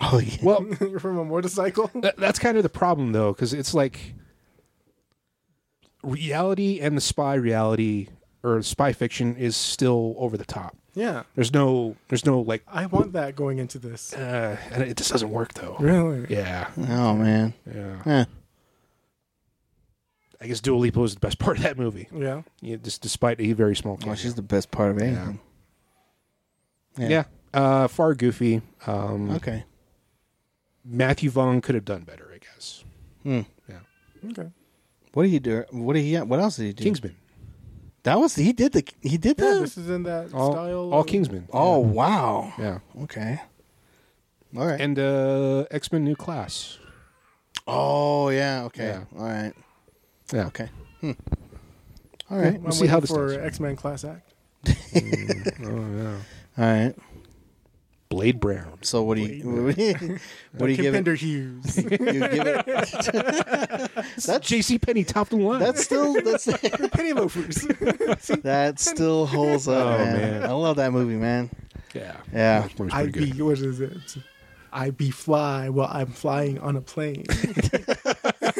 [SPEAKER 4] Oh yeah.
[SPEAKER 3] Mm. Well,
[SPEAKER 1] from a motorcycle.
[SPEAKER 3] tha- that's kind of the problem though, because it's like reality and the spy reality or spy fiction is still over the top.
[SPEAKER 1] yeah.
[SPEAKER 3] There's no there's no like,
[SPEAKER 1] I want that going into this.
[SPEAKER 3] uh, and it just doesn't work though.
[SPEAKER 1] Really?
[SPEAKER 3] Yeah.
[SPEAKER 4] Oh man.
[SPEAKER 3] Yeah.
[SPEAKER 4] Eh.
[SPEAKER 3] I guess Dua Lipa was the best part of that movie.
[SPEAKER 1] Yeah.
[SPEAKER 3] Yeah, just despite a very small.
[SPEAKER 4] Well,
[SPEAKER 3] cameo.
[SPEAKER 4] she's the best part of anything.
[SPEAKER 3] yeah. Uh, far goofy. Um,
[SPEAKER 4] Okay.
[SPEAKER 3] Matthew Vaughn could have done better, I guess.
[SPEAKER 4] Hmm.
[SPEAKER 3] Yeah.
[SPEAKER 1] Okay.
[SPEAKER 4] What did he do? What did he? What else did he do?
[SPEAKER 3] Kingsman.
[SPEAKER 4] That was he did the he did
[SPEAKER 1] Yeah,
[SPEAKER 4] the.
[SPEAKER 1] this is in that
[SPEAKER 3] All,
[SPEAKER 1] style.
[SPEAKER 3] all
[SPEAKER 1] of-
[SPEAKER 3] Kingsman.
[SPEAKER 4] oh wow.
[SPEAKER 3] Yeah.
[SPEAKER 4] Okay. All right.
[SPEAKER 3] And uh, X Men New Class.
[SPEAKER 4] Oh yeah. Okay.
[SPEAKER 3] Yeah.
[SPEAKER 4] All right.
[SPEAKER 3] Yeah.
[SPEAKER 4] Okay. Hmm. All right.
[SPEAKER 3] We'll see how this
[SPEAKER 1] for
[SPEAKER 3] does.
[SPEAKER 1] X Men Class Act.
[SPEAKER 3] Oh yeah.
[SPEAKER 4] All right.
[SPEAKER 3] Blade Brown.
[SPEAKER 4] So what do you what do you, what do you give it?
[SPEAKER 1] Commander Hughes.
[SPEAKER 4] You give it? That's
[SPEAKER 3] JC Penny top the line.
[SPEAKER 4] that's still that's
[SPEAKER 1] Penny loafers.
[SPEAKER 4] that still holds up.
[SPEAKER 3] Oh,
[SPEAKER 4] man.
[SPEAKER 3] man.
[SPEAKER 4] I love that movie, man.
[SPEAKER 3] yeah.
[SPEAKER 4] Yeah.
[SPEAKER 3] That movie's
[SPEAKER 1] I
[SPEAKER 3] pretty
[SPEAKER 1] be
[SPEAKER 3] good.
[SPEAKER 1] what is it? I be fly while I'm flying on a plane.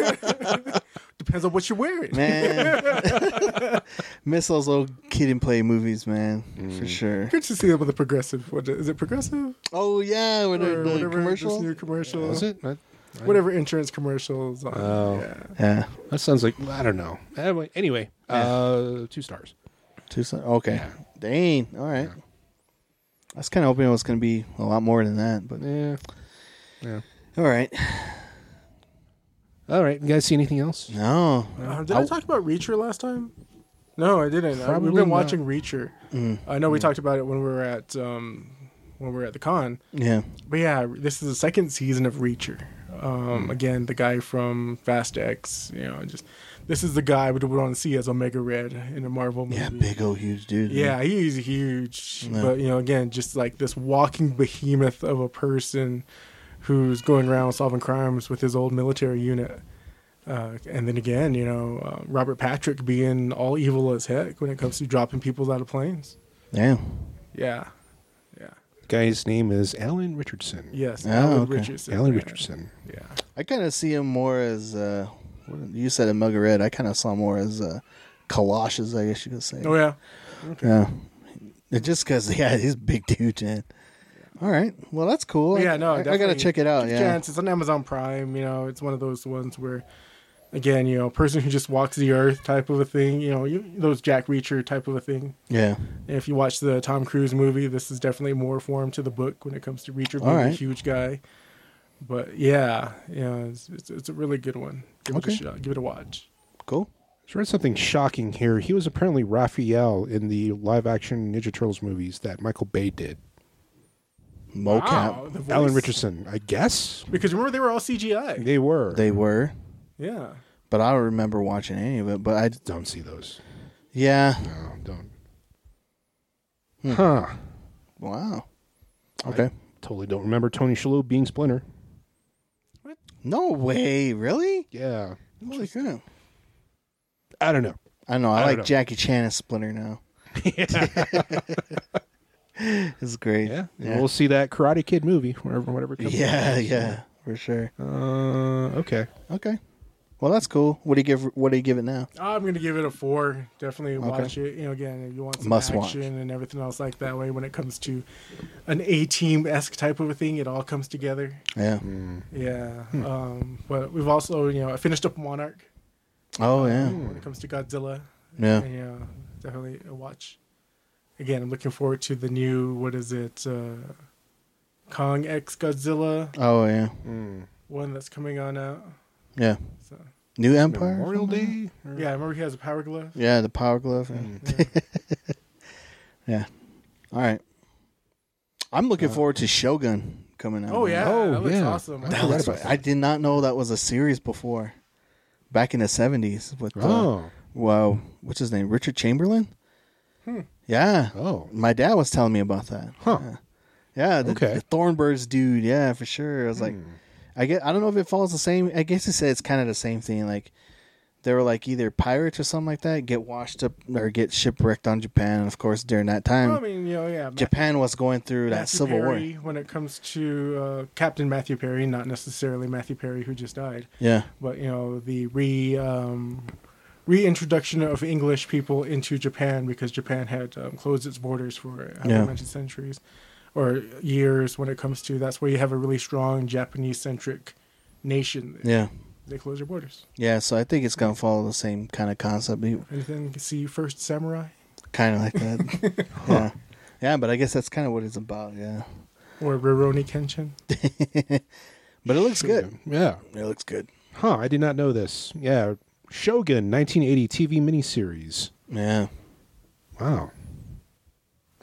[SPEAKER 1] Depends on what you're wearing.
[SPEAKER 4] Man, miss those old kid and play movies, man, for sure.
[SPEAKER 1] Good to see them with the progressive. What is it? Progressive
[SPEAKER 4] Oh yeah, with
[SPEAKER 1] or
[SPEAKER 4] the, the
[SPEAKER 1] whatever.
[SPEAKER 4] commercial.
[SPEAKER 1] This new commercial.
[SPEAKER 3] Was it? I-
[SPEAKER 1] Whatever insurance commercials. On.
[SPEAKER 3] Oh.
[SPEAKER 1] Yeah.
[SPEAKER 4] yeah,
[SPEAKER 3] That sounds like I don't know. Anyway, anyway, uh, two stars.
[SPEAKER 4] two. si- Okay,
[SPEAKER 3] Yeah.
[SPEAKER 4] dang. All right. I was kind of hoping it was going to be a lot more than that, but
[SPEAKER 3] Yeah. Yeah.
[SPEAKER 4] all right.
[SPEAKER 3] All right. You guys see anything else?
[SPEAKER 4] No,
[SPEAKER 1] Uh, did I,
[SPEAKER 4] I-
[SPEAKER 1] talk about Reacher last time? No, I didn't. I- we've
[SPEAKER 3] Probably
[SPEAKER 1] been
[SPEAKER 3] not.
[SPEAKER 1] watching Reacher. I know we talked about it when we were at um, when we were at the con.
[SPEAKER 4] yeah,
[SPEAKER 1] But yeah, this is the second season of Reacher. Um, Again, the guy from Fast X. You know, just this is the guy we would want to see as Omega Red in a Marvel movie.
[SPEAKER 4] yeah, big old huge dude.
[SPEAKER 1] Yeah, he's huge.
[SPEAKER 4] Yeah.
[SPEAKER 1] But you know, again, just like this walking behemoth of a person who's going around solving crimes with his old military unit. Uh, and then again, you know, uh, Robert Patrick being all evil as heck when it comes to dropping people out of planes.
[SPEAKER 4] yeah.
[SPEAKER 1] Yeah, yeah,
[SPEAKER 3] Guy's name is Alan Richardson.
[SPEAKER 1] yes.
[SPEAKER 4] Oh,
[SPEAKER 1] Alan
[SPEAKER 4] okay.
[SPEAKER 1] Richardson.
[SPEAKER 3] Alan
[SPEAKER 1] yeah.
[SPEAKER 3] Richardson.
[SPEAKER 1] Yeah.
[SPEAKER 4] I kind of see him more as uh, what- you said, a mugger red. I kind of saw more as uh, Colossus, I guess you could say.
[SPEAKER 1] Oh yeah.
[SPEAKER 4] Yeah. It- Just because, yeah, he's a big dude, man. All right. Well, that's cool.
[SPEAKER 1] Yeah, no,
[SPEAKER 4] I, I gotta
[SPEAKER 1] definitely.
[SPEAKER 4] check it out.
[SPEAKER 1] Give it
[SPEAKER 4] Yeah,
[SPEAKER 1] a chance. It's on Amazon Prime. You know, it's one of those ones where, again, you know, person who just walks the earth type of a thing. You know, you, those Jack Reacher type of a thing.
[SPEAKER 4] yeah.
[SPEAKER 1] If you watch the Tom Cruise movie, this is definitely more form to the book when it comes to Reacher being
[SPEAKER 4] All
[SPEAKER 1] a
[SPEAKER 4] right.
[SPEAKER 1] huge guy. But yeah, yeah, it's, it's, it's a really good one. Give
[SPEAKER 4] Okay.
[SPEAKER 1] it a shot. Give it a watch.
[SPEAKER 4] Cool.
[SPEAKER 3] I read something shocking here. He was apparently Raphael in the live-action Ninja Turtles movies that Michael Bay did.
[SPEAKER 4] Mocap.
[SPEAKER 1] Wow, the voice.
[SPEAKER 3] Alan Richardson, I guess
[SPEAKER 1] Because remember they were all CGI.
[SPEAKER 3] they were.
[SPEAKER 4] They were,
[SPEAKER 1] yeah.
[SPEAKER 4] but I don't remember watching any of it. But I,
[SPEAKER 3] don't see those.
[SPEAKER 4] yeah.
[SPEAKER 3] No, don't. Huh.
[SPEAKER 4] Wow. Okay.
[SPEAKER 3] Totally don't remember Tony Shalhoub being Splinter.
[SPEAKER 4] no way. Really?
[SPEAKER 3] Yeah.
[SPEAKER 4] Holy crap.
[SPEAKER 3] I don't know.
[SPEAKER 4] I know. I,
[SPEAKER 3] I don't
[SPEAKER 4] like
[SPEAKER 3] know.
[SPEAKER 4] Jackie Chan as Splinter now. it's great.
[SPEAKER 3] Yeah. And
[SPEAKER 4] Yeah.
[SPEAKER 3] We'll see that Karate Kid movie, wherever, whatever. Comes out.
[SPEAKER 4] yeah. Yeah. For sure.
[SPEAKER 3] Uh, okay.
[SPEAKER 4] Okay. Well, that's cool. What do you give? What do you give it now?
[SPEAKER 1] I'm gonna give it a four. Definitely watch it. You know, again, if you want some
[SPEAKER 4] Must
[SPEAKER 1] action
[SPEAKER 4] watch.
[SPEAKER 1] and everything else like that way, when it comes to an A team esque type of a thing, it all comes together.
[SPEAKER 4] Yeah.
[SPEAKER 1] Yeah.
[SPEAKER 4] Hmm.
[SPEAKER 1] Um, but we've also, you know, I finished up Monarch
[SPEAKER 4] Oh yeah.
[SPEAKER 3] Hmm,
[SPEAKER 1] when it comes to Godzilla.
[SPEAKER 4] Yeah.
[SPEAKER 1] And, yeah, definitely a watch. Again, I'm looking forward to the new what is it, uh, Kong X Godzilla
[SPEAKER 4] Oh yeah.
[SPEAKER 3] hmm.
[SPEAKER 1] one that's coming on out.
[SPEAKER 4] Yeah.
[SPEAKER 1] So
[SPEAKER 4] New Empire.
[SPEAKER 3] Memorial Day. Or- Hmm.
[SPEAKER 1] yeah, I remember he has a power glove.
[SPEAKER 4] Yeah, the power glove. Yeah. Yeah. Mm. All right. I'm looking forward to Shogun coming out.
[SPEAKER 1] Oh yeah,
[SPEAKER 3] Oh,
[SPEAKER 1] that looks
[SPEAKER 3] yeah.
[SPEAKER 1] awesome.
[SPEAKER 3] That
[SPEAKER 1] I
[SPEAKER 4] That
[SPEAKER 1] forgot
[SPEAKER 4] looks,
[SPEAKER 1] about
[SPEAKER 4] I did not know that was a series before. Back in the 70s with uh,
[SPEAKER 3] Oh.
[SPEAKER 4] wow, what's his name? Richard Chamberlain? Yeah.
[SPEAKER 3] Oh.
[SPEAKER 4] My dad was telling me about that.
[SPEAKER 3] Huh.
[SPEAKER 4] Yeah, the,
[SPEAKER 3] Okay.
[SPEAKER 4] the Thornbirds dude. Yeah, for sure. I was like, I get. I don't know if it follows the same. I guess it said it's kind of the same thing. Like they were like either pirates or something like that, get washed up or get shipwrecked on Japan. And of course, during that
[SPEAKER 1] that.
[SPEAKER 4] time,
[SPEAKER 1] Well, I mean, you know, yeah, Ma-
[SPEAKER 4] Japan was going through that
[SPEAKER 1] Matthew
[SPEAKER 4] civil
[SPEAKER 1] Perry,
[SPEAKER 4] war.
[SPEAKER 1] When it comes to uh, Captain Matthew Perry, not necessarily Matthew Perry who just died,
[SPEAKER 4] Yeah,
[SPEAKER 1] but you know the re um, reintroduction of English people into Japan because Japan had um, closed its borders for however
[SPEAKER 4] Yeah.
[SPEAKER 1] many centuries or years. When it comes to that's where you have a really strong Japanese centric nation.
[SPEAKER 4] yeah,
[SPEAKER 1] They close their borders.
[SPEAKER 4] yeah. So I think it's gonna follow the same kind of concept,
[SPEAKER 1] Anything you see First Samurai
[SPEAKER 4] kind of like that. yeah, yeah. But I guess that's kind of what it's about. Yeah,
[SPEAKER 1] or Rurouni Kenshin.
[SPEAKER 4] but it looks good.
[SPEAKER 3] Yeah.
[SPEAKER 4] It looks good.
[SPEAKER 3] Huh. I did not know this. Yeah. Shogun 1980 TV miniseries.
[SPEAKER 4] Yeah.
[SPEAKER 3] Wow.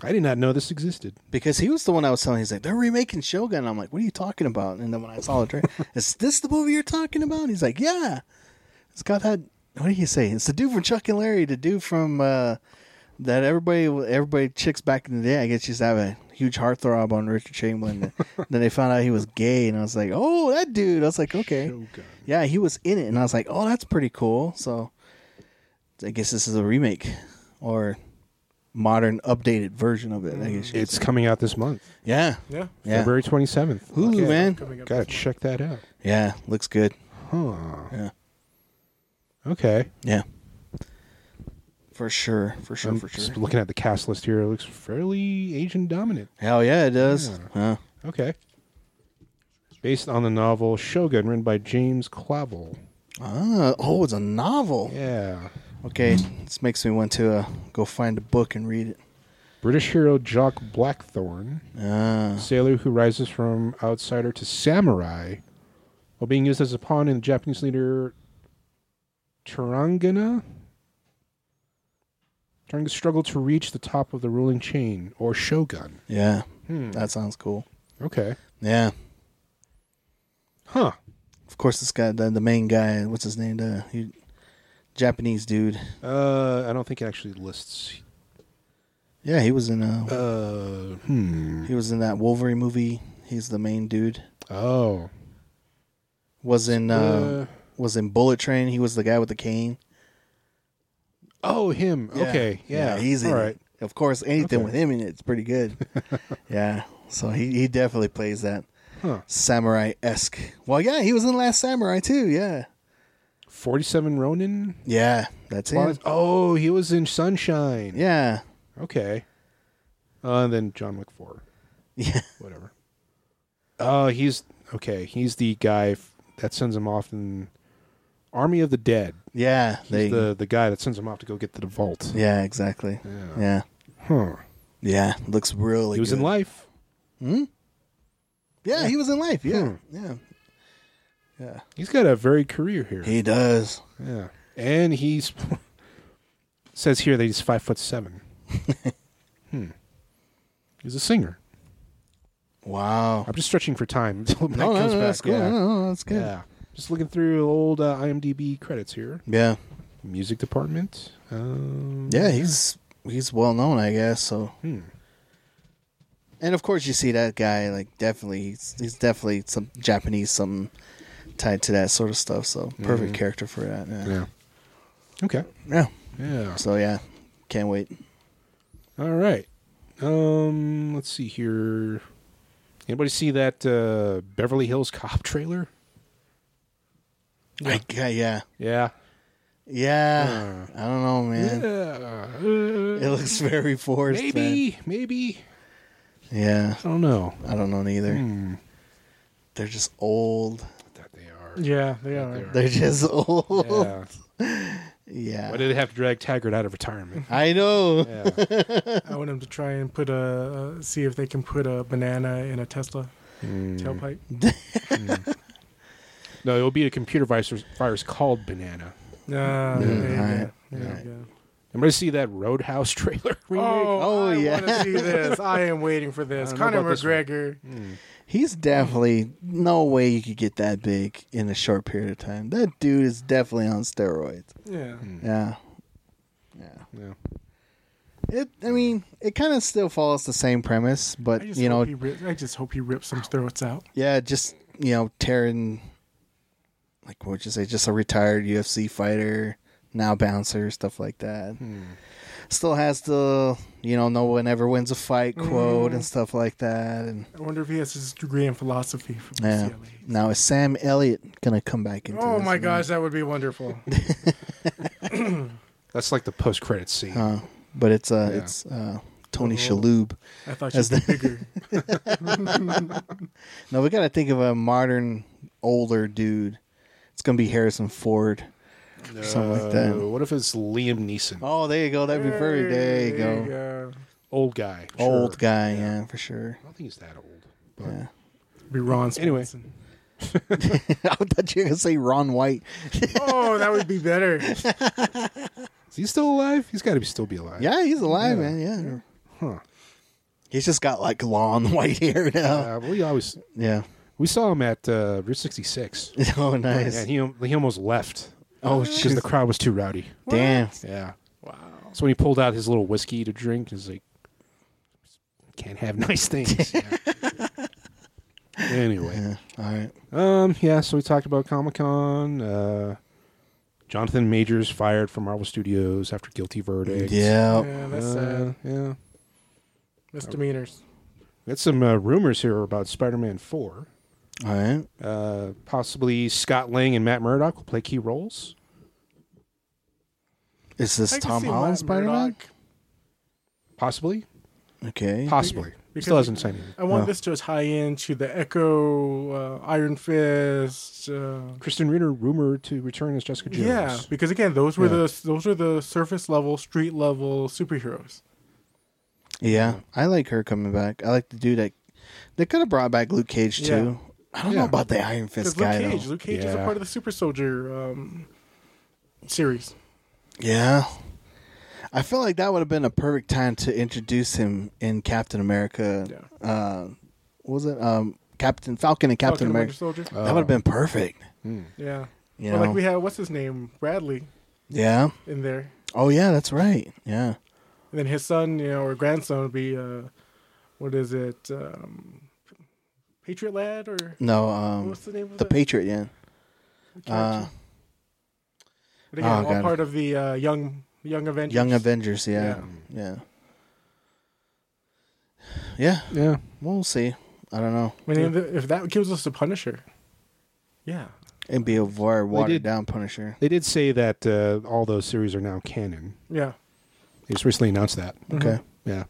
[SPEAKER 3] I did not know this existed.
[SPEAKER 4] because he was the one I was telling. He's like, they're remaking Shogun. I'm like, what are you talking about? And then when I saw the trailer, is this the movie you're talking about? He's like, yeah. It's got that. What do you say? It's the dude from Chuck and Larry, the dude from uh, that everybody, everybody chicks back in the day. I guess used to have a huge heartthrob on Richard Chamberlain. then they found out he was gay, and I was like, oh, that dude. I was like, okay, yeah, he was in it, and I was like, oh, that's pretty cool. So I guess this is a remake or modern, updated version of it. I guess you could
[SPEAKER 3] It's coming out this month,
[SPEAKER 4] yeah.
[SPEAKER 1] Yeah.
[SPEAKER 4] Yeah.
[SPEAKER 3] February 27th.
[SPEAKER 4] Hulu,
[SPEAKER 1] Okay.
[SPEAKER 4] man.
[SPEAKER 1] Coming up
[SPEAKER 3] Gotta
[SPEAKER 1] this
[SPEAKER 3] check that out.
[SPEAKER 4] Yeah, looks good.
[SPEAKER 3] Huh.
[SPEAKER 4] Yeah.
[SPEAKER 3] Okay.
[SPEAKER 4] Yeah. For sure. For sure.
[SPEAKER 3] I'm
[SPEAKER 4] for sure.
[SPEAKER 3] just looking at the cast list here. It looks fairly Asian dominant.
[SPEAKER 4] Hell yeah, it does. Huh.
[SPEAKER 3] Okay. Based on the novel Shogun, written by James Clavel.
[SPEAKER 4] Ah, oh, it's a novel.
[SPEAKER 3] Yeah.
[SPEAKER 4] Okay, this makes me want to uh, go find a book and read it.
[SPEAKER 3] British hero Jock Blackthorne,
[SPEAKER 4] Ah,
[SPEAKER 3] sailor who rises from outsider to samurai, while being used as a pawn in the Japanese leader Tarangana, during the struggle to reach the top of the ruling chain or shogun.
[SPEAKER 4] yeah,
[SPEAKER 3] Hmm.
[SPEAKER 4] that sounds cool.
[SPEAKER 3] Okay.
[SPEAKER 4] Yeah,
[SPEAKER 3] Huh.
[SPEAKER 4] of course, this guy, the, the main guy, what's his name? The he, Japanese dude.
[SPEAKER 3] Uh, I don't think it actually lists.
[SPEAKER 4] Yeah, he was in uh,
[SPEAKER 3] Uh, hmm.
[SPEAKER 4] he was in that Wolverine movie. He's the main dude.
[SPEAKER 3] Oh.
[SPEAKER 4] Was in uh,
[SPEAKER 3] Uh,
[SPEAKER 4] was in Bullet Train. He was the guy with the cane.
[SPEAKER 3] oh, him. Okay. Yeah.
[SPEAKER 4] he's in
[SPEAKER 3] All
[SPEAKER 4] it.
[SPEAKER 3] right.
[SPEAKER 4] Of course, anything
[SPEAKER 3] Okay.
[SPEAKER 4] with him in it's pretty good. yeah, so he, he definitely plays that
[SPEAKER 3] Huh.
[SPEAKER 4] samurai esque. Well, yeah, he was in Last Samurai too. Yeah,
[SPEAKER 3] 47 Ronin?
[SPEAKER 4] yeah, that's him.
[SPEAKER 3] Oh, he was in Sunshine.
[SPEAKER 4] Yeah,
[SPEAKER 3] Okay. Uh, and then John Wick 4.
[SPEAKER 4] yeah,
[SPEAKER 3] Whatever. Oh, he's. Okay. He's the guy f- that sends him off in Army of the Dead.
[SPEAKER 4] yeah.
[SPEAKER 3] He's
[SPEAKER 4] They,
[SPEAKER 3] the, the guy that sends him off to go get to the vault.
[SPEAKER 4] yeah, exactly.
[SPEAKER 3] Yeah.
[SPEAKER 4] Yeah,
[SPEAKER 3] Huh.
[SPEAKER 4] yeah. Looks really.
[SPEAKER 3] He was in
[SPEAKER 4] good.
[SPEAKER 3] Life.
[SPEAKER 4] Yeah, he was in life. Yeah,
[SPEAKER 3] Hmm.
[SPEAKER 4] yeah, yeah.
[SPEAKER 3] He's got a very career here.
[SPEAKER 4] He does.
[SPEAKER 3] Yeah, and he's says here that he's five foot seven. hmm. He's a singer.
[SPEAKER 4] Wow.
[SPEAKER 3] I'm just stretching for time until Matt
[SPEAKER 4] No, no,
[SPEAKER 3] comes
[SPEAKER 4] no,
[SPEAKER 3] back.
[SPEAKER 4] that's cool. No,
[SPEAKER 3] Yeah.
[SPEAKER 4] no, no, that's good. Yeah.
[SPEAKER 3] Yeah. Just looking through old uh, IMDb credits here.
[SPEAKER 4] yeah,
[SPEAKER 3] Music department. Um,
[SPEAKER 4] He's he's well known, I guess. So
[SPEAKER 3] Hmm.
[SPEAKER 4] And of course, you see that guy like definitely he's, he's definitely some Japanese something tied to that sort of stuff. So perfect character for that. Yeah. Mm-hmm. yeah,
[SPEAKER 3] Yeah. Okay. Yeah.
[SPEAKER 4] So yeah, can't wait.
[SPEAKER 3] All right. Um, let's see here. Anybody see that uh, Beverly Hills Cop trailer?
[SPEAKER 4] I- Yeah, yeah,
[SPEAKER 3] Yeah.
[SPEAKER 4] Uh. yeah. I don't know, man.
[SPEAKER 3] Yeah.
[SPEAKER 4] It looks very forced. man.
[SPEAKER 3] maybe, maybe.
[SPEAKER 4] Yeah,
[SPEAKER 3] I don't know.
[SPEAKER 4] I don't know neither.
[SPEAKER 3] Hmm.
[SPEAKER 4] They're just old.
[SPEAKER 3] That they are.
[SPEAKER 1] one. Yeah, they are.
[SPEAKER 3] They are.
[SPEAKER 4] They're just old.
[SPEAKER 3] Yeah.
[SPEAKER 4] Yeah.
[SPEAKER 3] Why did they have to drag Taggart out of retirement?
[SPEAKER 4] I know.
[SPEAKER 3] Yeah.
[SPEAKER 1] I want them to try and put a uh, see if they can put a banana in a Tesla
[SPEAKER 3] Mm.
[SPEAKER 1] tailpipe.
[SPEAKER 3] Hmm. No, it'll be a computer virus, virus called Banana.
[SPEAKER 1] Ah, there you
[SPEAKER 4] alright,
[SPEAKER 1] go. There
[SPEAKER 4] alright.
[SPEAKER 1] you go.
[SPEAKER 3] Anybody see that Roadhouse trailer? remake?
[SPEAKER 1] Oh,
[SPEAKER 4] Oh,
[SPEAKER 1] I
[SPEAKER 4] yeah.
[SPEAKER 1] want to see this. I am waiting for this.
[SPEAKER 3] I don't know
[SPEAKER 1] Conor
[SPEAKER 3] about this one. Mm.
[SPEAKER 1] McGregor.
[SPEAKER 4] He's definitely no way you could get that big in a short period of time. That dude is definitely on steroids.
[SPEAKER 1] Yeah.
[SPEAKER 3] Mm.
[SPEAKER 4] Yeah. Yeah.
[SPEAKER 3] Yeah.
[SPEAKER 4] It. I mean, it kind of still follows the same premise,
[SPEAKER 1] I
[SPEAKER 4] but
[SPEAKER 1] just
[SPEAKER 4] you know,
[SPEAKER 1] hope he rips, I just hope he rips some throats out.
[SPEAKER 4] yeah, just you know, tearing like what would you say, just a retired UFC fighter, now bouncer, stuff like that.
[SPEAKER 1] Hmm.
[SPEAKER 4] Still has the you know, no one ever wins a fight quote
[SPEAKER 1] Mm.
[SPEAKER 4] and stuff like that. And
[SPEAKER 1] I wonder if he has his degree in philosophy from
[SPEAKER 4] yeah.
[SPEAKER 1] UCLA.
[SPEAKER 4] now is Sam Elliott gonna come back into?
[SPEAKER 1] Oh
[SPEAKER 4] this?
[SPEAKER 1] my gosh, that would be wonderful.
[SPEAKER 3] That's like the post credit scene.
[SPEAKER 4] Uh, but it's uh,
[SPEAKER 3] Yeah.
[SPEAKER 4] it's uh, Tony Shalhoub.
[SPEAKER 1] I thought
[SPEAKER 4] As
[SPEAKER 1] she'd be bigger.
[SPEAKER 4] No, we got to think of a modern, older dude. It's gonna be Harrison Ford. something like that.
[SPEAKER 3] Uh, What if it's Liam Neeson?
[SPEAKER 4] Oh, there you go. That'd be very. There you go.
[SPEAKER 3] Old guy.
[SPEAKER 4] Old
[SPEAKER 3] Sure.
[SPEAKER 4] guy, yeah. for sure.
[SPEAKER 3] I don't think he's that old. But
[SPEAKER 4] Yeah.
[SPEAKER 1] Be Ron
[SPEAKER 3] Anyway.
[SPEAKER 1] Swanson.
[SPEAKER 4] I thought you were gonna say Ron White.
[SPEAKER 1] Oh, that would be better.
[SPEAKER 3] Is he still alive? He's got to be still be alive.
[SPEAKER 4] yeah, he's alive, man. Yeah.
[SPEAKER 3] Huh.
[SPEAKER 4] He's just got like long white hair now.
[SPEAKER 3] Uh, we always
[SPEAKER 4] Yeah.
[SPEAKER 3] we saw him at uh, Route 66.
[SPEAKER 4] Oh, nice.
[SPEAKER 3] And he he almost left.
[SPEAKER 4] Oh,
[SPEAKER 3] because
[SPEAKER 4] shoot.
[SPEAKER 3] the crowd was too rowdy.
[SPEAKER 4] Damn.
[SPEAKER 3] Yeah.
[SPEAKER 1] Wow.
[SPEAKER 3] So when he pulled out his little whiskey to drink, he's like, "Can't have nice things." Yeah. anyway,
[SPEAKER 4] Yeah. All right.
[SPEAKER 3] um, yeah. So we talked about Comic Con. Uh, Jonathan Majors fired from Marvel Studios after guilty verdict.
[SPEAKER 4] Yeah.
[SPEAKER 1] Yeah, that's
[SPEAKER 3] Uh,
[SPEAKER 1] sad.
[SPEAKER 3] yeah.
[SPEAKER 1] Misdemeanors.
[SPEAKER 3] We got some uh, rumors here about Spider-Man Four.
[SPEAKER 4] All right.
[SPEAKER 3] Uh, possibly Scott Lang and Matt Murdock will play key roles.
[SPEAKER 4] Is this
[SPEAKER 1] I can
[SPEAKER 4] Tom
[SPEAKER 1] see
[SPEAKER 4] Holland
[SPEAKER 1] Matt
[SPEAKER 4] Spider Man?
[SPEAKER 1] Murdock.
[SPEAKER 3] Possibly.
[SPEAKER 4] Okay.
[SPEAKER 3] Possibly.
[SPEAKER 1] Because-
[SPEAKER 3] Still hasn't said anything.
[SPEAKER 1] I want
[SPEAKER 4] No.
[SPEAKER 1] this to tie into the Echo, uh, Iron Fist. Uh,
[SPEAKER 3] Kristen Ritter rumored to return as Jessica Jones.
[SPEAKER 1] yeah, because again, those were
[SPEAKER 3] Yeah.
[SPEAKER 1] the those were the surface level, street level superheroes.
[SPEAKER 4] Yeah. I like her coming back. I like the dude that they could have brought back Luke Cage
[SPEAKER 1] Yeah.
[SPEAKER 4] too. I don't
[SPEAKER 3] Yeah.
[SPEAKER 4] know about the Iron Fist
[SPEAKER 1] Because
[SPEAKER 4] guy
[SPEAKER 1] Luke Cage,
[SPEAKER 4] though.
[SPEAKER 1] Luke Cage is a
[SPEAKER 3] Yeah.
[SPEAKER 1] part of the Super Soldier um, series.
[SPEAKER 4] Yeah. I feel like that would have been a perfect time to introduce him in Captain America. Uh, what was it? Um, Captain Falcon and
[SPEAKER 1] Falcon
[SPEAKER 4] Captain
[SPEAKER 1] and
[SPEAKER 4] America.
[SPEAKER 1] Winter Soldier.
[SPEAKER 4] that would have been perfect.
[SPEAKER 1] yeah,
[SPEAKER 4] You
[SPEAKER 1] Well,
[SPEAKER 4] know?
[SPEAKER 1] like we had what's his name, Bradley,
[SPEAKER 4] yeah.
[SPEAKER 1] in there,
[SPEAKER 4] Oh yeah, that's right. Yeah.
[SPEAKER 1] and then his son, you know, or grandson would be uh, what is it, um, Patriot Lad, or
[SPEAKER 4] No. Um,
[SPEAKER 1] what's the name of
[SPEAKER 4] the
[SPEAKER 1] that?
[SPEAKER 4] Patriot. Yeah. Uh,
[SPEAKER 1] But again,
[SPEAKER 4] Oh,
[SPEAKER 1] all
[SPEAKER 4] God.
[SPEAKER 1] part of the uh, young young Avengers.
[SPEAKER 4] Young Avengers. Yeah. Yeah. Yeah.
[SPEAKER 3] Yeah.
[SPEAKER 4] We'll see. I don't know.
[SPEAKER 1] I mean, if that gives us a Punisher, yeah,
[SPEAKER 4] It'd be a very watered
[SPEAKER 3] did-
[SPEAKER 4] down Punisher.
[SPEAKER 3] They did say that uh, all those series are now canon.
[SPEAKER 1] yeah,
[SPEAKER 3] They just recently announced that.
[SPEAKER 1] Mm-hmm.
[SPEAKER 4] Okay.
[SPEAKER 3] Yeah.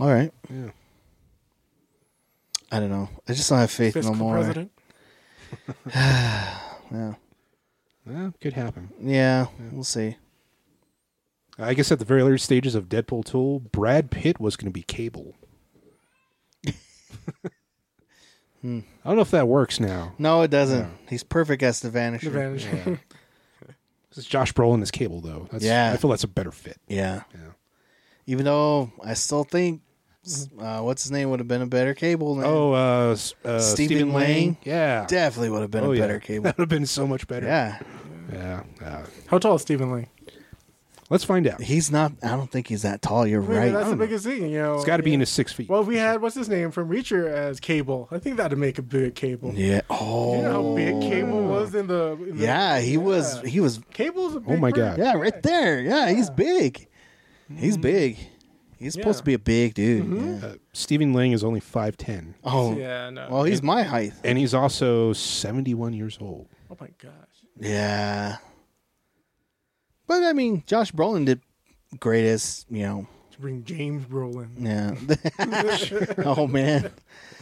[SPEAKER 4] All right.
[SPEAKER 3] Yeah.
[SPEAKER 4] I don't know. I just don't have faith
[SPEAKER 1] Fisk
[SPEAKER 4] no
[SPEAKER 1] for
[SPEAKER 4] more.
[SPEAKER 1] president.
[SPEAKER 4] Yeah.
[SPEAKER 3] Well, could happen.
[SPEAKER 4] Yeah. We'll see.
[SPEAKER 3] I guess at the very early stages of Deadpool 2, Brad Pitt was going to be Cable. Hmm. I don't know if that works now.
[SPEAKER 4] No, it doesn't. He's perfect as the Vanisher.
[SPEAKER 1] The Vanisher.
[SPEAKER 3] This is Josh Brolin as Cable, though. That's,
[SPEAKER 4] Yeah.
[SPEAKER 3] I feel that's a better fit.
[SPEAKER 4] Yeah.
[SPEAKER 3] Yeah.
[SPEAKER 4] Even though I still think
[SPEAKER 1] Mm-hmm.
[SPEAKER 4] uh, what's his name would have been a better Cable. Man.
[SPEAKER 3] Oh, uh, s- uh,
[SPEAKER 4] Stephen
[SPEAKER 3] Stephen, Lang.
[SPEAKER 4] Lang?
[SPEAKER 3] Yeah.
[SPEAKER 4] definitely would have been
[SPEAKER 3] Oh,
[SPEAKER 4] a
[SPEAKER 3] yeah.
[SPEAKER 4] better Cable.
[SPEAKER 3] That would have been so much better.
[SPEAKER 4] yeah.
[SPEAKER 3] Yeah. Uh,
[SPEAKER 1] How tall is Stephen Lang?
[SPEAKER 3] let's find out.
[SPEAKER 4] He's not. I don't think he's that tall. You're
[SPEAKER 1] I mean,
[SPEAKER 4] right.
[SPEAKER 1] that's
[SPEAKER 3] I
[SPEAKER 1] the
[SPEAKER 3] don't know.
[SPEAKER 1] biggest thing. You know,
[SPEAKER 3] It's got to be in his six feet.
[SPEAKER 1] Well, if we had what's his name from Reacher as Cable. I think that'd make a big Cable.
[SPEAKER 4] yeah. Oh.
[SPEAKER 1] You know how big Cable was in the. In the
[SPEAKER 4] yeah. He was.
[SPEAKER 1] Yeah.
[SPEAKER 4] He was.
[SPEAKER 1] Cable's a big.
[SPEAKER 3] Oh my
[SPEAKER 1] bird.
[SPEAKER 3] God.
[SPEAKER 4] Yeah. Right there. Yeah. He's big. He's
[SPEAKER 3] Mm-hmm.
[SPEAKER 4] big. He's supposed
[SPEAKER 1] Yeah.
[SPEAKER 4] to be a big dude. yeah.
[SPEAKER 3] uh, Stephen Lang is only 5'10",
[SPEAKER 4] Oh.
[SPEAKER 1] Yeah, no.
[SPEAKER 4] Well, he's my height.
[SPEAKER 3] and he's also 71 years old.
[SPEAKER 1] oh my gosh.
[SPEAKER 4] Yeah. But I mean, Josh Brolin did great as you know.
[SPEAKER 1] To bring James Brolin.
[SPEAKER 4] Yeah. oh man.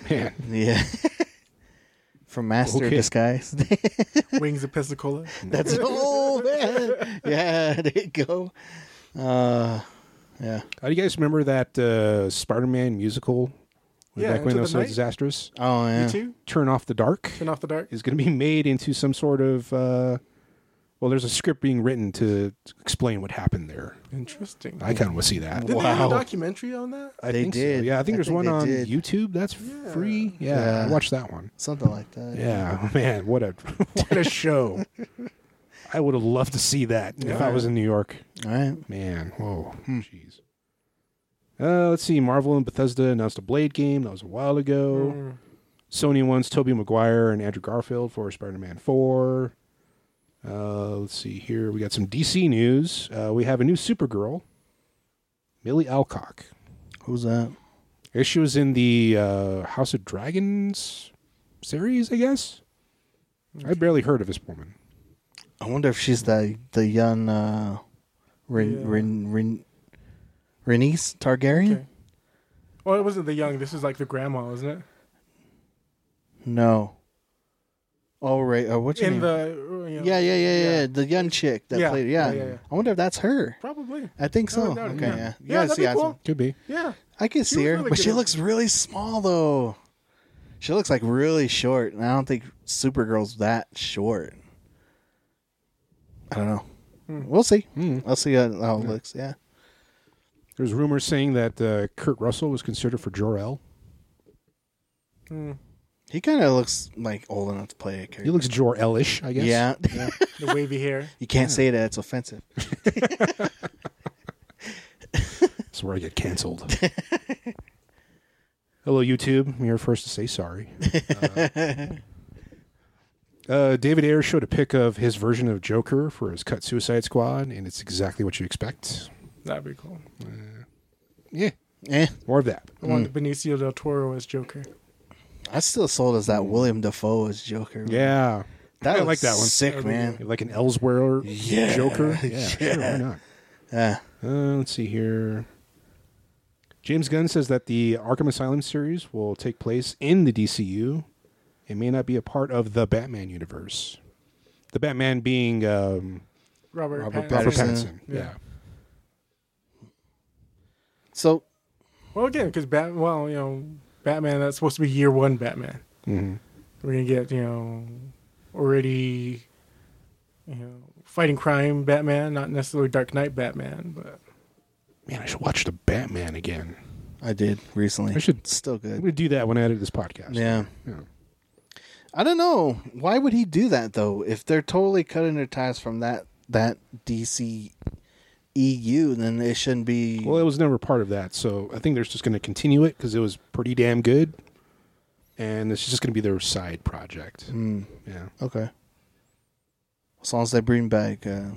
[SPEAKER 3] Man.
[SPEAKER 4] Yeah. From Master of
[SPEAKER 3] Okay.
[SPEAKER 4] Disguise.
[SPEAKER 1] Wings of Pensacola.
[SPEAKER 4] That's oh man. Yeah, there you go. Uh yeah.
[SPEAKER 3] Uh, do you guys remember that uh, Spider-Man musical? Way
[SPEAKER 1] Yeah,
[SPEAKER 3] back when
[SPEAKER 1] Into
[SPEAKER 3] that was
[SPEAKER 1] the
[SPEAKER 3] so
[SPEAKER 1] Night.
[SPEAKER 3] disastrous.
[SPEAKER 4] Oh yeah.
[SPEAKER 1] You too?
[SPEAKER 3] Turn off the dark
[SPEAKER 1] Turn off the dark.
[SPEAKER 3] is going to be made into some sort of. Uh, well, there's a script being written to explain what happened there.
[SPEAKER 1] Interesting.
[SPEAKER 3] I kind of want to see that.
[SPEAKER 1] Did they have a
[SPEAKER 4] Wow.
[SPEAKER 1] documentary on that?
[SPEAKER 3] I
[SPEAKER 4] They
[SPEAKER 3] think so.
[SPEAKER 4] did.
[SPEAKER 3] Yeah, I think
[SPEAKER 4] I
[SPEAKER 3] there's
[SPEAKER 4] think
[SPEAKER 3] one
[SPEAKER 4] they
[SPEAKER 3] on
[SPEAKER 4] did.
[SPEAKER 3] YouTube that's free. Yeah,
[SPEAKER 4] Yeah.
[SPEAKER 3] I watched that one.
[SPEAKER 4] Something like that.
[SPEAKER 3] Yeah, man, what a what a show! I would have loved to see that if I was in New York.
[SPEAKER 4] All right.
[SPEAKER 3] Man, whoa, jeez. Uh, let's see. Marvel and Bethesda announced a Blade game. That was a while ago.
[SPEAKER 1] Mm.
[SPEAKER 4] Mm.
[SPEAKER 3] Sony wants Tobey Maguire and Andrew Garfield for Spider-Man Four. Uh, let's see here. We got some DC news. Uh, we have a new Supergirl, Millie Alcock.
[SPEAKER 4] Who's that?
[SPEAKER 3] I guess She was in the uh, House of Dragons series, I guess. I barely heard of this woman.
[SPEAKER 4] I wonder if she's the the young uh Ren,
[SPEAKER 1] Yeah.
[SPEAKER 4] Ren, Ren, Renice Targaryen?
[SPEAKER 1] Okay. Well, it wasn't the young. This is like the grandma, isn't it?
[SPEAKER 4] No. Oh right. Uh, what's her
[SPEAKER 1] in
[SPEAKER 4] name?
[SPEAKER 1] the uh, you know,
[SPEAKER 4] yeah, yeah, yeah, yeah,
[SPEAKER 1] Yeah.
[SPEAKER 4] The young chick that
[SPEAKER 1] Yeah,
[SPEAKER 4] played.
[SPEAKER 1] yeah,
[SPEAKER 4] Yeah.
[SPEAKER 1] yeah, yeah.
[SPEAKER 4] I wonder if that's her.
[SPEAKER 1] probably
[SPEAKER 4] I think
[SPEAKER 1] I
[SPEAKER 4] so.
[SPEAKER 1] would doubt it,
[SPEAKER 4] okay. Yeah. You
[SPEAKER 1] yeah
[SPEAKER 4] gotta
[SPEAKER 1] that'd
[SPEAKER 4] see
[SPEAKER 1] be
[SPEAKER 4] Asma.
[SPEAKER 1] cool
[SPEAKER 3] Could be.
[SPEAKER 1] yeah
[SPEAKER 4] I can see
[SPEAKER 1] was
[SPEAKER 4] her,
[SPEAKER 1] really
[SPEAKER 4] but she
[SPEAKER 1] good.
[SPEAKER 4] looks really small though. She looks like really short, and I don't think Supergirl's that short.
[SPEAKER 1] Hmm.
[SPEAKER 4] I don't know. We'll see. I'll see how, how it looks. Yeah.
[SPEAKER 3] There's rumors saying that uh, Kurt Russell was considered for Jor El.
[SPEAKER 1] Mm.
[SPEAKER 4] He kind of looks like old enough to play a
[SPEAKER 3] He
[SPEAKER 4] character.
[SPEAKER 3] looks Jor Elish, I guess.
[SPEAKER 4] Yeah,
[SPEAKER 1] The wavy hair.
[SPEAKER 4] you can't say that; it's offensive.
[SPEAKER 3] That's where I get canceled. Hello, YouTube. You're first to say sorry. Uh, uh, David Ayer showed a pic of his version of Joker for his cut Suicide Squad, and it's exactly what you expect.
[SPEAKER 1] That'd be cool.
[SPEAKER 3] Yeah,
[SPEAKER 4] Eh,
[SPEAKER 3] more of that.
[SPEAKER 1] I wanted Benicio del Toro as Joker.
[SPEAKER 4] I still sold as that William Defoe as Joker.
[SPEAKER 3] Mm. Yeah,
[SPEAKER 4] that
[SPEAKER 3] I
[SPEAKER 4] was
[SPEAKER 3] like that one.
[SPEAKER 4] Sick man.
[SPEAKER 3] like an Ellsworth
[SPEAKER 4] Yeah.
[SPEAKER 3] Joker. Yeah, sure, why not?
[SPEAKER 4] Yeah,
[SPEAKER 3] Uh, let's see here. James Gunn says that the Arkham Asylum series will take place in the DCU. It may not be a part of the Batman universe. The Batman being um,
[SPEAKER 1] Robert,
[SPEAKER 3] Robert,
[SPEAKER 1] Pattinson.
[SPEAKER 3] Robert
[SPEAKER 4] Pattinson.
[SPEAKER 3] Pattinson.
[SPEAKER 1] Yeah.
[SPEAKER 3] Yeah.
[SPEAKER 4] so
[SPEAKER 1] Well, again, because Bat. Well, you know, Batman. That's supposed to be year one Batman.
[SPEAKER 3] Mhm.
[SPEAKER 1] We're gonna get you know already you know fighting crime Batman, not necessarily Dark Knight Batman, but
[SPEAKER 3] Man, I should watch the Batman again.
[SPEAKER 4] I did recently.
[SPEAKER 3] I should-
[SPEAKER 4] still
[SPEAKER 3] I'm
[SPEAKER 4] good.
[SPEAKER 3] going to do that when I edit this podcast.
[SPEAKER 4] Yeah.
[SPEAKER 3] Yeah.
[SPEAKER 4] I don't know why would he do that though. If they're totally cutting their ties from that that DC EU, then it shouldn't be.
[SPEAKER 3] Well, it was never part of that, so I think they're just going to continue it because it was pretty damn good, and it's just going to be their side project.
[SPEAKER 4] Hmm,
[SPEAKER 3] Yeah.
[SPEAKER 4] okay. As long as they bring back uh,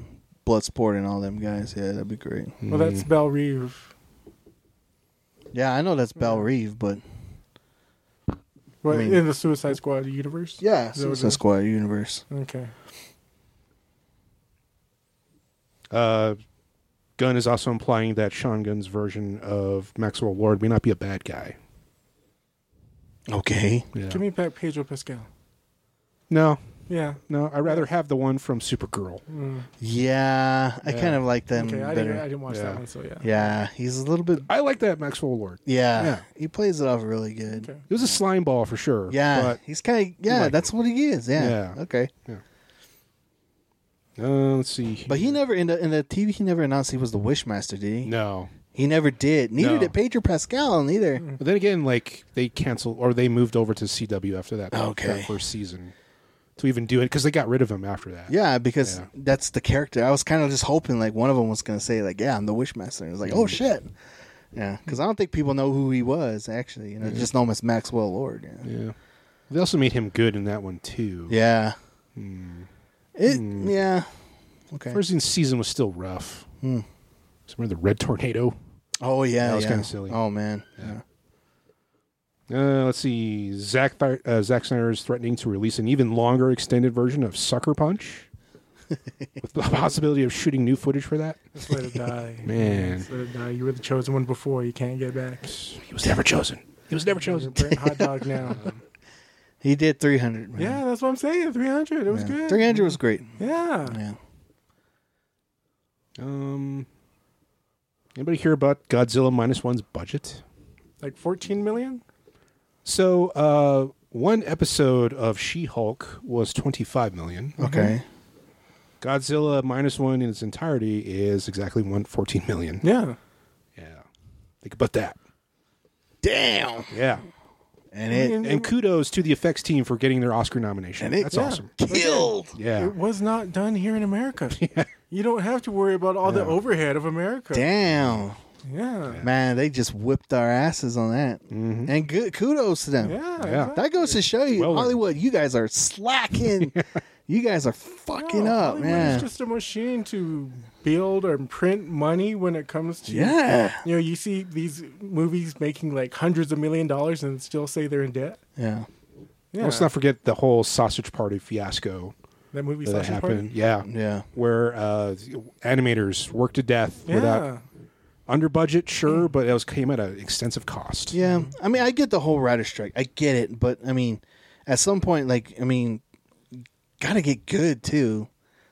[SPEAKER 4] Bloodsport and all them guys, yeah, that'd be great.
[SPEAKER 1] well,
[SPEAKER 3] Mm-hmm.
[SPEAKER 1] that's
[SPEAKER 3] Mm.
[SPEAKER 1] Bell Reeve.
[SPEAKER 4] Yeah, I know that's Bell Reeve, but
[SPEAKER 1] Well,
[SPEAKER 4] I mean-
[SPEAKER 1] in the Suicide Squad universe.
[SPEAKER 4] yeah,
[SPEAKER 1] So it
[SPEAKER 4] Suicide
[SPEAKER 1] is.
[SPEAKER 4] Squad universe.
[SPEAKER 1] Okay.
[SPEAKER 3] Uh, Gunn is also implying that Sean Gunn's version of Maxwell Lord may not be a bad guy.
[SPEAKER 4] Okay.
[SPEAKER 3] Yeah.
[SPEAKER 1] Give me back Pedro Pascal.
[SPEAKER 3] no,
[SPEAKER 1] Yeah.
[SPEAKER 3] no, I'd rather have the one from Supergirl.
[SPEAKER 1] Mm.
[SPEAKER 4] Yeah, I
[SPEAKER 3] Yeah.
[SPEAKER 4] kind of like them
[SPEAKER 1] Okay. I
[SPEAKER 4] better.
[SPEAKER 1] didn't. I didn't watch
[SPEAKER 3] Yeah.
[SPEAKER 1] that one, so yeah.
[SPEAKER 4] yeah, he's a little bit.
[SPEAKER 3] I like that Maxwell Lord.
[SPEAKER 4] Yeah,
[SPEAKER 3] Yeah.
[SPEAKER 4] he plays it off really good.
[SPEAKER 1] Okay.
[SPEAKER 3] It was a slime ball for sure.
[SPEAKER 4] Yeah,
[SPEAKER 3] But,
[SPEAKER 4] he's kind of yeah.
[SPEAKER 3] like
[SPEAKER 4] that's what he is. Yeah.
[SPEAKER 3] Yeah.
[SPEAKER 4] Okay.
[SPEAKER 3] uh, let's see.
[SPEAKER 4] But he never in the in the TV he never announced he was the Wishmaster, did he?
[SPEAKER 3] no.
[SPEAKER 4] He never did. Neither
[SPEAKER 3] No.
[SPEAKER 4] did Pedro Pascal. Neither.
[SPEAKER 1] Mm-hmm.
[SPEAKER 3] But then again, like they canceled or they moved over to CW after that.
[SPEAKER 4] Okay.
[SPEAKER 3] That first season to even do it because they got rid of him after that.
[SPEAKER 4] Yeah, because
[SPEAKER 3] Yeah.
[SPEAKER 4] that's the character. I was kind of just hoping like one of them was gonna say like, "Yeah, I'm the Wishmaster." It was like, "Oh shit." Yeah, because I don't think people know who he was actually. You know, just know him as Maxwell Lord. Yeah.
[SPEAKER 3] Yeah. They also made him good in that one too.
[SPEAKER 4] Yeah. It. Yeah. Okay.
[SPEAKER 3] First season was still rough.
[SPEAKER 4] Hmm.
[SPEAKER 3] So remember the Red Tornado?
[SPEAKER 4] oh yeah.
[SPEAKER 3] That was
[SPEAKER 4] yeah.
[SPEAKER 3] kinda silly.
[SPEAKER 4] Oh man. Yeah.
[SPEAKER 3] Uh, let's see. Zack Th- uh, Zack Snyder is threatening to release an even longer extended version of Sucker Punch, with the possibility of shooting new footage for that.
[SPEAKER 1] Just let it die.
[SPEAKER 3] Man.
[SPEAKER 1] Just let it die. You were the chosen one before. You can't get back.
[SPEAKER 3] He was never chosen. He was never
[SPEAKER 1] You're a
[SPEAKER 3] chosen. Um,
[SPEAKER 1] burnt hot dog now.
[SPEAKER 4] He did 300. Man.
[SPEAKER 1] yeah, that's what I'm saying. 300. It was
[SPEAKER 4] Yeah.
[SPEAKER 1] good.
[SPEAKER 4] 300 was great.
[SPEAKER 1] Yeah.
[SPEAKER 4] Yeah.
[SPEAKER 3] Um, anybody hear about Godzilla minus one's budget?
[SPEAKER 1] Like 14 million.
[SPEAKER 3] So, uh, one episode of She Hulk was twenty five million.
[SPEAKER 4] Okay.
[SPEAKER 3] Godzilla minus one in its entirety is exactly one fourteen million.
[SPEAKER 1] Yeah.
[SPEAKER 3] Yeah, think about that.
[SPEAKER 4] Damn.
[SPEAKER 3] Yeah.
[SPEAKER 4] And it
[SPEAKER 3] And kudos to the effects team for getting their Oscar nomination.
[SPEAKER 4] And it-
[SPEAKER 3] That's
[SPEAKER 1] yeah.
[SPEAKER 3] awesome.
[SPEAKER 4] killed.
[SPEAKER 3] Yeah.
[SPEAKER 1] It was not done here in America. You don't have to worry about all the overhead of America.
[SPEAKER 4] Damn.
[SPEAKER 1] Yeah.
[SPEAKER 4] Man, they just whipped our asses on that. And good kudos to them.
[SPEAKER 1] Yeah.
[SPEAKER 3] Yeah.
[SPEAKER 1] exactly.
[SPEAKER 4] That goes to show you,
[SPEAKER 3] Well earned.
[SPEAKER 4] Hollywood, you guys are slacking. you guys are fucking
[SPEAKER 1] No,
[SPEAKER 4] up,
[SPEAKER 1] Hollywood
[SPEAKER 4] man.
[SPEAKER 1] It's just a machine to build or print money when it comes to.
[SPEAKER 4] yeah.
[SPEAKER 1] You know, you see these movies making like hundreds of million dollars and still say they're in debt.
[SPEAKER 4] Yeah.
[SPEAKER 1] Yeah.
[SPEAKER 3] Let's not forget the whole sausage party fiasco
[SPEAKER 1] that movie
[SPEAKER 3] that
[SPEAKER 1] Sausage
[SPEAKER 3] happened.
[SPEAKER 1] Party.
[SPEAKER 3] Yeah.
[SPEAKER 4] Yeah.
[SPEAKER 3] Where uh, animators worked to death
[SPEAKER 1] Yeah. Mm.
[SPEAKER 3] without under budget, sure, but it was came at an extensive cost.
[SPEAKER 4] Yeah, I mean, I get the whole writer strike. I get it, but I mean, at some point, like, I mean, gotta get good too.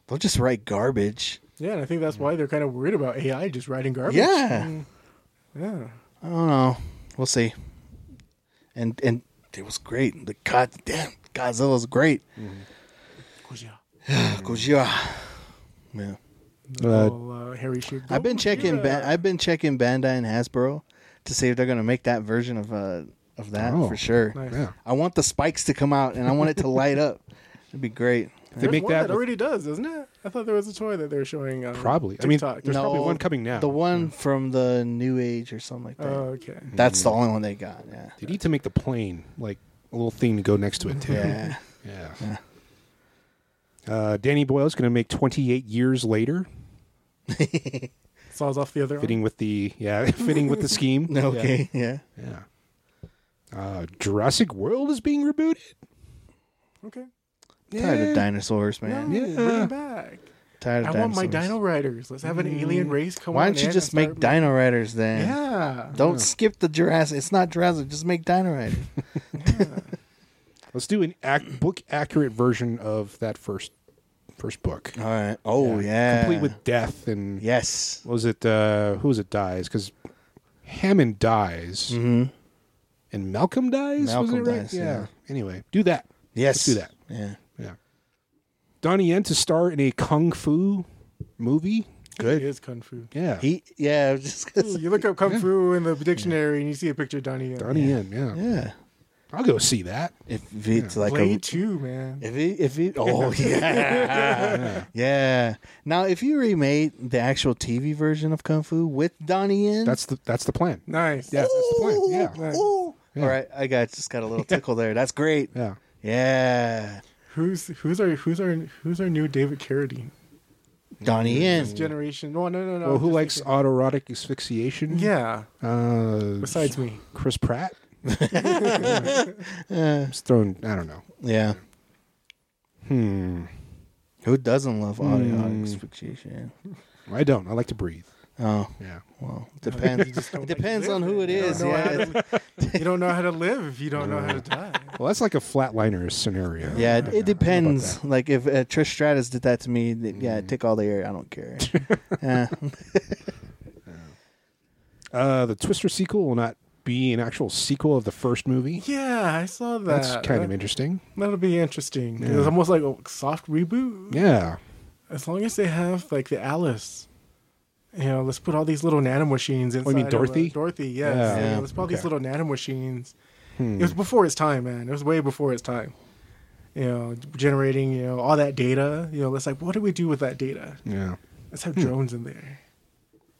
[SPEAKER 4] Don't just write garbage.
[SPEAKER 1] Yeah, and I think that's why they're kind of worried about AI just writing garbage.
[SPEAKER 4] Yeah.
[SPEAKER 1] Mm, yeah.
[SPEAKER 4] I don't know. We'll see. And and it was great. The god damn Godzilla's great.
[SPEAKER 1] Gojira.
[SPEAKER 4] Gojira. Yeah.
[SPEAKER 1] The whole, uh, Harry shoot.
[SPEAKER 4] I've been checking.
[SPEAKER 1] back.
[SPEAKER 4] Ba- I've been checking Bandai and Hasbro to see if they're gonna make that version of uh of that
[SPEAKER 3] Oh,
[SPEAKER 4] for sure.
[SPEAKER 1] nice.
[SPEAKER 3] Yeah.
[SPEAKER 4] I want the spikes to come out and I want it to light up. It'd be great.
[SPEAKER 3] They make
[SPEAKER 1] one
[SPEAKER 3] that
[SPEAKER 1] that,
[SPEAKER 3] with-
[SPEAKER 1] already does, doesn't it? I thought there was a toy that they were showing. On
[SPEAKER 3] Probably. I mean,
[SPEAKER 1] TikTok.
[SPEAKER 3] there's
[SPEAKER 4] No.
[SPEAKER 3] probably one coming now.
[SPEAKER 4] The one from the New Age or something like that.
[SPEAKER 1] Oh, okay.
[SPEAKER 4] That's the only one they got. Yeah.
[SPEAKER 3] They need to make the plane like a little thing to go next to it too.
[SPEAKER 4] Yeah.
[SPEAKER 3] Yeah. Uh, Danny Boyle's going to make 28 years later,
[SPEAKER 1] Saws off the other.
[SPEAKER 3] fitting with the yeah, fitting with the scheme.
[SPEAKER 4] okay. Yeah.
[SPEAKER 3] Yeah. Uh, Jurassic World is being rebooted.
[SPEAKER 1] arm. Okay.
[SPEAKER 4] Tired of dinosaurs,
[SPEAKER 1] No,
[SPEAKER 4] man.
[SPEAKER 1] bring
[SPEAKER 3] Yeah.
[SPEAKER 1] it back.
[SPEAKER 4] Tired
[SPEAKER 1] I
[SPEAKER 4] of
[SPEAKER 1] want
[SPEAKER 4] dinosaurs. Mm.
[SPEAKER 1] my Dino Riders. Let's have an alien race come.
[SPEAKER 4] Why
[SPEAKER 1] on
[SPEAKER 4] don't you
[SPEAKER 1] in
[SPEAKER 4] just
[SPEAKER 1] and
[SPEAKER 4] make
[SPEAKER 1] start-
[SPEAKER 4] Dino Riders then?
[SPEAKER 1] Yeah.
[SPEAKER 4] Don't skip the Jurassic. It's not Jurassic. Just make Dino Riders.
[SPEAKER 3] Let's do an ac- book accurate version of that first first book.
[SPEAKER 4] All right. Oh yeah.
[SPEAKER 3] Complete with death and
[SPEAKER 4] yes.
[SPEAKER 3] what was it? Uh, who was it? Dies because Hammond dies and Malcolm dies.
[SPEAKER 4] Mm-hmm. Malcolm
[SPEAKER 3] was it right?
[SPEAKER 4] dies, yeah.
[SPEAKER 3] Anyway, do that.
[SPEAKER 4] Yes.
[SPEAKER 3] do that.
[SPEAKER 4] Yeah.
[SPEAKER 3] Yeah. Donnie Yen to star in a kung fu movie.
[SPEAKER 1] Good. It is kung fu.
[SPEAKER 3] Yeah.
[SPEAKER 4] He. Yeah. I was just gonna say-
[SPEAKER 1] You look up kung fu in the dictionary and you see a picture of Donnie. Yen.
[SPEAKER 3] Donnie Yen. Yeah.
[SPEAKER 4] Yeah.
[SPEAKER 3] I'll go see that.
[SPEAKER 4] If it's like
[SPEAKER 1] Blade
[SPEAKER 4] a.
[SPEAKER 1] Two, man.
[SPEAKER 4] If it, if it, oh yeah, yeah. Now, if you remade the actual TV version of Kung Fu with Donnie Yen,
[SPEAKER 3] That's the that's the plan.
[SPEAKER 1] Nice.
[SPEAKER 3] Yeah. That's the plan.
[SPEAKER 4] Ooh,
[SPEAKER 3] Yeah.
[SPEAKER 1] Nice.
[SPEAKER 4] ooh. All right, I got just got a little tickle there. That's great.
[SPEAKER 3] Yeah.
[SPEAKER 4] Yeah.
[SPEAKER 1] Who's who's our who's our who's our new David Carradine?
[SPEAKER 4] Donnie
[SPEAKER 1] This
[SPEAKER 4] Yen.
[SPEAKER 1] generation. No, no, no, no.
[SPEAKER 3] Well, who
[SPEAKER 1] just
[SPEAKER 3] likes
[SPEAKER 1] thinking-
[SPEAKER 3] autoerotic asphyxiation?
[SPEAKER 1] Yeah.
[SPEAKER 3] Uh,
[SPEAKER 1] Besides me.
[SPEAKER 3] Chris Pratt. I'm just throwing. I don't know.
[SPEAKER 4] Yeah.
[SPEAKER 3] Hmm.
[SPEAKER 4] Who doesn't love audio asphyxiation?
[SPEAKER 3] I don't. I like to breathe.
[SPEAKER 4] Oh,
[SPEAKER 3] Yeah.
[SPEAKER 4] well,
[SPEAKER 1] You
[SPEAKER 4] depends.
[SPEAKER 1] just don't like
[SPEAKER 4] It
[SPEAKER 1] to
[SPEAKER 4] depends
[SPEAKER 1] live,
[SPEAKER 4] on who
[SPEAKER 1] man.
[SPEAKER 4] it
[SPEAKER 1] You don't
[SPEAKER 4] is.
[SPEAKER 1] know how
[SPEAKER 4] Yeah.
[SPEAKER 1] to- you don't know how to live if you don't know how to die.
[SPEAKER 3] Well, that's like a flatliner scenario.
[SPEAKER 4] Yeah, it, it depends. Like if uh, Trish Stratus did that to me, th- yeah, take all the air. I don't care. Yeah.
[SPEAKER 3] Uh, the Twister sequel will not be an actual sequel of the first movie.
[SPEAKER 1] Yeah, I saw that.
[SPEAKER 3] That's kind of
[SPEAKER 1] That-
[SPEAKER 3] interesting.
[SPEAKER 1] That'll be interesting.
[SPEAKER 3] Yeah.
[SPEAKER 1] It's almost like a soft reboot.
[SPEAKER 3] Yeah.
[SPEAKER 1] As long as they have like the Alice, you know, let's put all these little nanomachines inside.
[SPEAKER 3] Oh, you mean
[SPEAKER 1] of, uh,
[SPEAKER 3] Dorothy?
[SPEAKER 1] Dorothy, yes.
[SPEAKER 3] Yeah.
[SPEAKER 1] You know,
[SPEAKER 4] Yeah.
[SPEAKER 1] let's put all these
[SPEAKER 3] Okay.
[SPEAKER 1] little nanomachines.
[SPEAKER 3] Hmm.
[SPEAKER 1] It was before its time, man. It was way before its time. You know, generating you know all that data. You know, let's like, what do we do with that data?
[SPEAKER 3] Yeah.
[SPEAKER 1] Let's
[SPEAKER 3] Hmm.
[SPEAKER 1] have drones in there.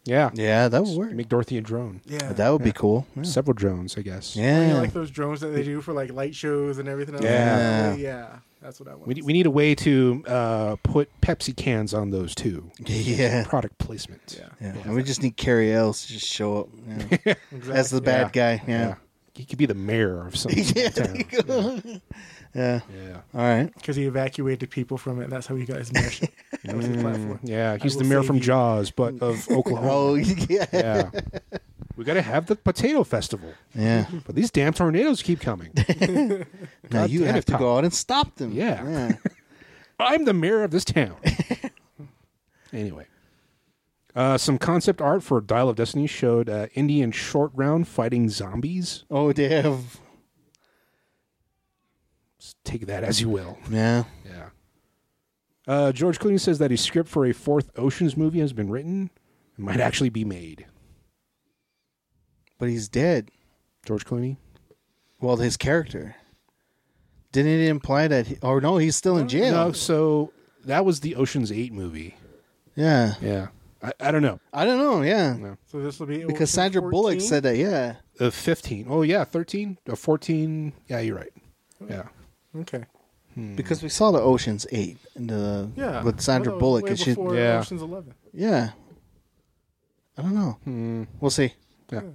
[SPEAKER 3] Yeah.
[SPEAKER 4] yeah, that would work.
[SPEAKER 3] Make Dorothy a drone.
[SPEAKER 1] Yeah,
[SPEAKER 4] That would be cool. Yeah.
[SPEAKER 3] Several drones, I guess.
[SPEAKER 1] You know,
[SPEAKER 4] Yeah.
[SPEAKER 1] like those drones that they do for like light shows and everything. else.
[SPEAKER 3] Yeah.
[SPEAKER 1] yeah, that's what I want.
[SPEAKER 3] We, we need a way to uh, put Pepsi cans on those too.
[SPEAKER 4] Yeah.
[SPEAKER 3] Product placement.
[SPEAKER 1] Yeah.
[SPEAKER 4] Yeah, and we just need Carrie Ells to just show up yeah. as the bad guy. Yeah,
[SPEAKER 3] He could be the mayor of some
[SPEAKER 4] Yeah, there
[SPEAKER 3] town.
[SPEAKER 4] you go. yeah.
[SPEAKER 3] Yeah.
[SPEAKER 4] All right.
[SPEAKER 1] because he evacuated people from it. That's how you guys mesh. that was his platform.
[SPEAKER 3] Yeah. He's
[SPEAKER 1] I
[SPEAKER 3] the
[SPEAKER 1] will
[SPEAKER 3] mayor
[SPEAKER 1] save
[SPEAKER 3] from
[SPEAKER 1] you.
[SPEAKER 3] Jaws, but of Oklahoma.
[SPEAKER 4] Oh yeah.
[SPEAKER 3] Yeah. We got to have the potato festival.
[SPEAKER 4] Yeah.
[SPEAKER 3] But these damn tornadoes keep coming.
[SPEAKER 4] Now
[SPEAKER 3] God
[SPEAKER 4] you
[SPEAKER 3] damn
[SPEAKER 4] have
[SPEAKER 3] it,
[SPEAKER 4] to
[SPEAKER 3] Tom.
[SPEAKER 4] go out and stop them.
[SPEAKER 3] Yeah. I'm the mayor of this town. anyway, uh, some concept art for Dial of Destiny showed uh, Indian short round fighting zombies.
[SPEAKER 4] Oh damn.
[SPEAKER 3] Just take that as you will.
[SPEAKER 4] Yeah.
[SPEAKER 3] Yeah. Uh, George Clooney says that his script for a fourth Ocean's movie has been written and might actually be made.
[SPEAKER 4] But he's dead.
[SPEAKER 3] George Clooney?
[SPEAKER 4] Well, his character. Didn't it imply that? He, or no, he's still in jail.
[SPEAKER 3] No, so that was the Ocean's 8 movie.
[SPEAKER 4] Yeah.
[SPEAKER 3] Yeah. I, I don't know.
[SPEAKER 4] I don't know. Yeah.
[SPEAKER 1] So this will be
[SPEAKER 4] Because Sandra Bullock
[SPEAKER 1] 14?
[SPEAKER 4] said that. Yeah.
[SPEAKER 3] Uh, 15. Oh, yeah, 13? Uh, 14. Yeah, you're right. Yeah.
[SPEAKER 1] Okay.
[SPEAKER 4] Because we saw the Ocean's Eight and the
[SPEAKER 1] Hmm. Yeah.
[SPEAKER 4] with Sandra
[SPEAKER 1] Well,
[SPEAKER 4] Bullock
[SPEAKER 1] way
[SPEAKER 4] and she.
[SPEAKER 1] before
[SPEAKER 3] Yeah.
[SPEAKER 1] Ocean's Eleven.
[SPEAKER 4] Yeah. I don't know. We'll see.
[SPEAKER 3] Yeah. Hmm.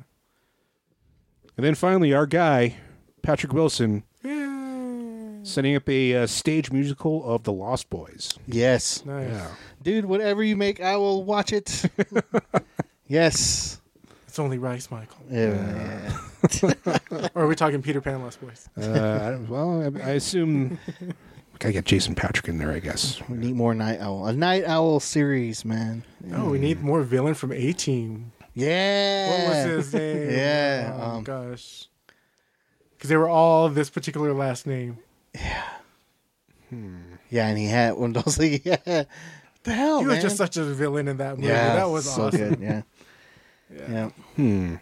[SPEAKER 3] And then finally, our guy, Patrick Wilson,
[SPEAKER 1] Yeah.
[SPEAKER 3] setting up a uh, stage musical of The Lost Boys.
[SPEAKER 4] Yes.
[SPEAKER 1] Nice.
[SPEAKER 4] Dude, whatever you make, I will watch it. yes.
[SPEAKER 1] It's only Rice Michael.
[SPEAKER 4] Yeah.
[SPEAKER 1] or are we talking Peter Pan Lost Boys?
[SPEAKER 3] Uh, I don't- well, I, I assume. Gotta get Jason Patrick in there, I guess.
[SPEAKER 4] We need more Night Owl. A Night Owl series, man.
[SPEAKER 1] No, we need more villain from A Team.
[SPEAKER 4] Yeah.
[SPEAKER 1] What was his name?
[SPEAKER 4] Yeah,
[SPEAKER 1] Oh
[SPEAKER 4] um,
[SPEAKER 1] gosh. Because they were all this particular last name.
[SPEAKER 4] Yeah, and he had one of those. Yeah. the hell,
[SPEAKER 1] He
[SPEAKER 4] Oh, man?
[SPEAKER 1] was just such a villain in that movie.
[SPEAKER 4] yeah,
[SPEAKER 1] that was
[SPEAKER 4] so
[SPEAKER 1] awesome.
[SPEAKER 4] good. Yeah. yeah.
[SPEAKER 3] Hmm.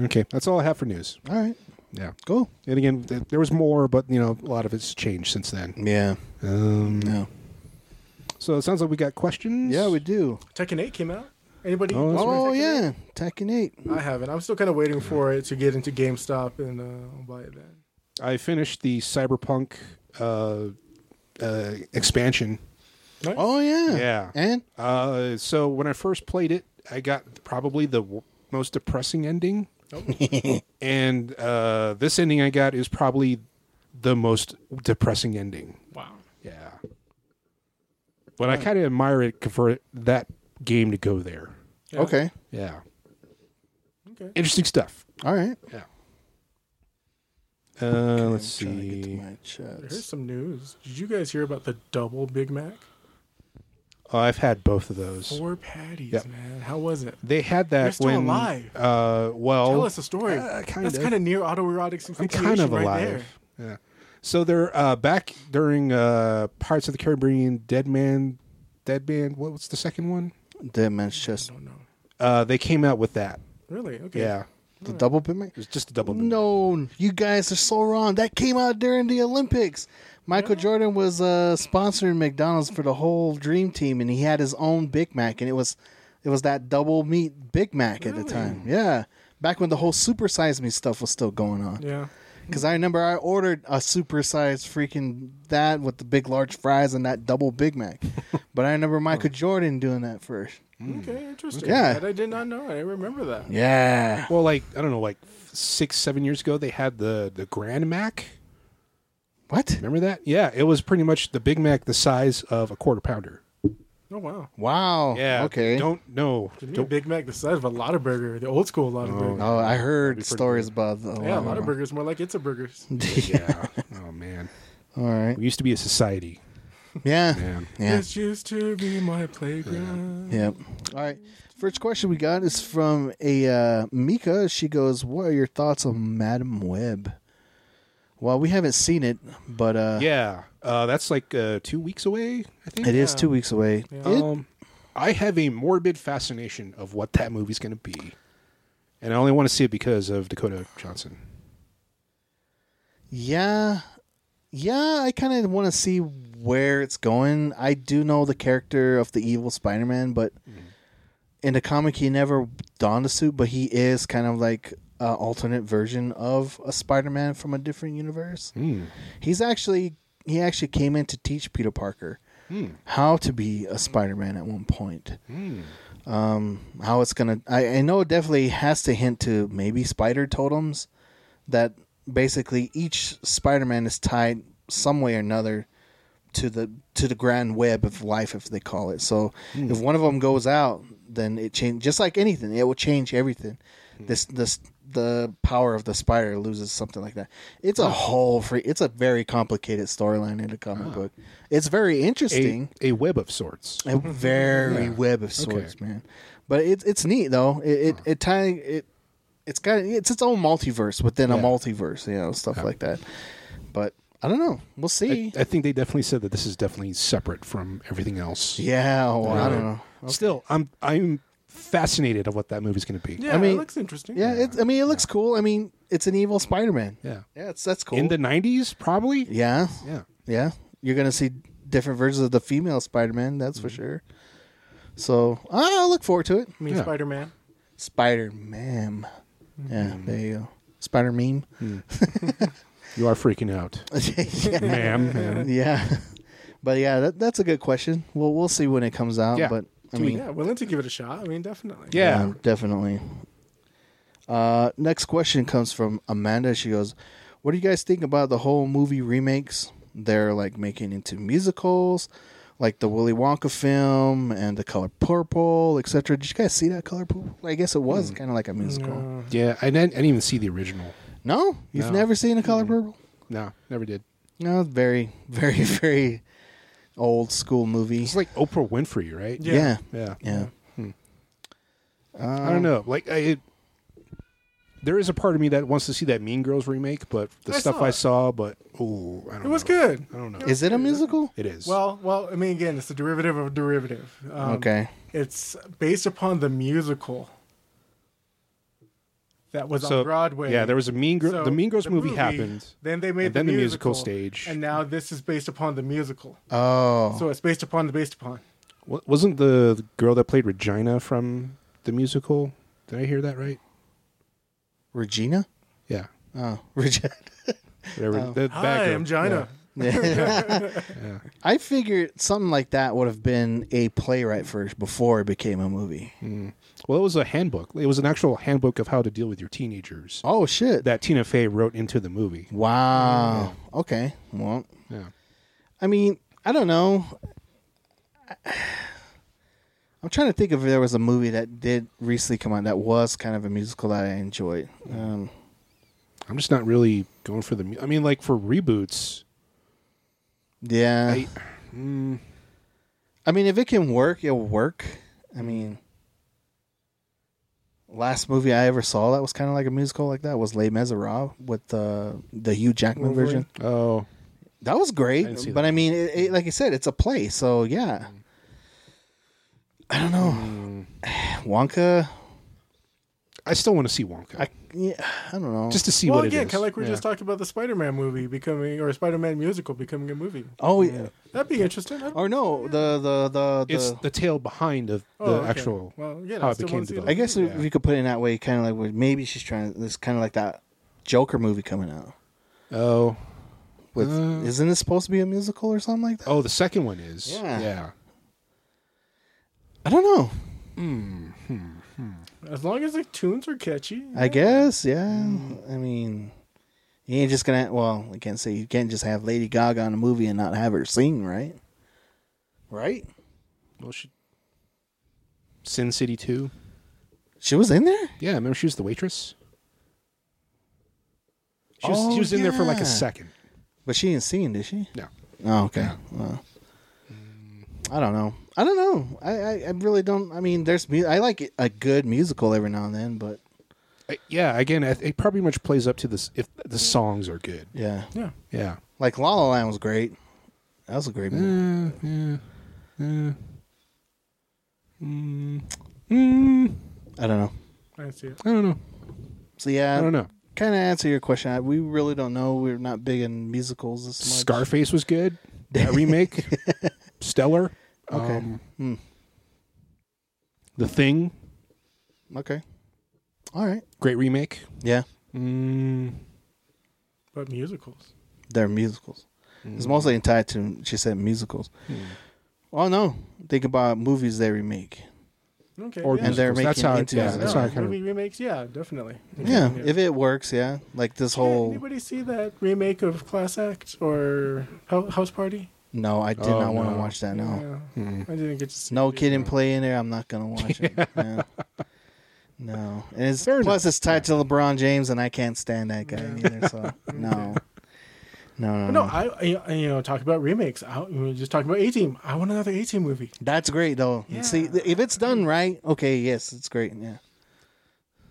[SPEAKER 3] Okay, that's all I have for news.
[SPEAKER 4] All right.
[SPEAKER 3] Yeah,
[SPEAKER 4] Cool.
[SPEAKER 3] and again, th- there was more, but you know, a lot of it's changed since then.
[SPEAKER 4] Yeah.
[SPEAKER 3] Um,
[SPEAKER 4] No.
[SPEAKER 3] So it sounds like we got questions.
[SPEAKER 4] Yeah, we do.
[SPEAKER 1] Tekken 8 came out. Anybody?
[SPEAKER 3] Oh, that's
[SPEAKER 1] watch
[SPEAKER 4] Oh
[SPEAKER 1] Tekken
[SPEAKER 4] yeah, Tekken Eight.
[SPEAKER 1] 8? I haven't. I'm still kind of waiting for it to get into GameStop and uh, I'll buy it then.
[SPEAKER 3] I finished the Cyberpunk uh, uh, expansion.
[SPEAKER 1] Nice.
[SPEAKER 4] Oh yeah.
[SPEAKER 3] Yeah.
[SPEAKER 4] And
[SPEAKER 3] Uh, so when I first played it, I got probably the w- most depressing ending,
[SPEAKER 1] Oh.
[SPEAKER 3] and uh, this ending I got is probably the most depressing ending.
[SPEAKER 1] wow.
[SPEAKER 3] Yeah. But I kind of admire it for that game to go there.
[SPEAKER 1] Yeah.
[SPEAKER 4] okay.
[SPEAKER 3] Yeah.
[SPEAKER 1] Okay.
[SPEAKER 3] Interesting stuff.
[SPEAKER 4] All right.
[SPEAKER 3] Yeah. Uh, let's
[SPEAKER 4] I'm trying to get to
[SPEAKER 3] see.
[SPEAKER 4] my
[SPEAKER 1] Here's
[SPEAKER 4] chats.
[SPEAKER 1] some news. Did you guys hear about the double Big Mac?
[SPEAKER 3] Oh, I've had both of those.
[SPEAKER 1] Four patties,
[SPEAKER 3] Yep.
[SPEAKER 1] man. How was it?
[SPEAKER 3] They had
[SPEAKER 1] You're
[SPEAKER 3] that
[SPEAKER 1] still
[SPEAKER 3] when.
[SPEAKER 1] alive.
[SPEAKER 3] Uh, well,
[SPEAKER 1] Tell us a story.
[SPEAKER 3] uh, kind
[SPEAKER 1] That's
[SPEAKER 3] of.
[SPEAKER 1] kind of near autoerotic asphyxiation
[SPEAKER 3] kind of
[SPEAKER 1] right
[SPEAKER 3] alive. Yeah. So they're uh, back during uh, Pirates of the Caribbean, Dead Man, Dead Man. What was the second one?
[SPEAKER 4] Dead man's chest.
[SPEAKER 1] there. Oh, no.
[SPEAKER 3] Uh, they came out with that.
[SPEAKER 1] Really? Okay.
[SPEAKER 3] Yeah, it
[SPEAKER 4] The double payment.
[SPEAKER 3] was just a double.
[SPEAKER 4] No, you guys are so wrong. That came out during the Olympics. Michael Jordan was uh, sponsoring McDonald's for the whole Dream Team, and he had his own Big Mac, and it was it was that double meat Big Mac at the time. Yeah, back when the whole Super Size Me stuff was still going on.
[SPEAKER 1] Yeah.
[SPEAKER 4] Because I remember I ordered a super size freaking that with the big large fries and that double Big Mac, but I remember Michael Jordan doing that first.
[SPEAKER 1] Okay, interesting.
[SPEAKER 4] Yeah.
[SPEAKER 1] That I did not know. I remember that.
[SPEAKER 4] Yeah,
[SPEAKER 3] Well, like I don't know, like six, seven years ago, they had the the Grand Mac.
[SPEAKER 4] what?
[SPEAKER 3] Remember that? Yeah, it was pretty much the Big Mac the size of a quarter pounder.
[SPEAKER 1] Oh wow.
[SPEAKER 4] Wow.
[SPEAKER 3] Yeah.
[SPEAKER 4] Okay.
[SPEAKER 3] Don't know.
[SPEAKER 1] To me, a Big Mac the size of a Lotta Burger, the old school Lotta Burger.
[SPEAKER 4] Oh, I heard
[SPEAKER 3] That'd be pretty
[SPEAKER 4] stories about the uh,
[SPEAKER 1] Yeah, Lotta Burger's more like it's a burgers.
[SPEAKER 3] Yeah. oh man,
[SPEAKER 4] All right.
[SPEAKER 3] we used to be a society.
[SPEAKER 4] Yeah.
[SPEAKER 3] Man.
[SPEAKER 4] Yeah.
[SPEAKER 1] This used to be my playground.
[SPEAKER 4] Yep. All right. First question we got is from a uh, Mika. She goes, "What are your thoughts on Madam Web?" Well, we haven't seen it, but uh,
[SPEAKER 3] Yeah. Uh, that's like uh, two weeks away. I think
[SPEAKER 4] it is
[SPEAKER 1] Yeah.
[SPEAKER 4] two weeks away.
[SPEAKER 1] Yeah.
[SPEAKER 4] It-
[SPEAKER 3] Um, I have a morbid fascination of what that movie's going to be, and I only want to see it because of Dakota Johnson.
[SPEAKER 4] yeah, yeah. I kind of want to see where it's going. I do know the character of the evil Spider-Man, but in the comic, he never donned a suit, but he is kind of like an alternate version of a Spider-Man from a different universe. He's actually he actually came in to teach Peter Parker how to be a Spider-Man at one point. Um, how it's gonna I, I know it definitely has to hint to maybe spider totems that basically each Spider-Man is tied some way or another to the to the grand web of life if they call it. So if one of them goes out, then it change just like anything, it will change everything. This this the power of the spider loses something like that. It's a whole free it's a very complicated storyline in the comic book. It's very
[SPEAKER 3] A,
[SPEAKER 4] interesting.
[SPEAKER 3] a web of sorts.
[SPEAKER 4] A very
[SPEAKER 3] Yeah.
[SPEAKER 4] web of sorts, man. But it's it's neat though. It it, it tie it it's got it's its own multiverse within a
[SPEAKER 3] Yeah.
[SPEAKER 4] multiverse, you know, stuff like that. But I don't know. We'll see.
[SPEAKER 3] I, I think they definitely said that this is definitely separate from everything else.
[SPEAKER 4] yeah, well, I don't know.
[SPEAKER 3] Still, I'm I'm fascinated of what that movie's going to be.
[SPEAKER 1] Yeah,
[SPEAKER 4] I mean-
[SPEAKER 1] it looks interesting.
[SPEAKER 4] Yeah, It, I mean, it looks cool. I mean, it's an evil Spider-Man.
[SPEAKER 3] Yeah.
[SPEAKER 4] Yeah, it's, that's cool.
[SPEAKER 3] In the '90s, probably.
[SPEAKER 4] yeah,
[SPEAKER 3] Yeah.
[SPEAKER 4] yeah, you're gonna see different versions of the female Spider-Man. That's
[SPEAKER 3] Mm-hmm.
[SPEAKER 4] for sure. So I look forward to it.
[SPEAKER 1] I mean
[SPEAKER 3] Yeah.
[SPEAKER 1] Spider Man.
[SPEAKER 4] Spider-Man. Yeah,
[SPEAKER 3] Mm-hmm.
[SPEAKER 4] there you go. Spider meme.
[SPEAKER 3] You are freaking out,
[SPEAKER 4] yeah.
[SPEAKER 3] ma'am. ma'am.
[SPEAKER 4] yeah, but yeah, that, that's a good question. Well, we'll see when it comes out.
[SPEAKER 3] Yeah.
[SPEAKER 4] But I mean,
[SPEAKER 1] Yeah, willing to give it a shot. I mean, definitely.
[SPEAKER 3] Yeah.
[SPEAKER 4] Yeah, definitely. Uh, next question comes from Amanda. She goes, "What do you guys think about the whole movie remakes? They're like making into musicals, like the Willy Wonka film and the Color Purple, etc. Did you guys see that Color Purple? I guess it was
[SPEAKER 3] Hmm.
[SPEAKER 4] kind of like a musical. No,
[SPEAKER 1] No.
[SPEAKER 3] Yeah. I didn't, I didn't even see the original.
[SPEAKER 4] you've
[SPEAKER 3] No. Hmm.
[SPEAKER 4] never seen the Color Purple?
[SPEAKER 3] No, never did.
[SPEAKER 4] No, it's very, very, very old school movie.
[SPEAKER 3] It's like Oprah Winfrey, right?
[SPEAKER 1] Yeah.
[SPEAKER 4] yeah, Um, yeah.
[SPEAKER 3] Yeah.
[SPEAKER 1] Um,
[SPEAKER 3] I don't know. Like I, it, there is a part of me that wants to see that Mean Girls remake, but the
[SPEAKER 1] I
[SPEAKER 3] stuff
[SPEAKER 1] saw
[SPEAKER 3] I
[SPEAKER 1] it.
[SPEAKER 3] saw, but ooh, I don't
[SPEAKER 1] It was
[SPEAKER 3] know.
[SPEAKER 1] good.
[SPEAKER 3] I don't know.
[SPEAKER 4] Is it a musical?
[SPEAKER 3] It is.
[SPEAKER 1] Well, well, I mean, again, it's a derivative of a derivative. Um,
[SPEAKER 4] Okay.
[SPEAKER 1] It's based upon the musical that was on Broadway.
[SPEAKER 3] Yeah, there was a Mean Girl.
[SPEAKER 1] So
[SPEAKER 3] the Mean Girls movie, happened.
[SPEAKER 1] Then they made
[SPEAKER 3] and
[SPEAKER 1] the
[SPEAKER 3] then the
[SPEAKER 1] musical,
[SPEAKER 3] musical stage.
[SPEAKER 1] and now this is based upon the musical.
[SPEAKER 4] Oh,
[SPEAKER 1] So it's based upon the based upon.
[SPEAKER 3] Wa- Wasn't the the girl that played Regina from the musical? Did I hear that right?
[SPEAKER 4] Regina.
[SPEAKER 3] Yeah.
[SPEAKER 4] Oh, Regina.
[SPEAKER 3] Whatever. that- that
[SPEAKER 1] Oh. Hi,
[SPEAKER 3] girl.
[SPEAKER 1] I'm Gina.
[SPEAKER 4] I figured something like that would have been a playwright first before it became a movie.
[SPEAKER 3] Well, it was a handbook. It was an actual handbook of how to deal with your teenagers
[SPEAKER 4] Oh shit!
[SPEAKER 3] that Tina Fey wrote into the movie.
[SPEAKER 4] wow. Okay. Well,
[SPEAKER 3] Yeah.
[SPEAKER 4] I mean, I don't know. I'm trying to think if there was a movie that did recently come out that was kind of a musical that I enjoyed. Um,
[SPEAKER 3] I'm just not really going for the. mu- I mean, like for reboots,
[SPEAKER 4] yeah.
[SPEAKER 3] I- mm.
[SPEAKER 4] I, mean, if it can work, it'll work. I mean, last movie I ever saw that was kind of like a musical like that was Les Miserables with the the Hugh Jackman
[SPEAKER 1] Wolverine.
[SPEAKER 4] version.
[SPEAKER 3] oh,
[SPEAKER 4] That was great,
[SPEAKER 3] I didn't see
[SPEAKER 4] but
[SPEAKER 3] that
[SPEAKER 4] I mean, it, it, like I said, it's a play, so yeah. I don't know,
[SPEAKER 3] Mm.
[SPEAKER 4] Wonka.
[SPEAKER 3] I still want to see Wonka
[SPEAKER 4] I yeah, I don't know.
[SPEAKER 3] just to see
[SPEAKER 1] well,
[SPEAKER 3] what it
[SPEAKER 1] again,
[SPEAKER 3] is.
[SPEAKER 1] kind of like we
[SPEAKER 3] Yeah.
[SPEAKER 1] just talked about the Spider-Man movie becoming, or Spider-Man musical becoming a movie.
[SPEAKER 4] oh yeah,
[SPEAKER 1] That'd be interesting. I'd-
[SPEAKER 4] or no, the the the, the
[SPEAKER 3] it's the tale behind of the
[SPEAKER 1] oh, okay.
[SPEAKER 3] actual.
[SPEAKER 1] well, again,
[SPEAKER 3] how
[SPEAKER 1] I
[SPEAKER 3] it
[SPEAKER 1] still
[SPEAKER 3] became
[SPEAKER 1] wanna see
[SPEAKER 3] developed.
[SPEAKER 4] I guess
[SPEAKER 3] yeah.
[SPEAKER 4] if you could put it in that way, kind of like what- maybe she's trying. It's kind of like that Joker movie coming out.
[SPEAKER 3] Oh,
[SPEAKER 4] With
[SPEAKER 3] Uh.
[SPEAKER 4] isn't it supposed to be a musical or something like that?
[SPEAKER 3] oh, the second one is.
[SPEAKER 4] Yeah.
[SPEAKER 3] yeah.
[SPEAKER 4] I don't know.
[SPEAKER 1] As long as the tunes are catchy,
[SPEAKER 4] I guess yeah. Mm. I mean, you ain't just gonna. Well, I can't say you can't just have Lady Gaga in a movie and not have her sing, right? Right.
[SPEAKER 3] Well, she. Sin City Two.
[SPEAKER 4] She was in there?
[SPEAKER 3] Yeah, remember she was the waitress. She was,
[SPEAKER 4] Oh,
[SPEAKER 3] she was in there for like
[SPEAKER 4] yeah.
[SPEAKER 3] a second.
[SPEAKER 4] But she didn't sing, did she?
[SPEAKER 3] No.
[SPEAKER 4] Oh, okay. Well, I don't know. I don't know. I, I, I really don't. I mean, there's mu- I like a good musical every now and then, but
[SPEAKER 3] I- yeah, again, it it probably much plays up to this if the songs are good.
[SPEAKER 4] yeah,
[SPEAKER 1] yeah.
[SPEAKER 3] Yeah.
[SPEAKER 4] like La La Land was great. That was a great movie. mm, I don't know.
[SPEAKER 1] I see it.
[SPEAKER 3] Mm, I don't know.
[SPEAKER 4] So yeah,
[SPEAKER 3] Mm. I don't know.
[SPEAKER 4] Kind of answer your question. I, we really don't know. We're not big in musicals this much.
[SPEAKER 3] Scarface was good. That remake, stellar.
[SPEAKER 4] Okay.
[SPEAKER 3] Um,
[SPEAKER 4] Hmm.
[SPEAKER 3] The Thing,
[SPEAKER 4] Okay. All right.
[SPEAKER 3] great remake.
[SPEAKER 4] Yeah,
[SPEAKER 3] Mm,
[SPEAKER 1] But musicals.
[SPEAKER 4] they're musicals.
[SPEAKER 3] Mm.
[SPEAKER 4] It's mostly tied to. She said musicals.
[SPEAKER 3] Hmm.
[SPEAKER 4] Oh no! Think about movies they remake.
[SPEAKER 1] Okay.
[SPEAKER 3] or
[SPEAKER 1] yeah.
[SPEAKER 4] And they're
[SPEAKER 3] musicals. that's
[SPEAKER 4] making
[SPEAKER 3] how.
[SPEAKER 4] into
[SPEAKER 3] yeah,
[SPEAKER 4] this-
[SPEAKER 3] that's
[SPEAKER 1] No,
[SPEAKER 3] how I kind
[SPEAKER 1] movie
[SPEAKER 3] of.
[SPEAKER 1] remakes, yeah, definitely.
[SPEAKER 4] Yeah, if it works, yeah. Like this
[SPEAKER 1] Did
[SPEAKER 4] whole
[SPEAKER 1] anybody see that remake of Class Act or Hou- House Party?
[SPEAKER 4] no, I did
[SPEAKER 3] Oh,
[SPEAKER 4] not want to
[SPEAKER 3] no.
[SPEAKER 4] watch that. No,
[SPEAKER 1] Yeah.
[SPEAKER 3] Hmm.
[SPEAKER 1] I didn't get to see
[SPEAKER 4] no
[SPEAKER 1] it.
[SPEAKER 4] kid in play in there. I'm not gonna watch it. Yeah. No, and it's
[SPEAKER 3] Fair
[SPEAKER 4] plus it's tied to LeBron James, and I can't stand that guy
[SPEAKER 1] Yeah.
[SPEAKER 4] either. So no, no, no,
[SPEAKER 1] But no,
[SPEAKER 4] no.
[SPEAKER 1] I, I you know talk about remakes. I, we were just talking about A Team. I want another A Team movie.
[SPEAKER 4] That's great though.
[SPEAKER 1] Yeah.
[SPEAKER 4] See, th- if it's done right, okay, yes, it's great. Yeah.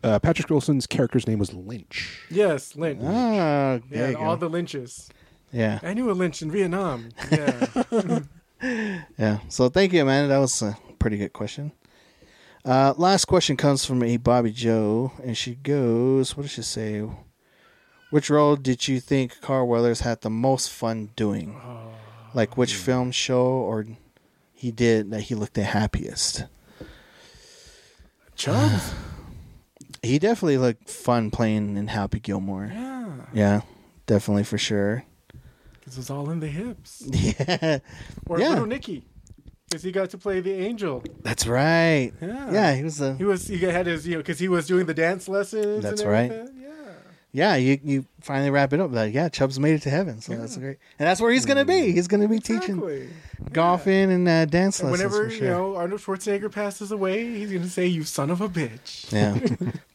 [SPEAKER 3] Uh, Patrick Wilson's character's name was Lynch.
[SPEAKER 1] Yes, Lynch.
[SPEAKER 4] Ah,
[SPEAKER 1] yeah,
[SPEAKER 4] there you
[SPEAKER 1] and all
[SPEAKER 4] go.
[SPEAKER 1] the Lynches.
[SPEAKER 4] Yeah,
[SPEAKER 1] I knew a Lynch in Vietnam. Yeah.
[SPEAKER 4] yeah. So thank you, Amanda. That was a pretty good question. Uh, last question comes from a Bobby Joe, and she goes, "What does she say? Which role did you think Carl Weathers had the most fun doing?
[SPEAKER 1] Oh,
[SPEAKER 4] like
[SPEAKER 1] hmm.
[SPEAKER 4] which film, show, or he did that he looked the happiest?
[SPEAKER 1] Chubs.
[SPEAKER 4] He definitely looked fun playing in Happy Gilmore.
[SPEAKER 1] Yeah.
[SPEAKER 4] Yeah, definitely for sure.
[SPEAKER 1] Because it's all in the hips.
[SPEAKER 4] Yeah,
[SPEAKER 1] Or
[SPEAKER 4] Yeah.
[SPEAKER 1] Little Nicky. Because he got to play the angel.
[SPEAKER 4] that's right.
[SPEAKER 1] Yeah.
[SPEAKER 4] Yeah, he was a
[SPEAKER 1] He was he had his you know because he was doing the dance lessons.
[SPEAKER 4] That's
[SPEAKER 1] and
[SPEAKER 4] right.
[SPEAKER 1] everything. Yeah.
[SPEAKER 4] yeah, you you finally wrap it up. Like, yeah, Chubb's made it to heaven, so that's great. And that's where he's gonna be. He's gonna be teaching
[SPEAKER 1] Exactly.
[SPEAKER 4] golfing and uh, dance
[SPEAKER 1] And
[SPEAKER 4] lessons
[SPEAKER 1] whenever
[SPEAKER 4] for
[SPEAKER 1] you
[SPEAKER 4] sure.
[SPEAKER 1] know Arnold Schwarzenegger passes away, he's gonna say, "You son of a bitch."
[SPEAKER 4] Yeah.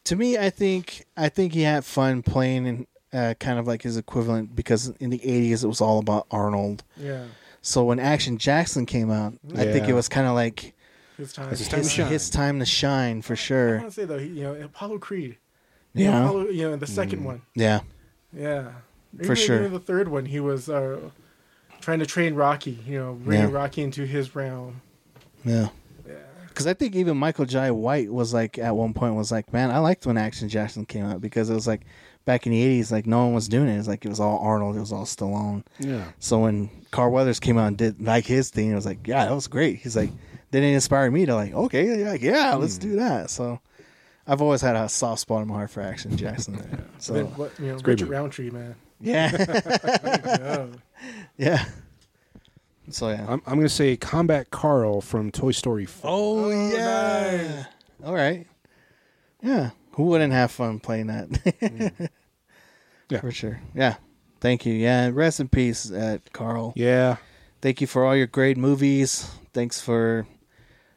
[SPEAKER 4] to me, I think I think he had fun playing in uh, kind of like his equivalent because in the '80s it was all about Arnold.
[SPEAKER 1] Yeah,
[SPEAKER 4] So when Action Jackson came out, I think it
[SPEAKER 3] Yeah.
[SPEAKER 4] was kind of like
[SPEAKER 1] his time.
[SPEAKER 3] It's his time to
[SPEAKER 4] his,
[SPEAKER 3] shine.
[SPEAKER 4] his time to shine for
[SPEAKER 1] I
[SPEAKER 4] sure.
[SPEAKER 1] want to say though, he, you know, Apollo Creed. You know,
[SPEAKER 4] Yeah.
[SPEAKER 1] all of- you know, the second one.
[SPEAKER 4] Yeah.
[SPEAKER 1] Yeah. For
[SPEAKER 4] sure.
[SPEAKER 1] the third one, he was uh, trying to train Rocky, you know, bringing
[SPEAKER 4] Yeah.
[SPEAKER 1] Rocky into his realm.
[SPEAKER 4] Yeah.
[SPEAKER 1] Yeah.
[SPEAKER 4] Because I think even Michael Jai White was like, at one point, was like, man, I liked when Action Jackson came out because it was like back in the 80s, like no one was doing it. It was like it was all Arnold, it was all Stallone.
[SPEAKER 3] Yeah.
[SPEAKER 4] So when Carl Weathers came out and did like his thing, it was like, yeah, that was great. He's like, then it inspired me to like, okay, like, yeah, let's do that. So I've always had a soft spot in my heart for Action Jackson.
[SPEAKER 1] But then,
[SPEAKER 4] so
[SPEAKER 1] what, you know,
[SPEAKER 3] great
[SPEAKER 1] Richard
[SPEAKER 3] movie.
[SPEAKER 1] Roundtree, man.
[SPEAKER 4] yeah,
[SPEAKER 1] Yeah.
[SPEAKER 4] yeah. So yeah.
[SPEAKER 3] I'm, I'm going to say Combat Carl from Toy Story 4.
[SPEAKER 4] oh yeah. All right. Yeah. Who wouldn't have fun playing that?
[SPEAKER 3] Yeah.
[SPEAKER 4] For sure. Yeah. Thank you. Yeah. Rest in peace, uh, Carl.
[SPEAKER 3] Yeah.
[SPEAKER 4] thank you for all your great movies. Thanks for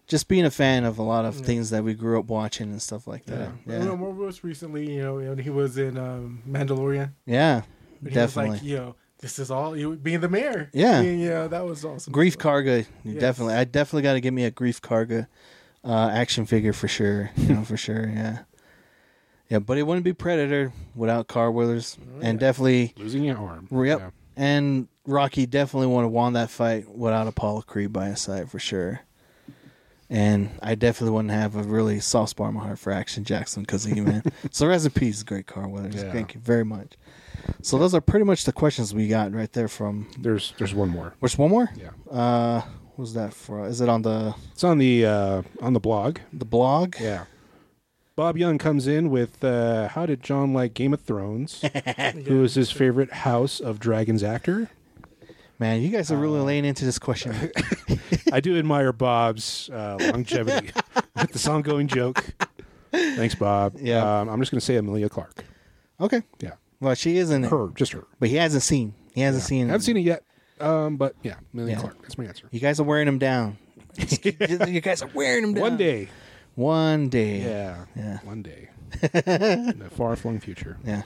[SPEAKER 4] just being a fan of a lot of things that we grew up watching and stuff like that.
[SPEAKER 1] You know,
[SPEAKER 4] Yeah,
[SPEAKER 1] more most recently, you know, when he was in um, Mandalorian.
[SPEAKER 4] yeah,
[SPEAKER 1] But
[SPEAKER 4] definitely.
[SPEAKER 1] He was like, you know, this is all you being the mayor.
[SPEAKER 4] Yeah.
[SPEAKER 1] I mean, yeah, that was awesome.
[SPEAKER 4] Grief
[SPEAKER 1] So,
[SPEAKER 4] Karga,
[SPEAKER 1] Yes.
[SPEAKER 4] definitely. I definitely got to get me a Grief Karga uh, action figure for sure. You know, for sure. Yeah, yeah. But it wouldn't be Predator without Car Wheelers, and definitely,
[SPEAKER 3] Losing your arm.
[SPEAKER 4] yep.
[SPEAKER 3] Yeah.
[SPEAKER 4] And Rocky definitely would have won that fight without Apollo Creed by his side for sure. And I definitely wouldn't have a really soft spot in my heart for Action Jackson because of you, man. so rest in peace, great Carl Weathers.
[SPEAKER 3] Yeah.
[SPEAKER 4] Thank you very much. So those are pretty much the questions we got right there from.
[SPEAKER 3] There's there's one more.
[SPEAKER 4] Which one more?
[SPEAKER 3] Yeah.
[SPEAKER 4] Uh, what's that for? Is it on the
[SPEAKER 3] It's on the uh, on the blog.
[SPEAKER 4] the blog?
[SPEAKER 3] Yeah. Bob Young comes in with uh, how did John like Game of Thrones? Who is his favorite House of Dragons actor?
[SPEAKER 4] Man, you guys are really
[SPEAKER 3] Uh,
[SPEAKER 4] laying into this question.
[SPEAKER 3] I do admire Bob's uh, longevity with this ongoing joke. Thanks, Bob.
[SPEAKER 4] Yeah.
[SPEAKER 3] Um, I'm just going to say Amelia Clark.
[SPEAKER 4] okay.
[SPEAKER 3] Yeah.
[SPEAKER 4] Well, she is in it,
[SPEAKER 3] Her, just her.
[SPEAKER 4] but he hasn't seen. He hasn't
[SPEAKER 3] I
[SPEAKER 4] seen.
[SPEAKER 3] haven't seen it yet. Um, but yeah, Amelia
[SPEAKER 4] Yeah.
[SPEAKER 3] Clark. That's my answer.
[SPEAKER 4] You guys are wearing him down. you guys are wearing him down.
[SPEAKER 3] One day.
[SPEAKER 4] One day.
[SPEAKER 3] Yeah.
[SPEAKER 4] Yeah.
[SPEAKER 3] One day. In the far flung future.
[SPEAKER 4] Yeah.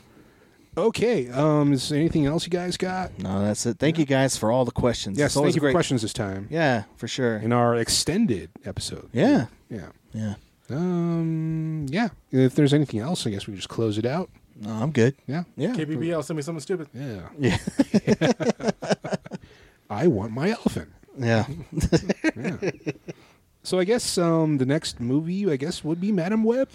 [SPEAKER 3] Okay. Um, is there anything else you guys got?
[SPEAKER 4] No, that's it. Thank you guys for all the questions.
[SPEAKER 3] Yes,
[SPEAKER 4] It's always
[SPEAKER 3] thank you
[SPEAKER 4] great.
[SPEAKER 3] for questions this time.
[SPEAKER 4] Yeah, for sure.
[SPEAKER 3] In our extended episode.
[SPEAKER 4] Yeah.
[SPEAKER 3] Yeah.
[SPEAKER 4] Yeah.
[SPEAKER 3] Um. Yeah. If there's anything else, I guess we can just close it out.
[SPEAKER 4] No, I'm good.
[SPEAKER 3] Yeah.
[SPEAKER 4] Yeah.
[SPEAKER 1] KBBL, send me something stupid.
[SPEAKER 3] Yeah.
[SPEAKER 4] Yeah.
[SPEAKER 3] I want my elephant.
[SPEAKER 4] Yeah.
[SPEAKER 3] Yeah. so I guess um the next movie I guess would be Madam Web.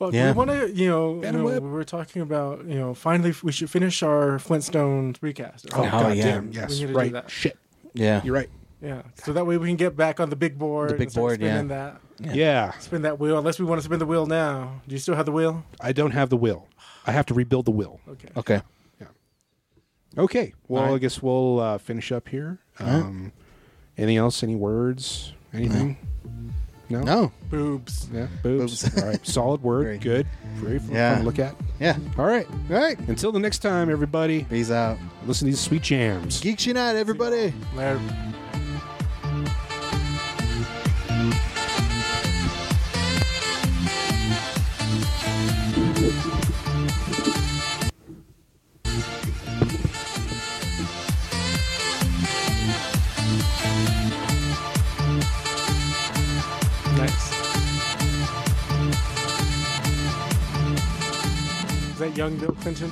[SPEAKER 1] But
[SPEAKER 4] Yeah.
[SPEAKER 1] we want to, you know, you
[SPEAKER 3] Madam
[SPEAKER 1] know, we
[SPEAKER 3] Web.
[SPEAKER 1] were talking about, you know, finally we should finish our Flintstones recast.
[SPEAKER 4] Oh, yeah.
[SPEAKER 3] damn,
[SPEAKER 1] We
[SPEAKER 3] Yes.
[SPEAKER 1] need to do
[SPEAKER 3] Right.
[SPEAKER 1] that.
[SPEAKER 3] Shit.
[SPEAKER 4] Yeah.
[SPEAKER 3] You're right.
[SPEAKER 1] Yeah, so that way we can get back on the big board.
[SPEAKER 4] big
[SPEAKER 1] and start
[SPEAKER 4] board, yeah.
[SPEAKER 1] spinning That
[SPEAKER 3] Yeah.
[SPEAKER 1] spin that wheel. Unless we want to spin the wheel now. Do you still have the wheel?
[SPEAKER 3] I don't have the will. I have to rebuild the will.
[SPEAKER 1] Okay.
[SPEAKER 4] Okay.
[SPEAKER 3] Okay. Well,
[SPEAKER 4] All right.
[SPEAKER 3] I guess we'll uh, finish up here. Um, Anything else? Any words? Anything? No.
[SPEAKER 4] No.
[SPEAKER 1] Boobs.
[SPEAKER 3] Yeah. Boobs. All right. Solid word.
[SPEAKER 4] Great.
[SPEAKER 3] Good. Very fun,
[SPEAKER 4] Yeah.
[SPEAKER 3] fun to look at.
[SPEAKER 4] Yeah.
[SPEAKER 3] All right.
[SPEAKER 4] All right.
[SPEAKER 3] Until the next time, everybody.
[SPEAKER 4] Peace out.
[SPEAKER 3] Listen to these sweet jams.
[SPEAKER 4] Geeks Unite, everybody.
[SPEAKER 1] Larry. Nice. Is that young Bill Clinton?